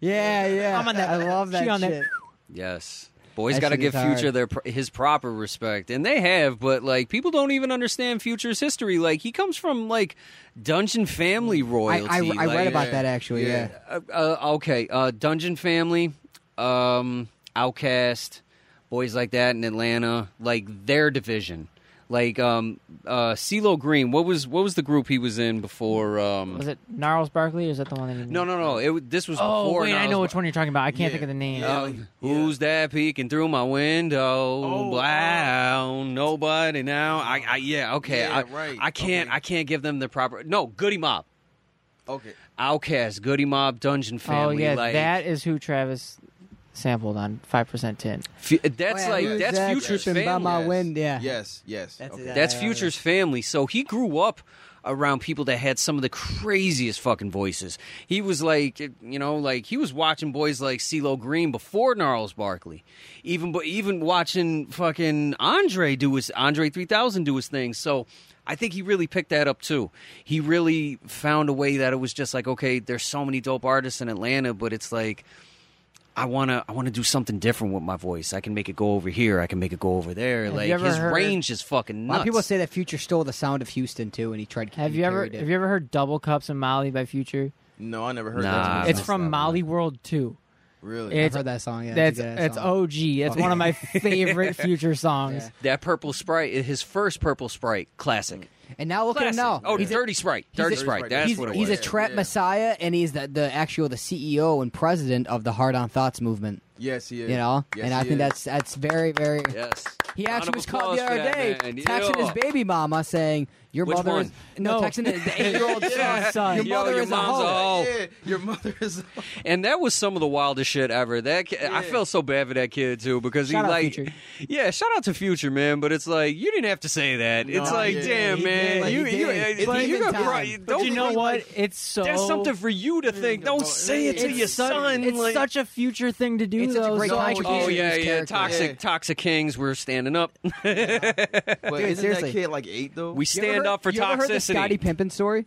yeah, yeah.
I'm on that-
I love that
she on that-
shit.
Yes. Boys
That
got to
shit
give
is hard.
Future their pr- his proper respect, and they have. But like, people don't even understand Future's history. Like, he comes from like dungeon family
I,
royalty.
I, I
like,
read about that actually. Yeah.
Uh, uh, okay, uh, Dungeon Family, um, Outcast, boys like that in Atlanta, like their division. Like um, uh, CeeLo Green, what was what was the group he was in before? Um,
Was it Gnarls Barkley or is that the one that you
no, no, no. It w- this was
Oh,
before.
wait, I
Nas
know
Bar-
which one you're talking about. I can't
Yeah.
think of the name. Oh,
uh, who's that peeking through my window?
Oh,
wow, nobody now. I, I yeah, okay.
Yeah,
I,
right,
I can't.
okay.
I can't give them the proper. No, Goody Mob,
Okay.
Outcast, Goody Mob, Dungeon
oh,
Family.
yeah.
like,
that is who Travis sampled on 5% Tin.
Fu- that's
Oh, yeah,
like
who's
that's
that
Future's
tripping by
family.
my
Yes.
wind? Yeah.
Yes. Yes.
That's
okay.
it.
that's
Yeah, yeah,
Future's family. So he grew up around people that had some of the craziest fucking voices. He was like, you know, like he was watching boys like CeeLo Green before Gnarls Barkley. Even but even watching fucking Andre do his Andre 3000 do his thing. So I think he really picked that up too. He really found a way that it was just like, okay, there's so many dope artists in Atlanta, but it's like I wanna I wanna do something different with my voice. I can make it go over here. I can make it go over there.
Have
like
you ever
his
heard-
range is fucking
A lot
nuts.
of people say that Future stole the sound of Houston too, and he tried.
Have
he
you ever
parried it.
have you ever heard Double Cups and Molly by Future?
No, I never heard
Nah,
that.
I've
It's
missed
from
that
Molly World 2.
really.
It's
I've heard that song? Yeah,
That's
it's a good-ass
it's
song.
OG. It's one of my favorite Future songs.
Yeah.
That purple sprite, his first purple sprite, classic.
And now look at him
classic.
now.
Oh,
he's a,
dirty sprite,
a-
dirty
he's a-
sprite. That's
he's,
what it
he's
was.
a trap
Yeah.
messiah, and he's the, the actual the CEO and president of the Hard on Thoughts movement.
yes, he is.
You know,
Yes,
and I
he
think
is.
that's that's very very.
yes.
He actually
Round of
was caught
applause
the
for
other
that
day
man.
texting his
Yeah.
baby mama saying, "Your
Which
mother is no,
No.
texting the- the eight year old
Yeah,
son. Your
son.
Yo,
mother
your
is
mom's
a hoe."
a- Oh.
Yeah, your mother is.
And that was some of the wildest shit ever. That ki- I
Yeah.
felt so bad for that kid too because
Shout
he
out
like,
Future.
yeah, shout out to Future man. But it's like you didn't have to say that. it's
No,
like,
yeah.
damn
He
man,
did,
you
he
you
did.
you,
But
you
even
got
time.
right-
But
don't
you know
like-
what? It's so
That's something for you to think. Don't say it to
it's
your
such-
son.
It's
like-
such a future thing to do,
It's such a
though.
great
so I
contribution.
oh
can't-
yeah,
his
yeah,
character.
toxic,
Yeah.
toxic kings. We're standing up.
But
Dude,
isn't that
seriously.
kid like eight though?
You
we
ever
stand
heard-
up for
you ever heard the Scottie
toxicity.
Pimpin story.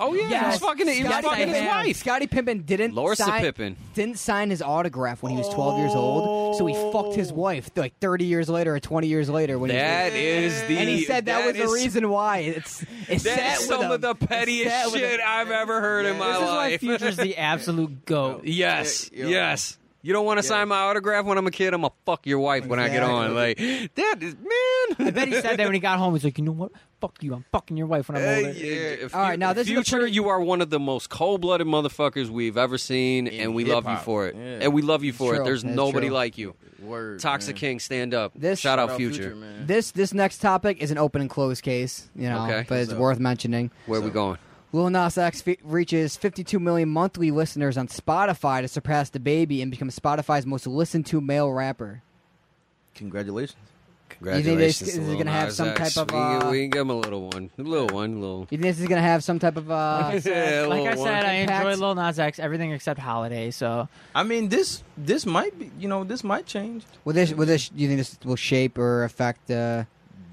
Oh yeah, he was fucking, he was
Scottie
fucking his
Pippen-
wife.
Scottie Pippen didn't
Larsa
sign,
Pippen.
didn't sign his autograph when he was 12 years old, so he fucked his wife like 30 years later or 20 years later when
Oh. That
he
is the.
and he said that, was
is-
the reason why. It's it's
That's some of the pettiest shit I've ever heard in my
This is why
Oh, life.
Future's the absolute goat.
yes,
Yeah, yeah.
yes. You don't want to sign my autograph when I'm a kid. I'm gonna fuck your wife when I get on. Like that is man.
I bet he said that when he got home. He's like, you know what? Fuck you. I'm fucking your wife when I'm
Uh,
older.
yeah, if
All right,
you-
now this is a
future.
pretty-
You are one of the most cold-blooded motherfuckers we've ever seen, and we love you
hip-hop.
for it.
Yeah.
And we love you for it.
true.
There's
That's
nobody
true.
like you.
Word,
Toxic
man.
King, stand up.
This-
shout
Shout
out,
out
Future.
man.
This this next topic is an open and closed case, you know,
Okay.
but it's
So-
worth mentioning.
Where we going?
Lil Nas X fe- reaches 52 million monthly listeners on Spotify to surpass the baby and become Spotify's most listened to male rapper.
Congratulations.
think they-
Congratulations.
is it
Lil
gonna have
Nas
some
X.
type of,
We can-
uh,
We can give him a little one. A little one. A little.
You think this is gonna have some type of uh,
Yeah, a
like
little
I
one.
said, I enjoy
Impact.
Lil Nas X, everything except Holiday. So
I mean, this this might be you know this might change
Will this, will this, do you think this will shape or affect, uh,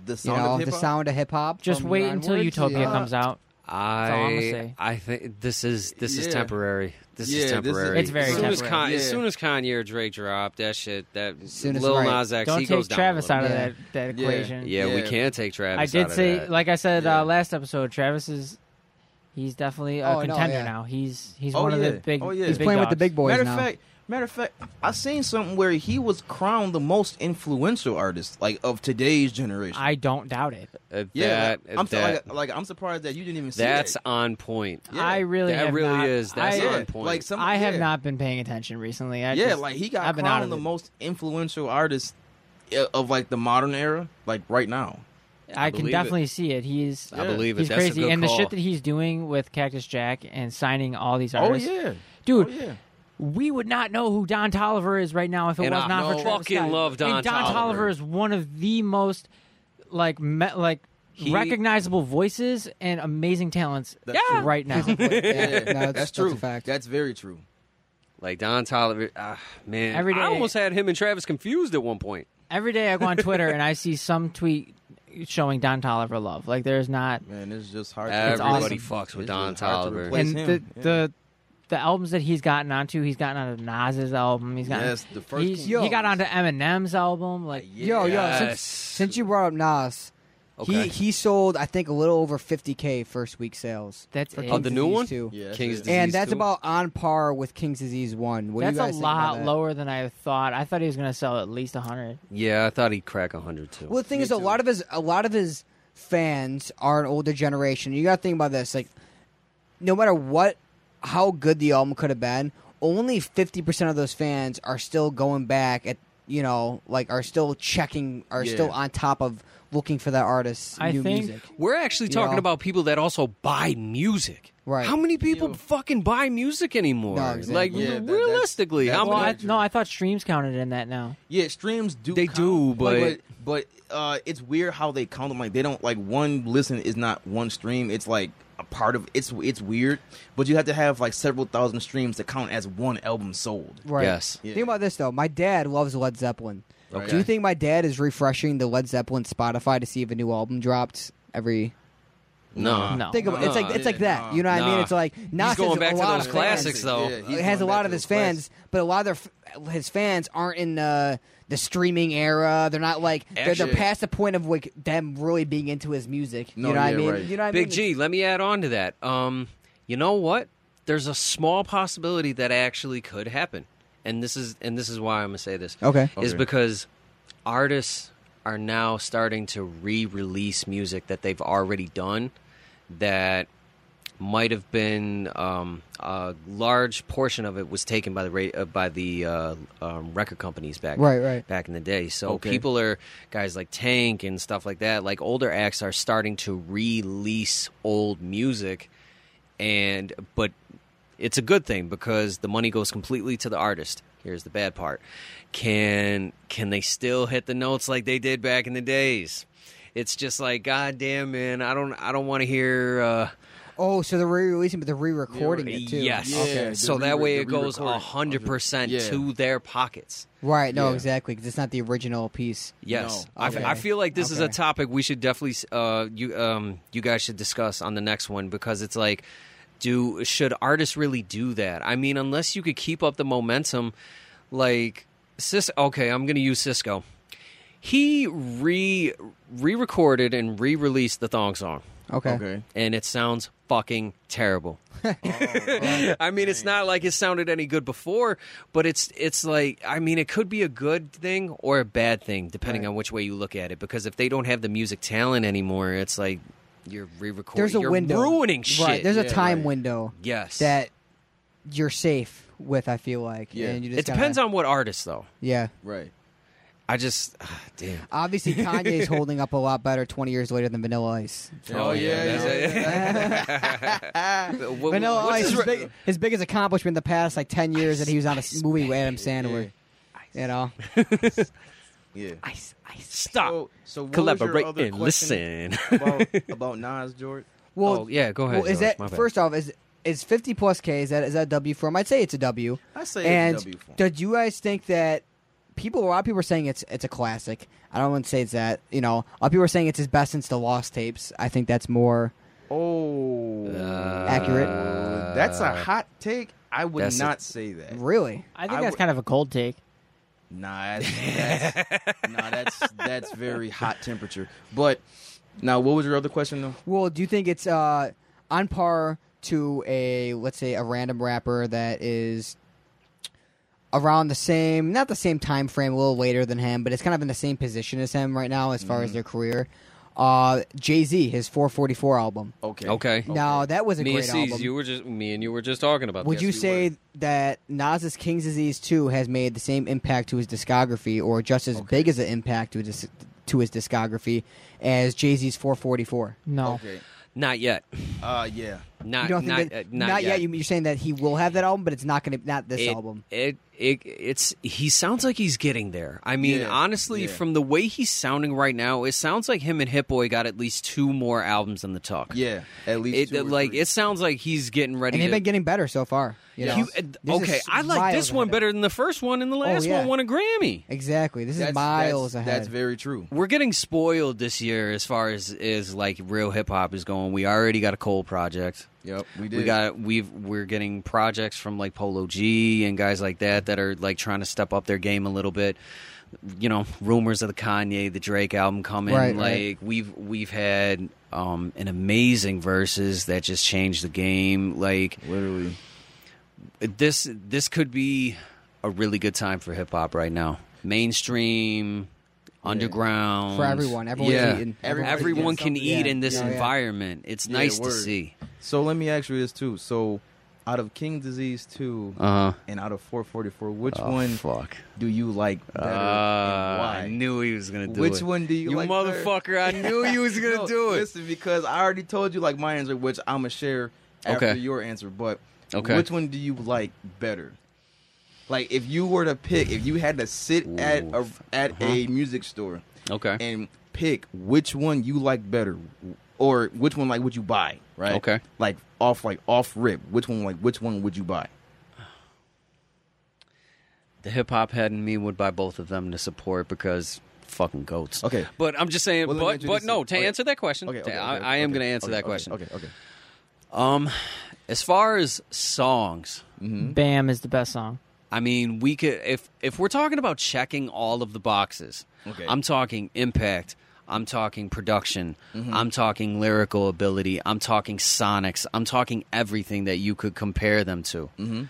the
you
sound
know,
of
the
hip-hop?
sound of hip hop?
just
from
wait
here
until
onwards?
Utopia
Yeah.
comes out. all I'ma
I
say.
I think this is this is
Yeah.
temporary. This
Yeah,
is
this is-
temporary.
It's very
as soon as,
temporary.
Con- as
Yeah.
soon as Kanye or Drake drop that shit, that
soon as-
Lil
right.
Nas X,
Don't
he
take
goes down a
Travis
little
out of
Yeah.
that, that
Yeah.
equation.
bit. Yeah, we
Yeah.
can't take Travis.
I did
out
say,
of that.
like I said
Yeah.
uh, last episode, Travis is he's definitely a
Oh, no,
contender
yeah.
now. He's he's
Oh,
one of
yeah.
the big.
Oh, yeah.
He's
Playing with the
dogs.
big boys
Matter
now.
of fact, Matter of fact, I seen something where he was crowned the most influential artist like of today's generation.
I don't doubt it.
Uh,
yeah,
that,
like, I'm su-
that-
like, like I'm surprised that you didn't even see
that's
that.
on point.
Yeah.
I really
That
have
really
not-
is. That's
I,
on
yeah,
point.
Like some,
I have
yeah.
not been paying attention recently. I
yeah,
just-
like he got
I've been out
crowned
of
the
it.
most influential artist uh, of like the modern era, like right now.
I,
I
can
believe it.
definitely see it. He's
I believe it.
he's
That's a
crazy,
good
and the
call.
shit that he's doing with Cactus Jack and signing all these
Oh
artists,
yeah,
dude.
oh yeah.
We would not know who Don Tolliver is right now if it
And
was
I
not
know-
for Travis
fucking
Scott.
love
I mean,
Don
Don Tolliver.
Tolliver
is one of the most like me- like
He-
recognizable voices and amazing talents
That's Yeah. true.
right now.
Yeah, no, that's,
that's
that's
true.
a fact.
That's very true.
Like Don Tolliver, ah, man.
Every
I
day-
almost had him and Travis confused at one point.
Every day I go on Twitter and I see some tweet showing Don Tolliver love. Like there's not
Man, it's just hard.
Everybody
awesome.
fucks with
It's
Don
just hard to
Tolliver.
replace. Well, it's
and
him,
the
yeah.
the the albums that he's gotten onto, he's gotten onto Nas's album. He's gotten
Yes, the first
he's-
King
he got
Combs.
onto Eminem's album. Like
Yo, yo,
Uh, Yes.
since, since you brought up Nas,
Okay.
he he sold I think a little over 50k first week sales.
that's it.
Of Oh, the new one,
Too.
Yeah, that's
King's
it.
Disease
And that's
two?
about on par with King's Disease One. What do
that's
you guys
a
think about
lot
that?
lower than I thought. I thought he was going to sell at least hundred.
Yeah, I thought he'd crack hundred too.
Well, the thing is, a lot of his a lot of his fans are an older generation. You got to think about this: like, no matter what, how good the album could have been, only fifty percent of those fans are still going back at you know, like are still checking, are
Yeah.
still on top of looking for that artist's
I
new
think-
music.
We're actually talking
Yeah.
about people that also buy music.
Right.
How many people fucking buy music anymore?
No, exactly.
Like
Yeah, that-
realistically,
that's-
how
Well,
many?
I, no, I thought streams counted in that now.
Yeah, streams do.
They
count,
do, but-
but but, uh, it's weird how they count them. Like they don't like one listen is not one stream. It's like a part of it's it's weird. But you have to have like several thousand streams to count as one album sold.
Right.
Yes.
Yeah.
Think about this though. My dad loves Led Zeppelin.
Okay.
Do you think my dad is refreshing the Led Zeppelin Spotify to see if a new album dropped every?
No.
No.
Think about it's like it's like that. You know what I mean?
Oh, Nah.
It's like Nas
He's going
has a
back to
lot
those
of fans.
classics, though.
Yeah,
It
he's
has a
going
lot
back
of
to
his fans, but a lot of their f- his fans aren't in the the streaming era. They're not like they're, they're
Actually-
past the point of like them really being into his music.
No,
you know what
yeah,
I mean?
right.
You know what I mean?
Big G, let me add on to that. Um, you know what? There's a small possibility that actually could happen, and this is and this is why I'm gonna say this.
Okay.
is
Okay.
because artists are now starting to re-release music that they've already done that might have been um, a large portion of it was taken by the ra- uh, by the uh, um, record companies back
Right, right.
back in the day. So
Okay.
people are guys like Tank and stuff like that. Like older acts are starting to release old music, and but it's a good thing because the money goes completely to the artist. Here's the bad part: can can they still hit the notes like they did back in the days? It's just like, God damn, man, I don't I don't want to hear. Uh,
Oh, so they're re-releasing, but they're re-recording it too.
Yes.
Yeah, Okay.
So
the
that
re-
way
the
it goes
re-recording.
100%
Yeah.
to their pockets.
Right? No,
Yeah.
exactly. Because it's not the original piece.
Yes.
No.
I f-
Okay.
I, feel like this is a
Okay.
topic we should definitely uh, you um you guys should discuss on the next one because it's like do should artists really do that? I mean, unless you could keep up the momentum like Cis okay, I'm going to use Cisco. He re re-recorded and re-released the thong song.
Okay.
Okay.
and it sounds fucking terrible.
Oh,
I mean, it's not like it sounded any good before, but it's it's like I mean, it could be a good thing or a bad thing depending on which way you look at it. Because if they don't have the music talent anymore, it's like you're re-recording.
There's a
you're
window.
ruining shit.
Right. There's a
Yeah,
time
right.
window
yes,
that you're safe with. I feel like.
Yeah.
And you just
it depends
gotta-
on what artist though.
Yeah.
Right.
I just ah, damn.
Obviously, Kanye's holding up a lot better 20 years later than Vanilla Ice.
Oh, yeah,
that's it. What-
Vanilla
what's
Ice,
his
his,
re-
big, his biggest accomplishment in the past like 10 years that he was on a s- movie with Adam Sandler. You know?
Yeah.
Ice, ice.
stop.
So, so what was your
Collaborate
other
and
question
listen.
about, about Nas George.
Well,
oh yeah, go ahead.
well, is
George,
that,
my bad.
first off, is is 50 plus K, is that, is that a W for him? I'd say it's a W.
I say
and
it's W form.
did you guys think that people, a lot of people are saying it's it's a classic. I don't want to say it's that. You know, a lot of people are saying it's his best since the Lost Tapes. I think that's more
Oh,
accurate.
Uh,
Uh,
that's a hot take. I would
that's a-
not say that.
really?
I think
I
that's
would-
kind of a cold take.
Nah, that's, that's, nah, that's that's very hot temperature. But now, what was your other question though?
Well, do you think it's uh, on par to a let's say a random rapper that is around the same, not the same time frame, a little later than him, but it's kind of in the same position as him right now as far
Mm-hmm.
as their career. Uh, Jay Z, his 444 album.
Okay.
Okay.
Now that was a
Me and
great
C's,
album.
you were just me and you were just talking about.
Would
this.
you
We
say
were.
that Nas's King's Disease 2 has made the same impact to his discography, or just as big as an impact to his, to his discography, as Jay Z's 444?
No.
Okay.
not yet?
Uh, yeah.
Not
You don't
not,
think
uh,
that,
not,
yet. You- You're saying that he will have that album, but it's not going to not this
it,
album.
It, it it's he sounds like he's getting there. I mean,
Yeah,
honestly,
yeah.
from the way he's sounding right now, it sounds like him and Hip Boy got at least two more albums in the tuck.
Yeah. At least
It,
two or
like
three.
it sounds like he's getting ready.
And they've
to,
been getting better so far. You
Yeah.
know?
You- and-
This
okay,
is
I like
miles
this one
ahead. Oh,
better than the first one, and the last
yeah.
one won a Grammy.
Exactly. This is
That's-
miles
that's,
ahead.
That's very true.
We're getting spoiled this year as far as is like real hip hop is going. We already got a Cole project.
Yep. We did.
We got we've we're getting projects from like Polo G and guys like that that are like trying to step up their game a little bit. You know, rumors of the Kanye, the Drake album coming.
Right,
like
right.
we've we've had um an amazing verses that just changed the game. Like
literally.
this this could be a really good time for hip hop right now. Mainstream, underground
for everyone. Everyone's
yeah.
eating.
Everyone-
Everyone's
Everyone
eating
can
something.
eat
Yeah.
in this
Yeah, yeah.
environment. It's
Yeah,
nice to
word.
see.
So let me ask you this too. So, out of King Disease two
Uh
and out of 444, which
oh,
one
fuck.
do you like better? and
Uh, I
why?
knew he was gonna do it.
Which one do you,
You
like better?
motherfucker! I knew you was gonna
No,
do it.
Listen, because I already told you like my answer, which I'm gonna share after
Okay.
your answer. But
Okay.
which one do you like better? Like, if you were to pick, if you had to sit
Ooh,
at a,
f-
at a
uh-huh.
music store
okay.
and pick which one you like better, or which one like would you buy? Right?
Okay.
Like off like off rip, which one like which one would you buy?
the hip hop head and me would buy both of them to support because fucking goats.
Okay.
But I'm just saying.
Well, let me
but
answer
but
this
no.
then.
To
Okay.
answer that question,
Okay,
to-
okay, okay,
I, I am
okay,
gonna answer
okay,
that
okay,
question.
Okay, okay.
Um, as far as songs,
Bam is the best song.
I mean, we could if if we're talking about checking all of the boxes.
Okay.
I'm talking impact. I'm talking production.
Mm-hmm.
I'm talking lyrical ability. I'm talking sonics. I'm talking everything that you could compare them to.
Mhm.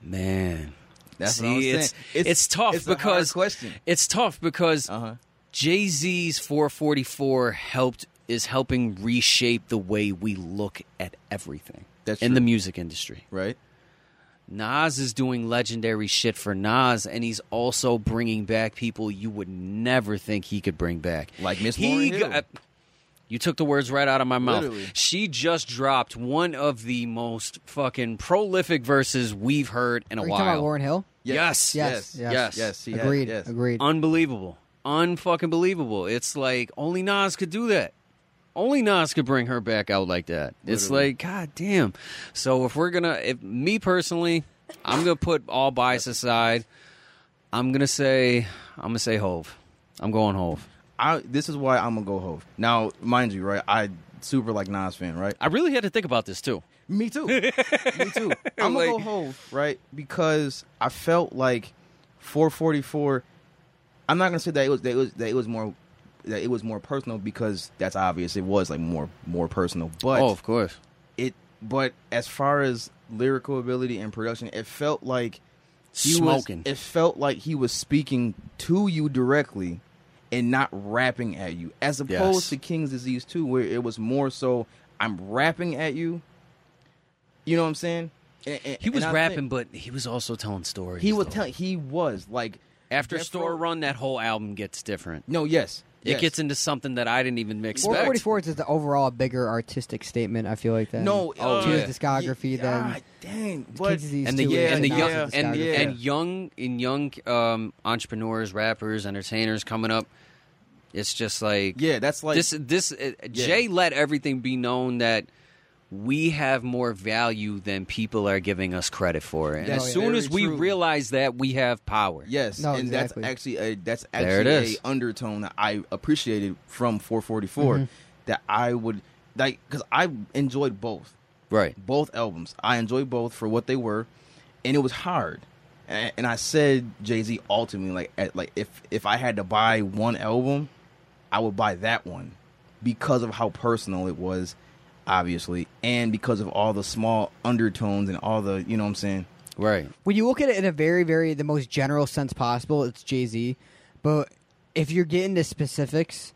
Man,
That's
See,
what I'm saying.
it's, it's tough
it's a hard
because
question.
it's tough because
Uh huh.
Jay Z's 444 helped is helping reshape the way we look at everything
That's
in
true.
the music industry.
Right.
Nas is doing legendary shit for Nas, and he's also bringing back people you would never think he could bring back.
Like Miss
He
Lauryn Hill.
got- You took the words right out of my mouth.
Literally.
She just dropped one of the most fucking prolific verses we've heard in a
Are you
while.
talking about Lauren Hill?
Yes.
Yes.
Yes.
Yes.
Yes. he has,
agreed.
yes.
Agreed.
Unbelievable. Unfucking believable. It's like only Nas could do that. Only Nas could bring her back out like that. It's
Literally.
like, god damn. So if we're gonna if me personally, I'm gonna put all bias aside. I'm gonna say I'm gonna say Hove. I'm going Hove.
I this is why I'm gonna go Hove. Now, mind you, right? I super like Nas fan, right?
I really had to think about this too.
Me too. Me too. I'm gonna go
Like-
Hove, right? Because I felt like 444. I'm not gonna say that it was that it was that it was more that it was more personal because that's obvious. It was like more more personal, but
oh, of course.
it. But as far as lyrical ability and production, it felt like he
Smoking.
Was, it felt like he was speaking to you directly and not rapping at you, as opposed
Yes.
to King's Disease 2, where it was more so I'm rapping at you. You know what I'm saying? And- and-
he was
and I
rapping,
think-
but he was also telling stories.
he was
though.
telling. He was like
after
Death
store
Row-
run. That whole album gets different.
No, yes, yes.
It gets into something that I didn't even expect.
444 is just the overall bigger artistic statement. I feel like that.
no
Oh,
uh,
to his
discography, then.
God dang, but
King's Disease
and the
too,
yeah,
is
and the
not
young
yeah,
his
and,
discography.
and young and young um, entrepreneurs, rappers, entertainers coming up. It's just like
yeah, that's like
this. This uh, Jay let everything be known that we have more value than people are giving us credit for, and
That's
as soon
very
as we
true.
realize that, we have power.
Yes,
No,
and
exactly.
that's actually a that's
There it
actually
is.
a undertone that I appreciated from 444
Mm-hmm.
that I would like because I enjoyed both
Right.
both albums. I enjoyed both for what they were, and it was hard. And, and I said Jay Z ultimately like at, like if if I had to buy one album, I would buy that one because of how personal it was. obviously, and because of all the small undertones and all the, you know what I'm saying?
Right.
when you look at it in a very, very the most general sense possible, it's Jay Z. But if you're getting to specifics,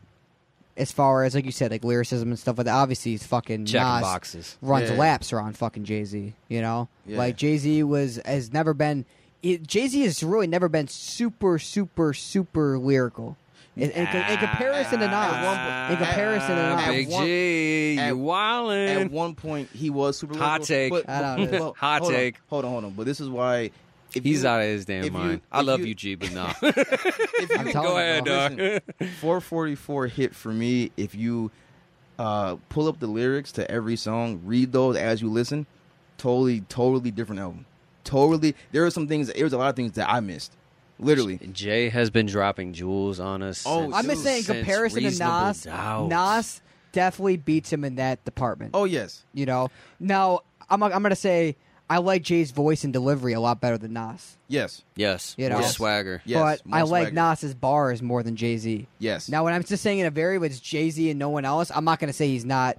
as far as like you said, like lyricism and stuff like that, obviously it's fucking
Checking
Nas
boxes.
runs
Yeah.
laps around fucking Jay Z. You know,
Yeah.
like Jay Z was has never been. Jay Z has really never been super, super, super lyrical. In, in, in comparison to Nas,
At
in comparison to
Ah,
Nas,
Big
At one-
G,
at-
you
At
wildin'.
one point, he was super lyrical,
Hot take.
but-
I
but-
don't know.
well,
Hot
hold on,
take.
hold on, hold on. But this is why. If
He's
you-
out of his damn
if you-
mind. I
if
love
you-
you, G, but nah.
if you-
I'm telling you,
ahead, uh,
bro.
dog.
Listen, 444 hit for me if you uh, pull up the lyrics to every song, read those as you listen. Totally, totally different album. Totally, there were some things. There was a lot of things that I missed. Literally,
Jay has been dropping jewels on us.
Oh,
since-
I'm just saying, in
since
comparison to
Reasonable
Nas,
Doubt.
Nas definitely beats him in that department.
oh yes,
You know, now I'm I'm gonna say I like Jay's voice and delivery a lot better than Nas,
yes,
Yes.
You
You
know. Yes.
swagger.
yes.
but
more
I like
swagger.
Nas's bars more than Jay Z.
Yes.
Now, when I'm just saying in a very it's Jay Z and no one else, I'm not gonna say he's not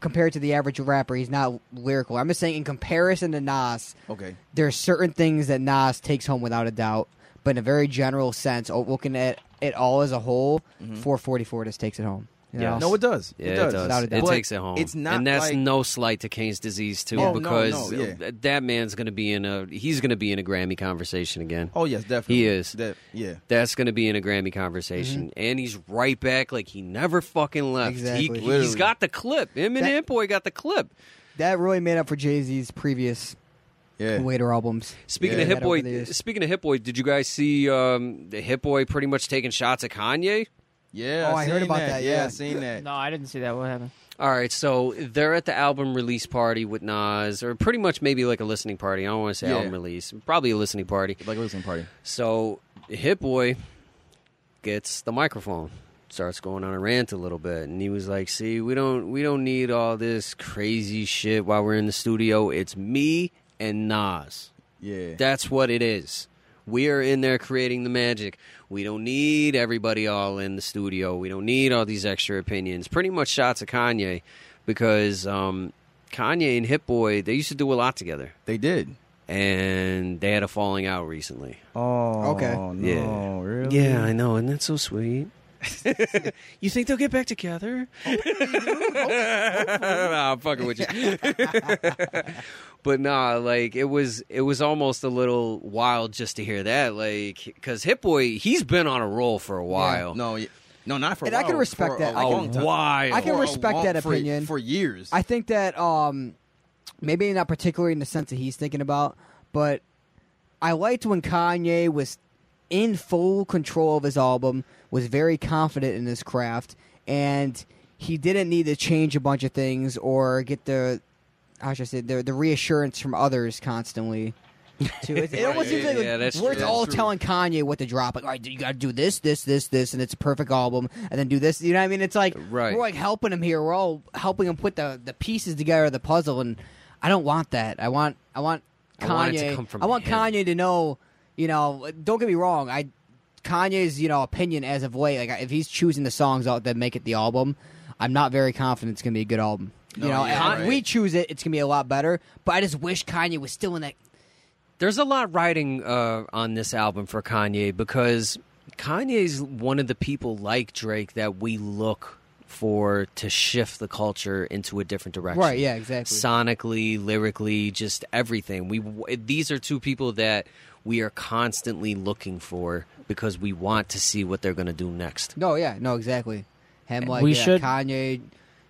compared to the average rapper. He's not lyrical. I'm just saying in comparison to Nas,
okay.
there are certain things that Nas takes home without a doubt. But in a very general sense, o- looking at it all as a whole,
Mm-hmm.
444 just takes it home. You know?
Yes.
No, it does.
Yeah,
it does.
Without a
It
doubt.
takes it home.
It's not
and that's
like-
no slight to Kane's disease too,
Oh, no,
because
no, yeah.
that man's going to be in a he's going to be in a Grammy conversation again.
Oh yes, definitely.
He is.
That, yeah.
That's going to be in a Grammy conversation,
Mm-hmm.
and he's right back like he never fucking left.
Exactly.
He, has
Literally.
got the clip. Him and
That-
Hit Boy got the clip.
That really made up for Jay Z's previous
Yeah.
later albums.
Speaking
Yeah.
of
That
Hit
over the
Boy,
years.
speaking of Hit Boy, did you guys see um, the Hit Boy pretty much taking shots at Kanye?
Yeah.
Oh, I heard
seen
about that,
Yeah,
yeah.
I seen that.
No, I didn't see that. What happened?
All right, so they're at the album release party with Nas, or pretty much maybe like a listening party. I don't want to say
Yeah.
album release, probably a listening party.
Like a listening party.
So Hit Boy gets the microphone, starts going on a rant a little bit, and he was like, "See, we don't we don't need all this crazy shit while we're in the studio. It's me and Nas.
Yeah.
That's what it is. We are in there creating the magic. We don't need everybody all in the studio. We don't need all these extra opinions. Pretty much shots of Kanye because um, Kanye and Hit Boy they used to do a lot together,
they did.
and they had a falling out recently.
Oh.
Okay.
No,
Yeah.
Really?
Yeah, I know, and that's so sweet. you think they'll get back together? Nah, I'm fucking with you. but nah, like it was, it was almost a little wild just to hear that, like because Hit Boy, he's been on a roll for a while.
No, y- no, not for.
And
a
I can
while,
respect
for
that.
A
I can-
a
long time.
while.
I can
For a
respect
long-
that
for-
opinion.
for years.
I think that um, maybe not particularly in the sense that he's thinking about, but I liked when Kanye was in full control of his album, was very confident in his craft, and he didn't need to change a bunch of things or get the how should I say the the reassurance from others constantly. To, it, it almost
Yeah,
seems like
yeah, that's
we're
true.
all
That's true.
telling Kanye what to drop. Like, all right, you got to do this, this, this, this, and it's a perfect album. And then do this. You know what I mean? It's like
Right.
we're like helping him here. We're all helping him put the, the pieces together of the puzzle, and I don't want that. I want I want Kanye.
I want it to come from
I want
him.
Kanye to know. You know, don't get me wrong. I Kanye's you know opinion as of late. Like if he's choosing the songs out that make it the album, I'm not very confident it's gonna be a good album. You
No,
know,
yeah,
and
right.
if we choose it, it's gonna be a lot better. But I just wish Kanye was still in that.
There's a lot riding uh, on this album for Kanye because Kanye's one of the people like Drake that we look for to shift the culture into a different direction.
Right? Yeah, exactly.
sonically, lyrically, just everything. We these are two people that we are constantly looking for because we want to see what they're going to do next.
No, yeah, no, exactly. Him like
we
yeah,
should-
Kanye,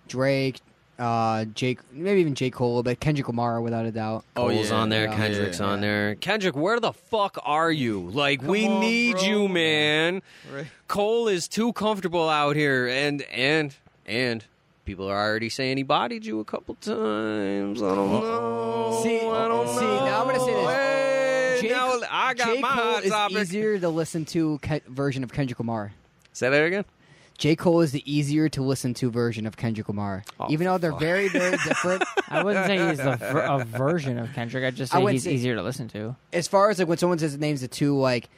Drake, uh, Jake, maybe even J Cole, but Kendrick Lamar without a doubt.
Oh,
Cole's
yeah,
on there,
yeah,
Kendrick's
yeah.
on there. Kendrick, where the fuck are you? Like we
on,
need
bro.
you, man.
Right.
Cole is too comfortable out here and and and people are already saying he bodied you a couple times. I don't know.
See-
I don't
see, now I'm gonna say this.
Hey, now I got
J.
my
Cole
hot
is
topic.
easier to listen to Ke- version of Kendrick Lamar.
Say that again.
J. Cole is the easier to listen to version of Kendrick Lamar.
Oh,
Even though they're very, very different.
I wouldn't say he's a, ver- a version of Kendrick. I'd just
I
say
wouldn't
he's
say-
easier to listen to.
As far as like when someone says the names of two like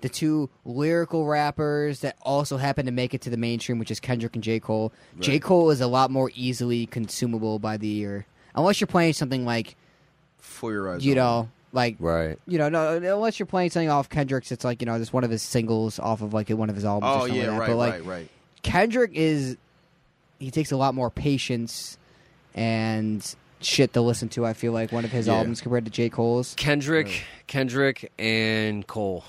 the two lyrical rappers that also happen to make it to the mainstream, which is Kendrick and J. Cole. J. Cole is a lot more easily consumable by the ear, unless you're playing something like
For your eyes.
you
only.
know, like
Right.
you know, no, unless you're playing something off Kendrick's, it's like you know, just one of his singles off of like one of his albums. or
Oh
something
yeah,
like that.
right,
but like
right, right.
Kendrick is, he takes a lot more patience and shit to listen to. I feel like one of his
Yeah.
albums compared to J. Cole's.
Kendrick, Kendrick, and Cole.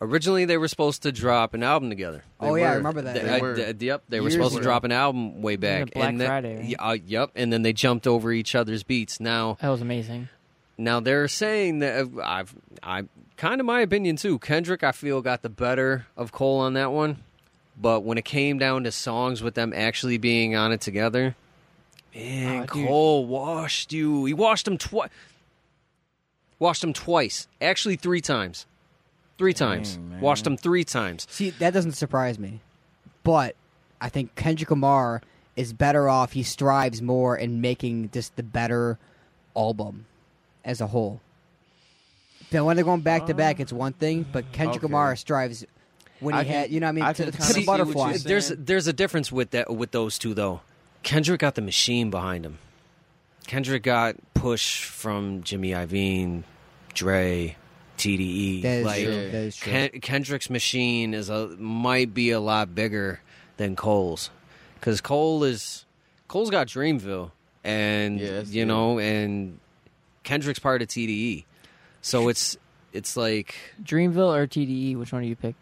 Originally, they were supposed to drop an album together.
oh yeah, I
were.
remember that.
They-
They
I-
were.
d- yep, they were
Years
supposed to
ago.
drop an album way back.
Black
then-
Friday, right?
Yeah, uh, yep, and then they jumped over each other's beats. Now,
That was amazing.
now they're saying that uh, I've, I kind of my opinion too. Kendrick, I feel, got the better of Cole on that one, but when it came down to songs with them actually being on it together, man,
Oh, dude.
Cole washed you. He washed him twice. Washed him twice, actually three times, three times.
man.
Washed him three times.
See, that doesn't surprise me, but I think Kendrick Lamar is better off. He strives more in making just the better album as a whole. Then when they're going back to back, it's one thing, but Kendrick
okay.
Lamar strives when he
I can-
had, you know, what I mean,
I
to,
can
to
kinda
the
see what you're
butterfly.
saying.
There's there's a difference with that with those two though. Kendrick got the machine behind him. Kendrick got push from Jimmy Iovine, Dre, TDE.
That is
like
true. That is true.
Ken- Kendrick's machine is a might be a lot bigger than Cole's because Cole is Cole's got Dreamville and
Yeah, that's
you
good.
know and Kendrick's part of TDE, so it's it's like
Dreamville or TDE? Which one do you pick?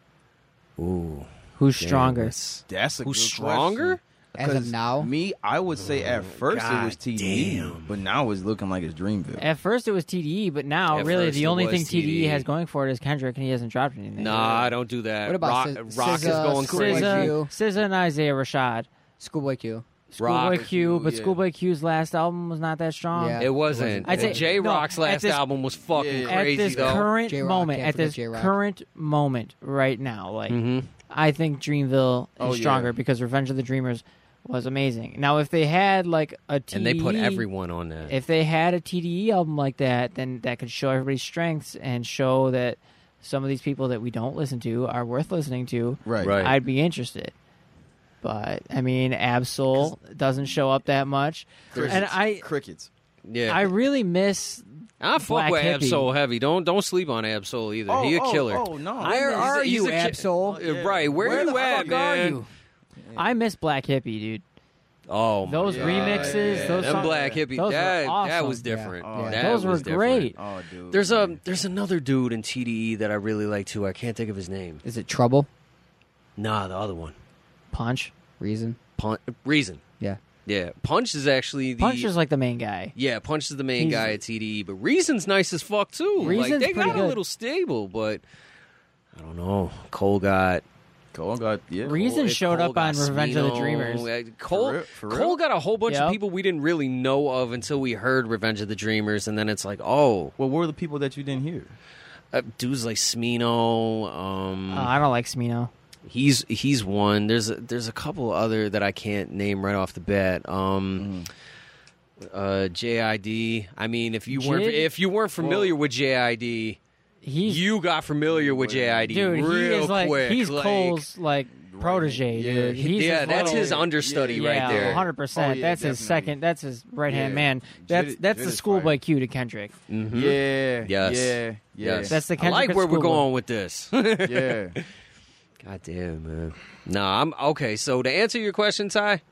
ooh
Who's
damn,
stronger?
that's-
That's a
Who's
good
stronger?
question.
As of
Because
now?
me, I would say at first it was
God
TD,
damn.
but now it's looking like it's Dreamville.
Eh.
At first it was TDE, but now
At
really
first
the
it
only
was
thing TDE
TDE.
has going for it is Kendrick, and he hasn't dropped anything.
Nah, don't do that.
What about
Rock,
Sc-
Rock is
uh,
SZA,
going
Scoop
crazy.
Like
SZA,
you.
SZA and Isaiah Rashad.
Schoolboy Q.
Schoolboy
Rock.
Q, but
Yeah.
Schoolboy Q's last album was not that strong.
Yeah.
It wasn't.
I'd say-
J Rock's
no, at
last
this-
album was fucking
Yeah.
At
crazy
this
though.
current
J-Rock,
moment,
can't
at
forget
this
J-Rock.
current moment right now, like
Mhm.
I think Dreamville is
Oh, yeah.
stronger because Revenge of the Dreamers was amazing. Now, if they had like a TDE,
and they put everyone on that.
If they had a TDE album like that, then that could show everybody's strengths and show that some of these people that we don't listen to are worth listening to.
right.
Right.
I'd be interested. But I mean, Absol doesn't show up that much,
Crickets.
and I
crickets.
yeah,
I really miss.
I, fuck
Black
with
Hippie.
Absol heavy. Don't don't sleep on Absol either.
Oh,
he a
oh,
killer.
Oh, no.
Where
he's a-
are
he's
you,
a ki-
Absol?
Oh,
Uh, Right, where,
Where
you
the
at,
fuck
man?
are you?
I miss Black Hippie, dude.
Oh, my
Those
God.
remixes,
yeah.
those
Them
songs,
black hippie.
those were
that that
awesome.
was different.
Yeah.
That
those were
was different.
great.
Oh, dude.
There's a there's another dude in TDE that I really like too. I can't think of his name.
Is it Trouble?
Nah, the other one.
Punch.
Reason?
Punch. Reason.
Yeah.
Yeah, Punch is actually the
Punch is like the main guy.
Yeah, Punch is the main
He's-
guy at TDE, but Reason's nice as fuck too. like
Reason's
they got
pretty
a
good.
little stable, but I don't know. Cole got
Cole got yeah.
Reason
Cole-
showed
Cole
up
got
on Revenge of the
Smino.
Dreamers.
Uh, Cole
For real- for real?
Cole got a whole bunch
Yep.
of people we didn't really know of until we heard Revenge of the Dreamers, and then it's like, oh,
Well, what were the people that you didn't hear?
uh, dudes like Smino. Um,
Uh, I don't like Smino.
he's he's one. There's a, there's a couple other that I can't name right off the bat. Um,
Mm-hmm.
uh, JID. I mean, if you weren't
Jid-
if you weren't familiar with JID,
He's
you got familiar with JID
dude.
real
he is like
quick.
he's
like-
Cole's like protege,
Yeah.
dude. He's
yeah, that's
little-
his understudy
yeah,
right there.
100. percent
Oh, yeah,
That's his
definitely.
second. That's his right hand
Yeah.
man. That's
Jid-
that's
Jid
the
is
schoolboy
fire.
Q to Kendrick.
Mhm.
Hmm? Yeah.
Yes.
Yeah. Yeah.
Yes.
That's the
I
Kendrick
like
at
where we're
school.
going with this.
yeah.
God damn, man. Nah, I'm okay. So to answer your question, Ty,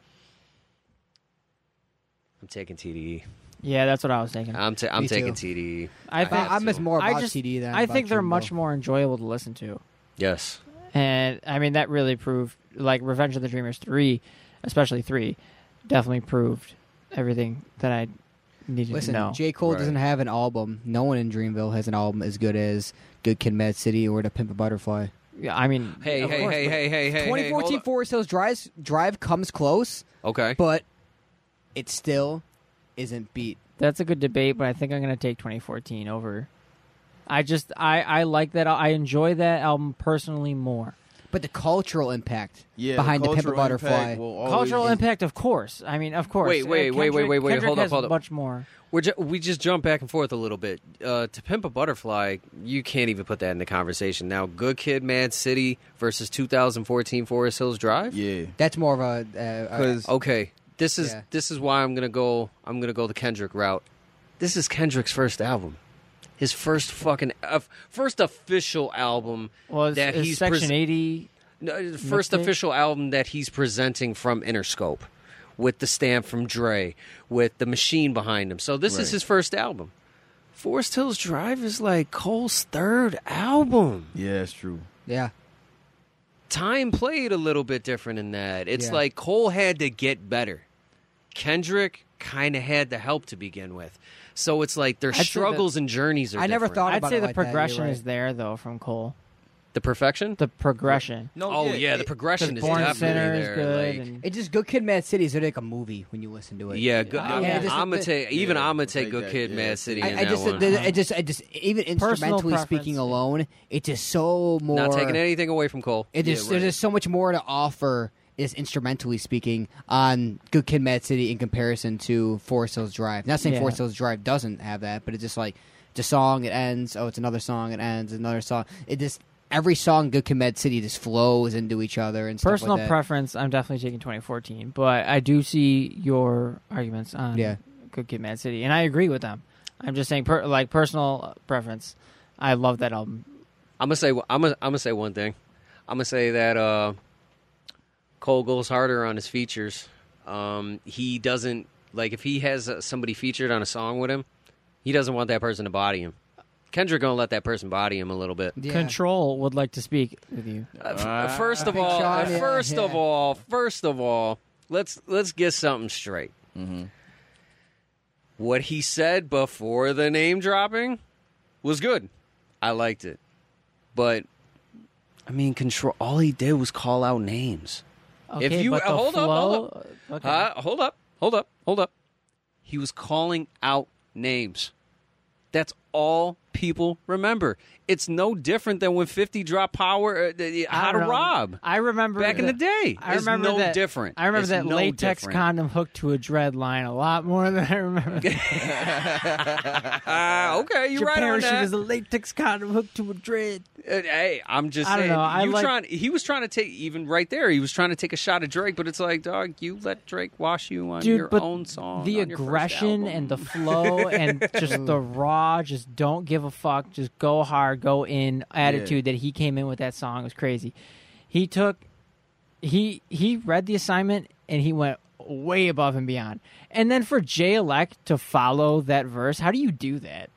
I'm taking TDE.
Yeah, that's what I was thinking.
I'm, ta- I'm
Me too.
taking E. TDE.
I
have
think
I, I miss
to.
more about
I just
TD than
I
about
think they're
Dreamville.
much more enjoyable to listen to.
Yes.
And I mean, that really proved, like, Revenge of the Dreamers 3, especially 3, definitely proved everything that I needed
Listen,
to know.
J. Cole
Right.
doesn't have an album. No one in Dreamville has an album as good as Good Kid, Mad City, or To Pimp a Butterfly.
Yeah, I mean,
Hey,
of
hey,
course,
hey,
but
hey, hey, hey, hey. hold
2014
up.
Forest Hills Drive, Drive comes close,
Okay.
but it still isn't beat.
That's a good debate, but I think I'm going to take 2014 over. I just, I, I like that. I enjoy that album personally more.
but the cultural impact
Yeah,
behind the Pimp a
cultural impact
Butterfly.
will always
Cultural
be-
impact, of course. I mean, of course.
Oh, Wait,
Uh,
wait, wait, wait,
Kendrick-
wait, wait.
Kendrick
Hold up,
has
hold up.
Much more.
We're ju- we just jump back and forth a little bit. Uh, to Pimp a Butterfly, you can't even put that in the conversation. Now, Good Kid, Mad City versus 2014 Forest Hills Drive.
Yeah,
That's more of a uh,
because
Okay, this is
Yeah.
this is why I'm gonna go. I'm gonna go the Kendrick route. This is Kendrick's first album, his first fucking uh, first official album
Well, it's,
that
it's
he's
Section
pres-
80.
No, first
Mixtape?
official album that he's presenting from Interscope with the stamp from Dre, with the machine behind him. So this
Right.
is his first album. Forest Hills Drive is like Cole's third album.
yeah, that's true.
yeah,
Time played a little bit different in that. It's
Yeah.
like Cole had to get better. Kendrick kind of had the help to begin with. So it's like their
say that-
struggles and journeys are
I never
different.
thought
I'd
about
say
it
the
like that, you're
progression
right.
is there though from Cole.
the perfection?
The progression.
No,
oh yeah, the progression is
Because Born
definitely
Sinner is
there.
good.
like-
and-
it's just Good Kid, Mad City is like a movie when you listen to it.
Yeah, good.
Yeah,
I'm,
yeah, just
I'm gonna
the-
take even
Yeah,
I'm gonna
I'll
take
take
Good
that,
Kid,
yeah.
Mad City. in
I, I
that
just,
one.
the- I just, I just, even
Personal
instrumentally speaking
preference.
alone, it's just so more.
not taking anything away from Cole.
It is.
Yeah,
There's
right.
just so much more to offer, is instrumentally speaking, on Good Kid, Mad City in comparison to Forest Hills Drive. Not saying
Yeah.
Forest Hills Drive doesn't have that, but it's just like the song it ends. Oh, it's another song. It ends. Another song. It just every song Good Kid, Mad City just flows into each other and stuff
Personal
like that.
preference, I'm definitely taking 2014, but I do see your arguments on
Yeah.
Good Kid, Mad City, and I agree with them. I'm just saying, per, like personal preference, I love that album.
I'm gonna say I'm gonna, I'm gonna say one thing. I'm gonna say that uh, Cole goes harder on his features. Um, he doesn't like if he has uh, somebody featured on a song with him, he doesn't want that person to body him. Kendrick gonna let that person body him a little bit.
Yeah.
Control would like to speak with you.
Uh, f- uh, first of
Big
all,
shot,
uh,
yeah,
first of
yeah.
all, first of all, let's let's get something straight. What he said before the name dropping was good. I liked it, but I mean, control. All he did was call out names.
Okay,
you- uh,
but the
hold up, hold
flow- okay.
Uh, hold up, hold up, hold up. He was calling out names. That's all people remember. It's no different than when 50 dropped Power, uh, the-
I
How to
don't know.
Rob.
I remember
Back in the day.
I
It's
remember
no
that,
different.
I remember
It's
that
no
latex
different.
condom hooked to a dread line a lot more than I remember.
Ah, okay, you're
Your
right on
parachute
that.
is a latex condom hooked to a dread.
Uh, hey, I'm just
I don't
saying.
know. I
you
like-
trying, he was trying to take even right there. He was trying to take a shot at Drake, but it's like, dog, you let Drake wash you on
Dude,
your
but
own song.
the
on your first
aggression and the
album.
flow and just the raw, just don't give a fuck, just go hard, go in attitude that he came in with that song was crazy. He took he he read the assignment and he went way above and beyond. And then for Jay Elect to follow that verse, how do you do that?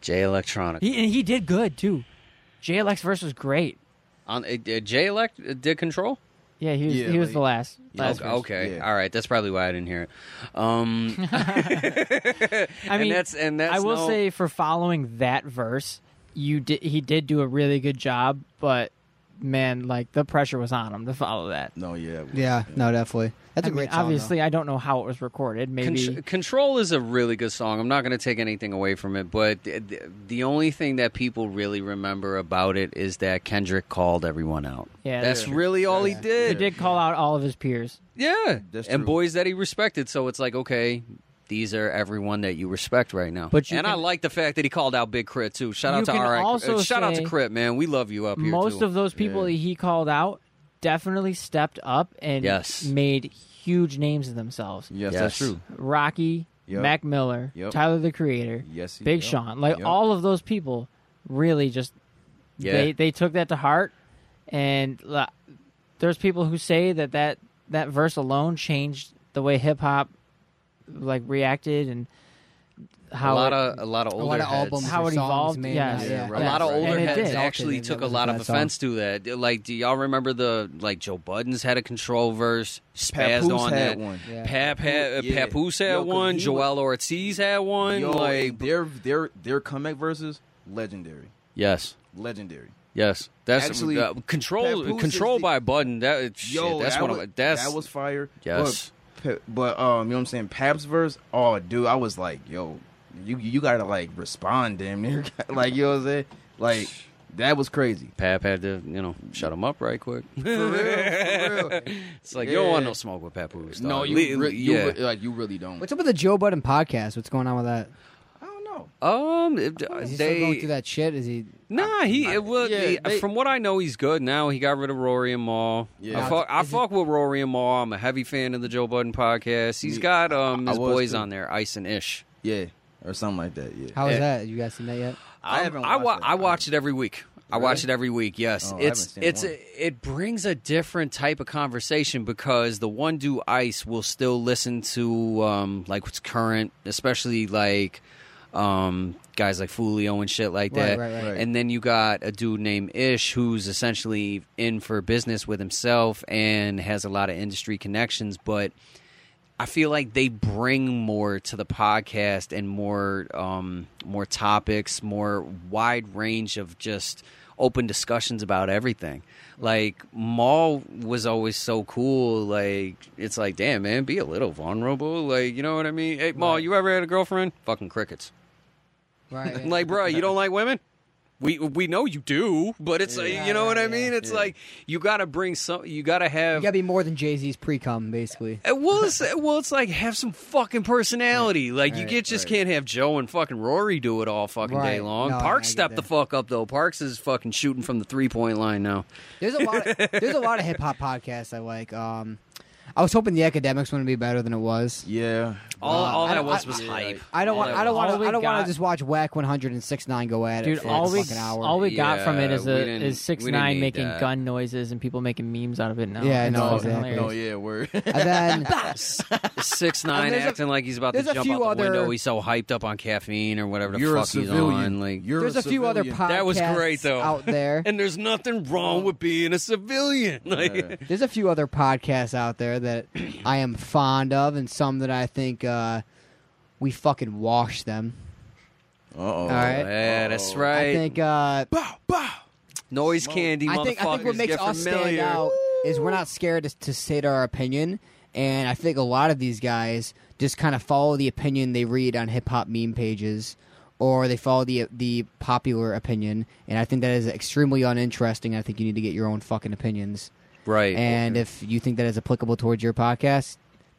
Jay Electronic.
He and he did good too. Jay Elect's verse was great.
on, uh, uh, Jay Elect uh, did control.
Yeah, he was
Yeah,
he was
like-
the last. last
Okay,
verse.
okay.
Yeah.
all right. That's probably why I didn't hear it. Um,
I mean,
and that's and that's.
I will
no-
say for following that verse, you did he did do a really good job, but man, like the pressure was on him to follow that.
No, yeah, well,
Yeah, no, definitely. That's
I
a
mean,
great song. though.
obviously, I don't know how it was recorded. Maybe
Contr- Control is a really good song. I'm not going to take anything away from it, but th- th- the only thing that people really remember about it is that Kendrick called everyone out.
Yeah,
that's
that's
really all he
Yeah.
he
did.
did call out all of his peers.
Yeah,
That's
and
true.
boys that he respected. So it's like, okay, these are everyone that you respect right now.
But you
and I
can-
like the fact that he called out Big Crit too. Shout
You
out to
can
RX. uh,
also
shout out to
say
Crit, man. We love you up here.
Most
too.
of those people
Yeah.
that he called out definitely stepped up and
Yes.
made huge names of themselves.
yes,
Yes.
that's true.
Rocky,
Yep.
Mac Miller,
Yep.
Tyler the Creator,
Yes, he-
Big
yep.
Sean, like
Yep.
all of those people, really just
Yeah.
they they took that to heart, and la- there's people who say that that that verse alone changed the way hip hop like reacted and how
a lot
it-
of a lot of older
a lot of
heads.
albums,
How
or
it
songs
evolved,
made
yeah.
now,
Yeah,
A
Yeah.
lot of older
And it
heads
did.
actually took a lot of offense to that. Like, do y'all remember the like Joe Budden's had a control verse, spazzed
Papoose
on
had
that.
one.
Yeah.
Pap had, uh,
Yeah.
Papoose had
Yo, 'cause
one.
he was-
Joel Ortiz had one.
Yo,
like,
their their their comeback verses legendary,
yes,
legendary.
yes, that's
Actually,
uh, control.
Papoose is
control
the-
by Budden. That shit,
Yo,
that's
that
one
was,
of my. That's
that was fire.
Yes.
But, but um, you know what I'm saying? Pap's verse. Oh, dude, I was like, yo, you you gotta like respond, damn near. like you know what I'm saying? Like That was crazy.
Pap had to, you know, shut him up right quick.
For real, for real.
It's like you don't want
Yeah.
no smoke with Papoose. Dog.
No, you,
Le-
re- you
yeah.
re- like you really don't.
What's up with the Joe Budden podcast? What's going on with that?
I don't know.
um, it-
Is he still going
they
through that shit? Is he?
nah, he it would.
yeah,
he-
they-
from what I know, he's good now. He got rid of Rory and Maul.
Yeah.
I fuck, I
Is it-
fuck with Rory and Maul. I'm a heavy fan of the Joe Budden podcast. He's
Yeah,
got um
I- I
his
was
boys
too.
on there, Ice and Ish.
Yeah, or something like that. Yeah.
How is
Yeah.
that? You guys seen that yet?
Um, I wa-
it.
I watch it every week. I watch it every week. Yes,
Oh, I
it's
haven't
it's
seen
it brings a different type of conversation because the one do ice will still listen to um like what's current, especially like um guys like Fulio and shit like
Right,
that.
right, right.
Right.
And then you got a dude named Ish who's essentially in for business with himself and has a lot of industry connections, but I feel like they bring more to the podcast and more um, more topics, more wide range of just open discussions about everything. Like Maul was always so cool. Like it's like, damn man, be a little vulnerable. Like you know what I mean? Hey Maul, you ever had a girlfriend? Fucking crickets.
Right.
I'm like, bro, you don't like women? We we know you do, but it's like, you know what I mean? It's like you got to bring some. You got to
you
have
gotta be more than Jay Z's pre cum, basically.
uh, Well, it's, uh, well, it's like have some fucking personality. Like you
Right,
get just
right.
can't have Joe and fucking Rory do it all fucking day
Right.
long.
No, I
Parks
get
stepped the
that.
fuck up though. Parks is fucking shooting from the three point line now.
There's a lot. Of, there's a lot of hip hop podcasts I like. Um, I was hoping the academics would be better than it was. Uh,
Yeah.
All, all
I
that
don't-
was
I-
was
I-
hype.
I don't
All
want.
that
I don't
was-
All
want.
we
I don't want
got-
to just watch Whack 100 and Six Nine go at it
Dude,
for
all
like
we
a fucking hour.
all we got from it
Yeah,
is
we
a,
didn't-
is six
we didn't
nine
need
making
that.
gun noises and people making memes out of it now.
Yeah, I
It's
know,
No,
fucking
exactly.
no,
hilarious.
yeah, word.
and then
Six nine
And there's a-
acting like he's about to
there's a
jump out
few
the
other-
window. He's so hyped up on caffeine or whatever the
You're a
fuck he's
civilian.
on. Like,
You're
there's a few other podcasts
That was great, though.
out there.
and there's nothing wrong with being a civilian. Like,
Yeah.
There's a few other podcasts out there that I am fond of, and some that I think uh, we fucking wash them.
Uh oh. All
right.
yeah, that's
Oh.
right.
I think. Uh,
Bow, bow.
Noise candy,
I think. I think what
motherfuckers,
makes
get
us stand
familiar.
out is we're not scared to, to state our opinion, and I think a lot of these guys just kind of follow the opinion they read on hip hop meme pages. Or they follow the the popular opinion, and I think that is extremely uninteresting. I think you need to get your own fucking opinions.
right?
And if you think that is applicable towards your podcast,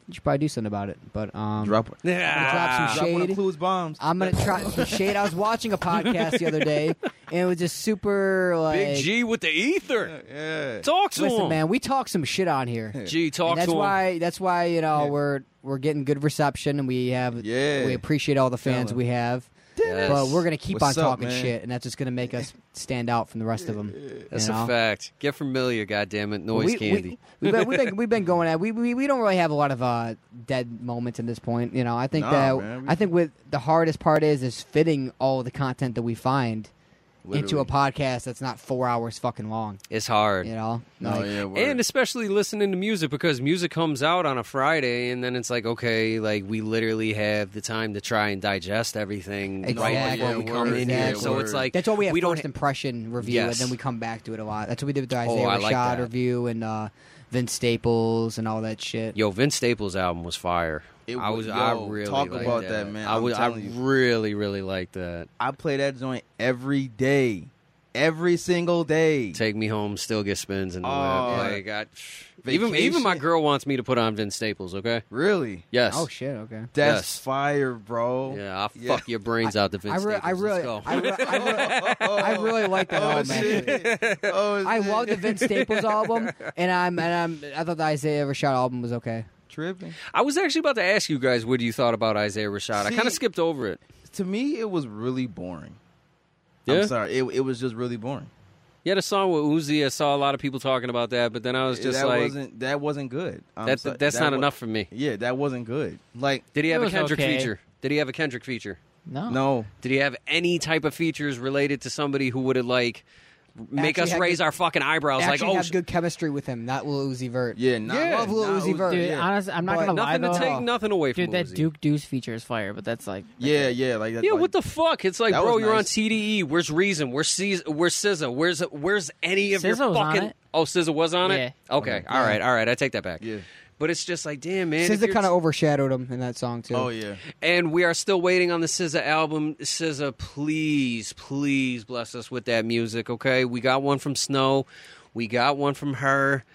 you should probably do something about it. But um,
Drop.
yeah.
some
Drop one
Shade.
of Clues bombs.
I'm gonna try some shade. I was watching a podcast the other day, and it was just super like.
Big G with the ether.
Yeah.
Talk to
Listen,
him.
man, we talk some shit on here.
G, talk
And that's
to him.
why. That's why you know we're we're getting good reception, and we have.
Yeah.
We appreciate all the fans
Tell 'em.
we have.
Yes.
But we're gonna keep
What's
on
up,
talking
man?
shit, and that's just gonna make us stand out from the rest of them.
That's
you know?
a fact. Get familiar, goddammit. Noise
we,
candy.
We, have been, we've, been, we've been going at we, we we don't really have a lot of uh, dead moments at this point. You know, I think
Nah,
that
man, we-
I think with the hardest part is is fitting all the content that we find into a
Literally.
podcast that's not four hours fucking long.
it's hard.
You know,
No,
Like,
Oh, yeah, word.
And especially listening to music because music comes out on a Friday, and then it's like, okay, like we literally have the time to try and digest everything right
Exactly.
before we
Yeah,
come
word,
in here.
exactly.
So it's like
that's why we have
we don't.
first impression review,
Yes.
and then we come back to it a lot. That's what we did with the Isaiah
Oh, I
Rashad
like that.
review and uh, Vince Staples and all that shit.
Yo, Vince Staples' album was fire.
It
I
was-
was. I
yo,
really
talk
liked
about that, man.
I
I'm
was. I
telling you.
really, really liked that.
I play that joint every day, every single day.
Take me home, still get spins in the
Oh,
lab.
yeah.
Like I, even even my
Vacation.
girl wants me to put on Vince Staples. Okay.
Really?
Yes.
Oh shit! Okay.
That's
Yes.
fire, bro.
Yeah, I'll
Yeah.
fuck your brains out to Vince
I, re-
Staples.
I really,
Let's go.
I, re- I, re- I really like that
Oh,
album. actually.
shit. oh,
I
shit.
love the Vince Staples album, and I'm and I'm. I thought the Isaiah Rashad album was okay.
tripping.
I was actually about to ask you guys what you thought about Isaiah Rashad. I
See-
kind of skipped over it.
To me, it was really boring.
Yeah?
I'm sorry. It, it was just really boring.
You had a song with Uzi. I saw a lot of people talking about that, but then I was just
that
like,
wasn't that wasn't good. I'm
that,
sorry.
that's
That
not
wa-
enough for me.
Yeah, that wasn't good. Like
Did he have a
was
Kendrick
okay.
feature? Did he have a Kendrick feature?
No,
no,
Did he have any type of features related to somebody who would have like make
Actually
us
had
raise
good-
our fucking eyebrows? Like,
actually
oh,
have
sh-
good chemistry with him, not Lil Uzi Vert.
yeah, not,
Yeah,
not
love Lil Uzi Vert.
dude.
yeah.
Honest, I'm not
But-
gonna lie
nothing to
though.
take nothing away from
dude, that
Uzi.
Duke Deuce feature is fire, but that's like
yeah, yeah, like that's
Yeah,
like,
what the fuck? It's like,
That
bro,
was
you're on
nice.
TDE. Where's Reason? Where's Caesar? Where's SZA? Where's where's any of
SZA
your
was on
fucking?
it.
Oh, SZA was on it.
Yeah.
Okay. All right. All right. I take that back.
Yeah.
But it's just like, damn, man. if
SZA
you're-
kind of overshadowed him in that song too.
Oh yeah.
and we are still waiting on the SZA album. SZA, please, please bless us with that music. Okay, we got one from Snow, we got one from her.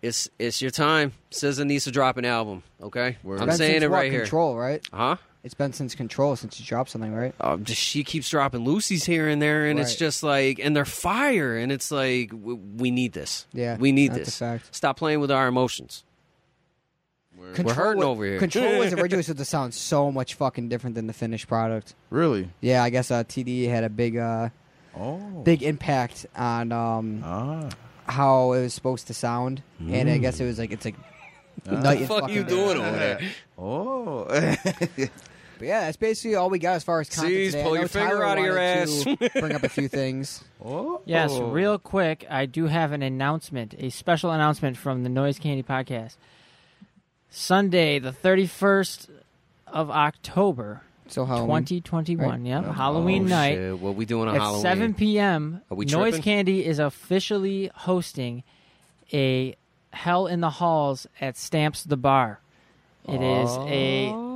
It's it's your time. SZA needs to drop an album. Okay,
Word.
I'm
It's been
saying
since
it
what,
right here.
Control, right?
Huh?
It's been since Control since she dropped something, right?
Um, just- she keeps dropping Lucy's here and there, and it's
Right.
just like, and they're fire, and it's like, we, we need this.
Yeah,
we need
that's a
this.
fact.
Stop playing with our emotions.
Control
hurting
wa-
over here.
Control was originally supposed to sound so much fucking different than the finished product.
Really?
Yeah, I guess uh, TDE had a big, uh,
Oh.
big impact on um,
ah.
how it was supposed to sound, and I guess it was like it's like night
The
and
fuck
fucking
you
day.
doing over there?
Oh.
But yeah, that's basically all we got as far as content.
Jeez,
today. I
pull
know
your finger
Tyler
outta your
wanted to bring up a few things.
oh.
Yes, real quick, I do have an announcement, a special announcement from the Noise Candy Podcast. Sunday, the 31st of October,
So how
2021, yeah, Halloween
Oh,
night.
shit. What we doing on
At
Halloween?
7 p.m.,
Are we
Noise
tripping?
Candy is officially hosting a Hell in the Halls at Stamps the Bar. It is
Oh.
a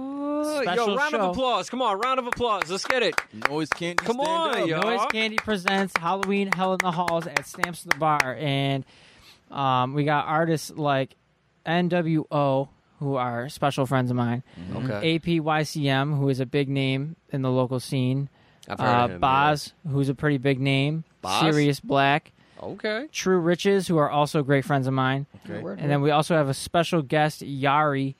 special
Yo, round
show.
of applause. Come on, round of applause. Let's get it.
Noise can't
Come on, yo.
Noise Candy presents Halloween Hell in the Halls at Stamps the Bar, and um, we got artists like NWO, who are special friends of mine,
Okay.
APYCM, who is a big name in the local scene,
I've heard
uh,
of him,
Boz, who's a pretty big name,
Boz?
Sirius Black,
yeah. Okay.
True Riches, who are also great friends of mine, and then we also have a special guest Yari,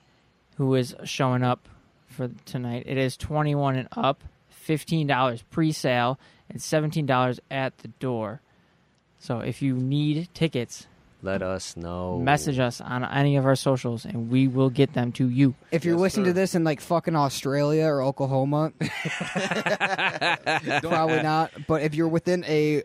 who is showing up for tonight. It is twenty one and up, fifteen dollars pre sale, and seventeen dollars at the door. So if you need tickets,
Let us know.
message us on any of our socials, and we will get them to you.
If you're
Yes,
listening
sir.
to this in like fucking Australia or Oklahoma, probably not. But if you're within a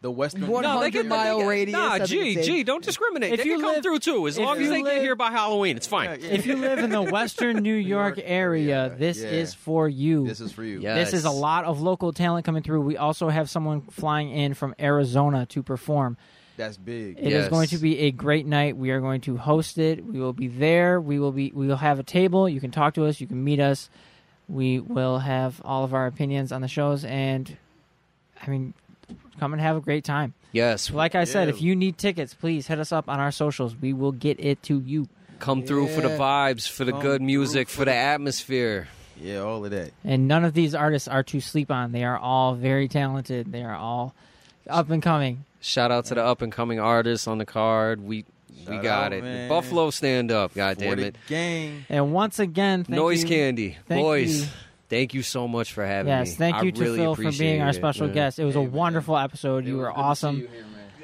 The Western.
What
No, they
100
can
mile
they can-
radius, I
Nah,
think
gee,
it's a-
gee, don't discriminate.
If
they
you
can come
live-
through too, as
if
long as
you
they
live-
get here by Halloween. It's fine.
If you live in the Western New York
York
area,
area,
this
yeah.
is for you.
This is for you.
Yeah.
This is a
Nice.
lot of local talent coming through. We also have someone flying in from Arizona to perform.
That's big.
It is
Yes.
going to be a great night. We are going to host it. We will be there. We will be we will have a table. You can talk to us, you can meet us. We will have all of our opinions on the shows and I mean come and have a great time.
Yes,
Like I said,
Yeah.
if you need tickets, please hit us up on our socials. We will get it to you.
come through for the
Yeah.
vibes, for the
Come
good
through
music,
for
for the
the-
atmosphere.
Yeah, all of that.
And none of these artists are to sleep on. They are all very talented. They are all up and coming.
Shout out to the up and coming artists on the card. We we
Shout
got
out,
it.
man.
Buffalo stand up. God
for
damn
the
it.
Gang.
And once again, thank
Noise
you.
Candy,
Thank
boys.
you.
Thank you so much for having me.
Yes, thank
I
you to
really
Phil for being our
appreciate it,
special
man.
guest. It was a wonderful episode. You were awesome.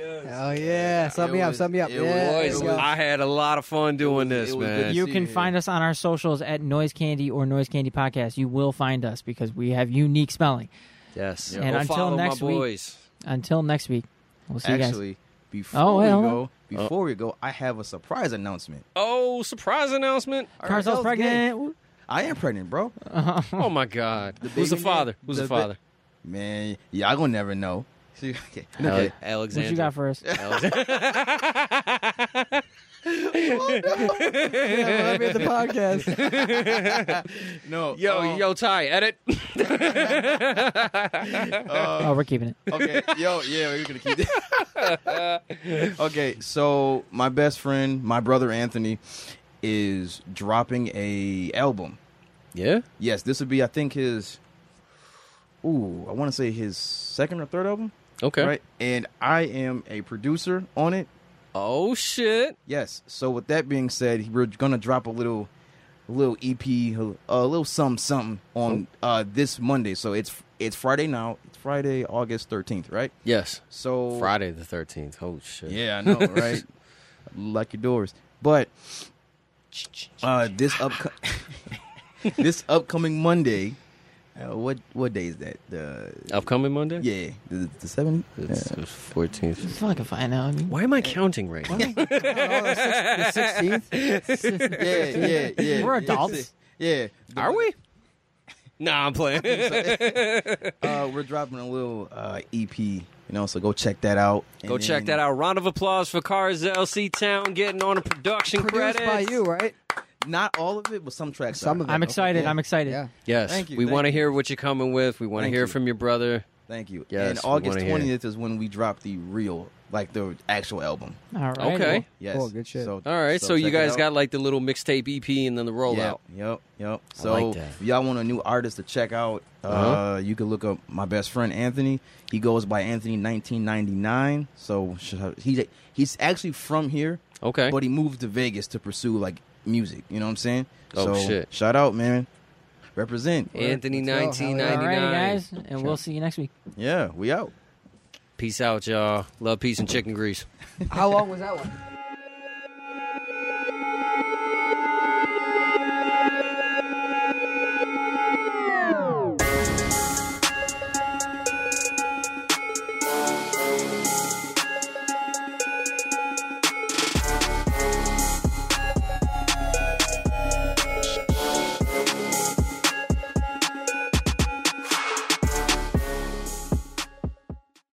oh yeah, sum
It
me up,
was-
sum me up,
it
yeah,
was-
Boys,
there you go.
I had a lot of fun doing
It was-
this,
it was
man.
good
You
see
can
you here.
find us on our socials at Noise Candy or Noise Candy Podcast. You will find us because we have unique spelling.
yes.
And
Go
until
follow
next
my
week-
boys.
Until next week, we'll see you guys.
Actually, before
Oh, wait,
we
hold
go, before we go, I have a surprise announcement.
Oh, surprise announcement.
Carcel's
Alright, that
pregnant.
was good. I am pregnant, bro.
Oh my God! Who's the
billionaire-
father? Who's the,
the bi-
father?
Man, y'all gonna never know. See, okay, okay.
Ale- Alexander.
What you got for us?
Yeah, let me at the podcast.
No,
Yo,
um,
yo, Ty, edit.
Oh, we're keeping it.
okay, yo, yeah, we're gonna keep it. okay, so my best friend, my brother Anthony, is dropping a album.
Yeah.
Yes, this would be, I think, his. Ooh, I want to say his second or third album,
Okay.
right? And I am a producer on it.
Oh shit.
Yes. So with that being said, we're gonna drop a little, a little EP, a a little something, something on uh, this Monday. So it's it's Friday now. It's Friday, August thirteenth, right?
Yes.
So
Friday the thirteenth. Oh shit.
Yeah, I know, right? Lucky doors. But uh, this upco- this upcoming Monday, uh, what what day is that? The
Upcoming Monday.
yeah, the, the seventh.
It's fourteenth.
Fuck if I know. I mean,
Why am I counting right now?
The sixteenth.
Yeah, yeah, yeah.
We're adults.
Yeah.
Are we? Nah, I'm playing.
uh, we're dropping a little uh, EP, you know, so go check that out.
Go check that out. Round of applause for Cars LC Town getting on a production
Produced by
credit.
you, right?
Not all of it, but some tracks.
Some
are.
of it.
I'm
Okay,
excited.
yeah.
I'm excited.
Yeah.
Yes,
Thank you,
we
thank
want to
you.
hear what you're coming with. We want to
Thank
hear
you.
from your brother.
Thank you.
Yes,
and
we
August
wanna hear.
20th is when we drop the real, like the actual album.
All right.
Okay.
Yes.
Cool, good shit.
So,
All right, so, you
check it
guys
out.
got like the little mixtape EP and then the rollout.
Yeah, yep, yep.
I
So
like that.
if y'all want a new artist to check out, uh
Uh-huh.
you can look up my best friend Anthony. He goes by Anthony 1999. So sh- he's he's actually from here,
Okay.
but he moved to Vegas to pursue like music. You know what I'm saying?
Oh,
so,
shit.
Shout out, man. Represent.
Anthony
Let's go. Hell yeah.
nineteen
All
ninety
right,
nine.
guys, and we'll see you next week.
Yeah, we out.
Peace out, y'all. Love, peace, and chicken grease.
How long was that one?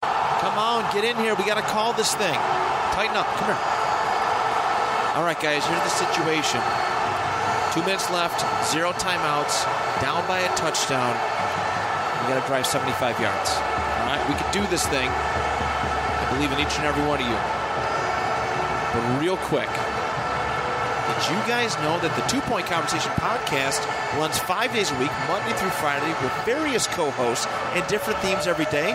Come on, get in here. We got to call this thing. Tighten up. Come here. All right, guys, here's the situation. Two minutes left, zero timeouts, down by a touchdown. We got to drive 75 yards. All right, we could do this thing. I believe in each and every one of you. But real quick, did you guys know that the Two Point Conversation podcast runs five days a week, Monday through Friday, with various co hosts and different themes every day?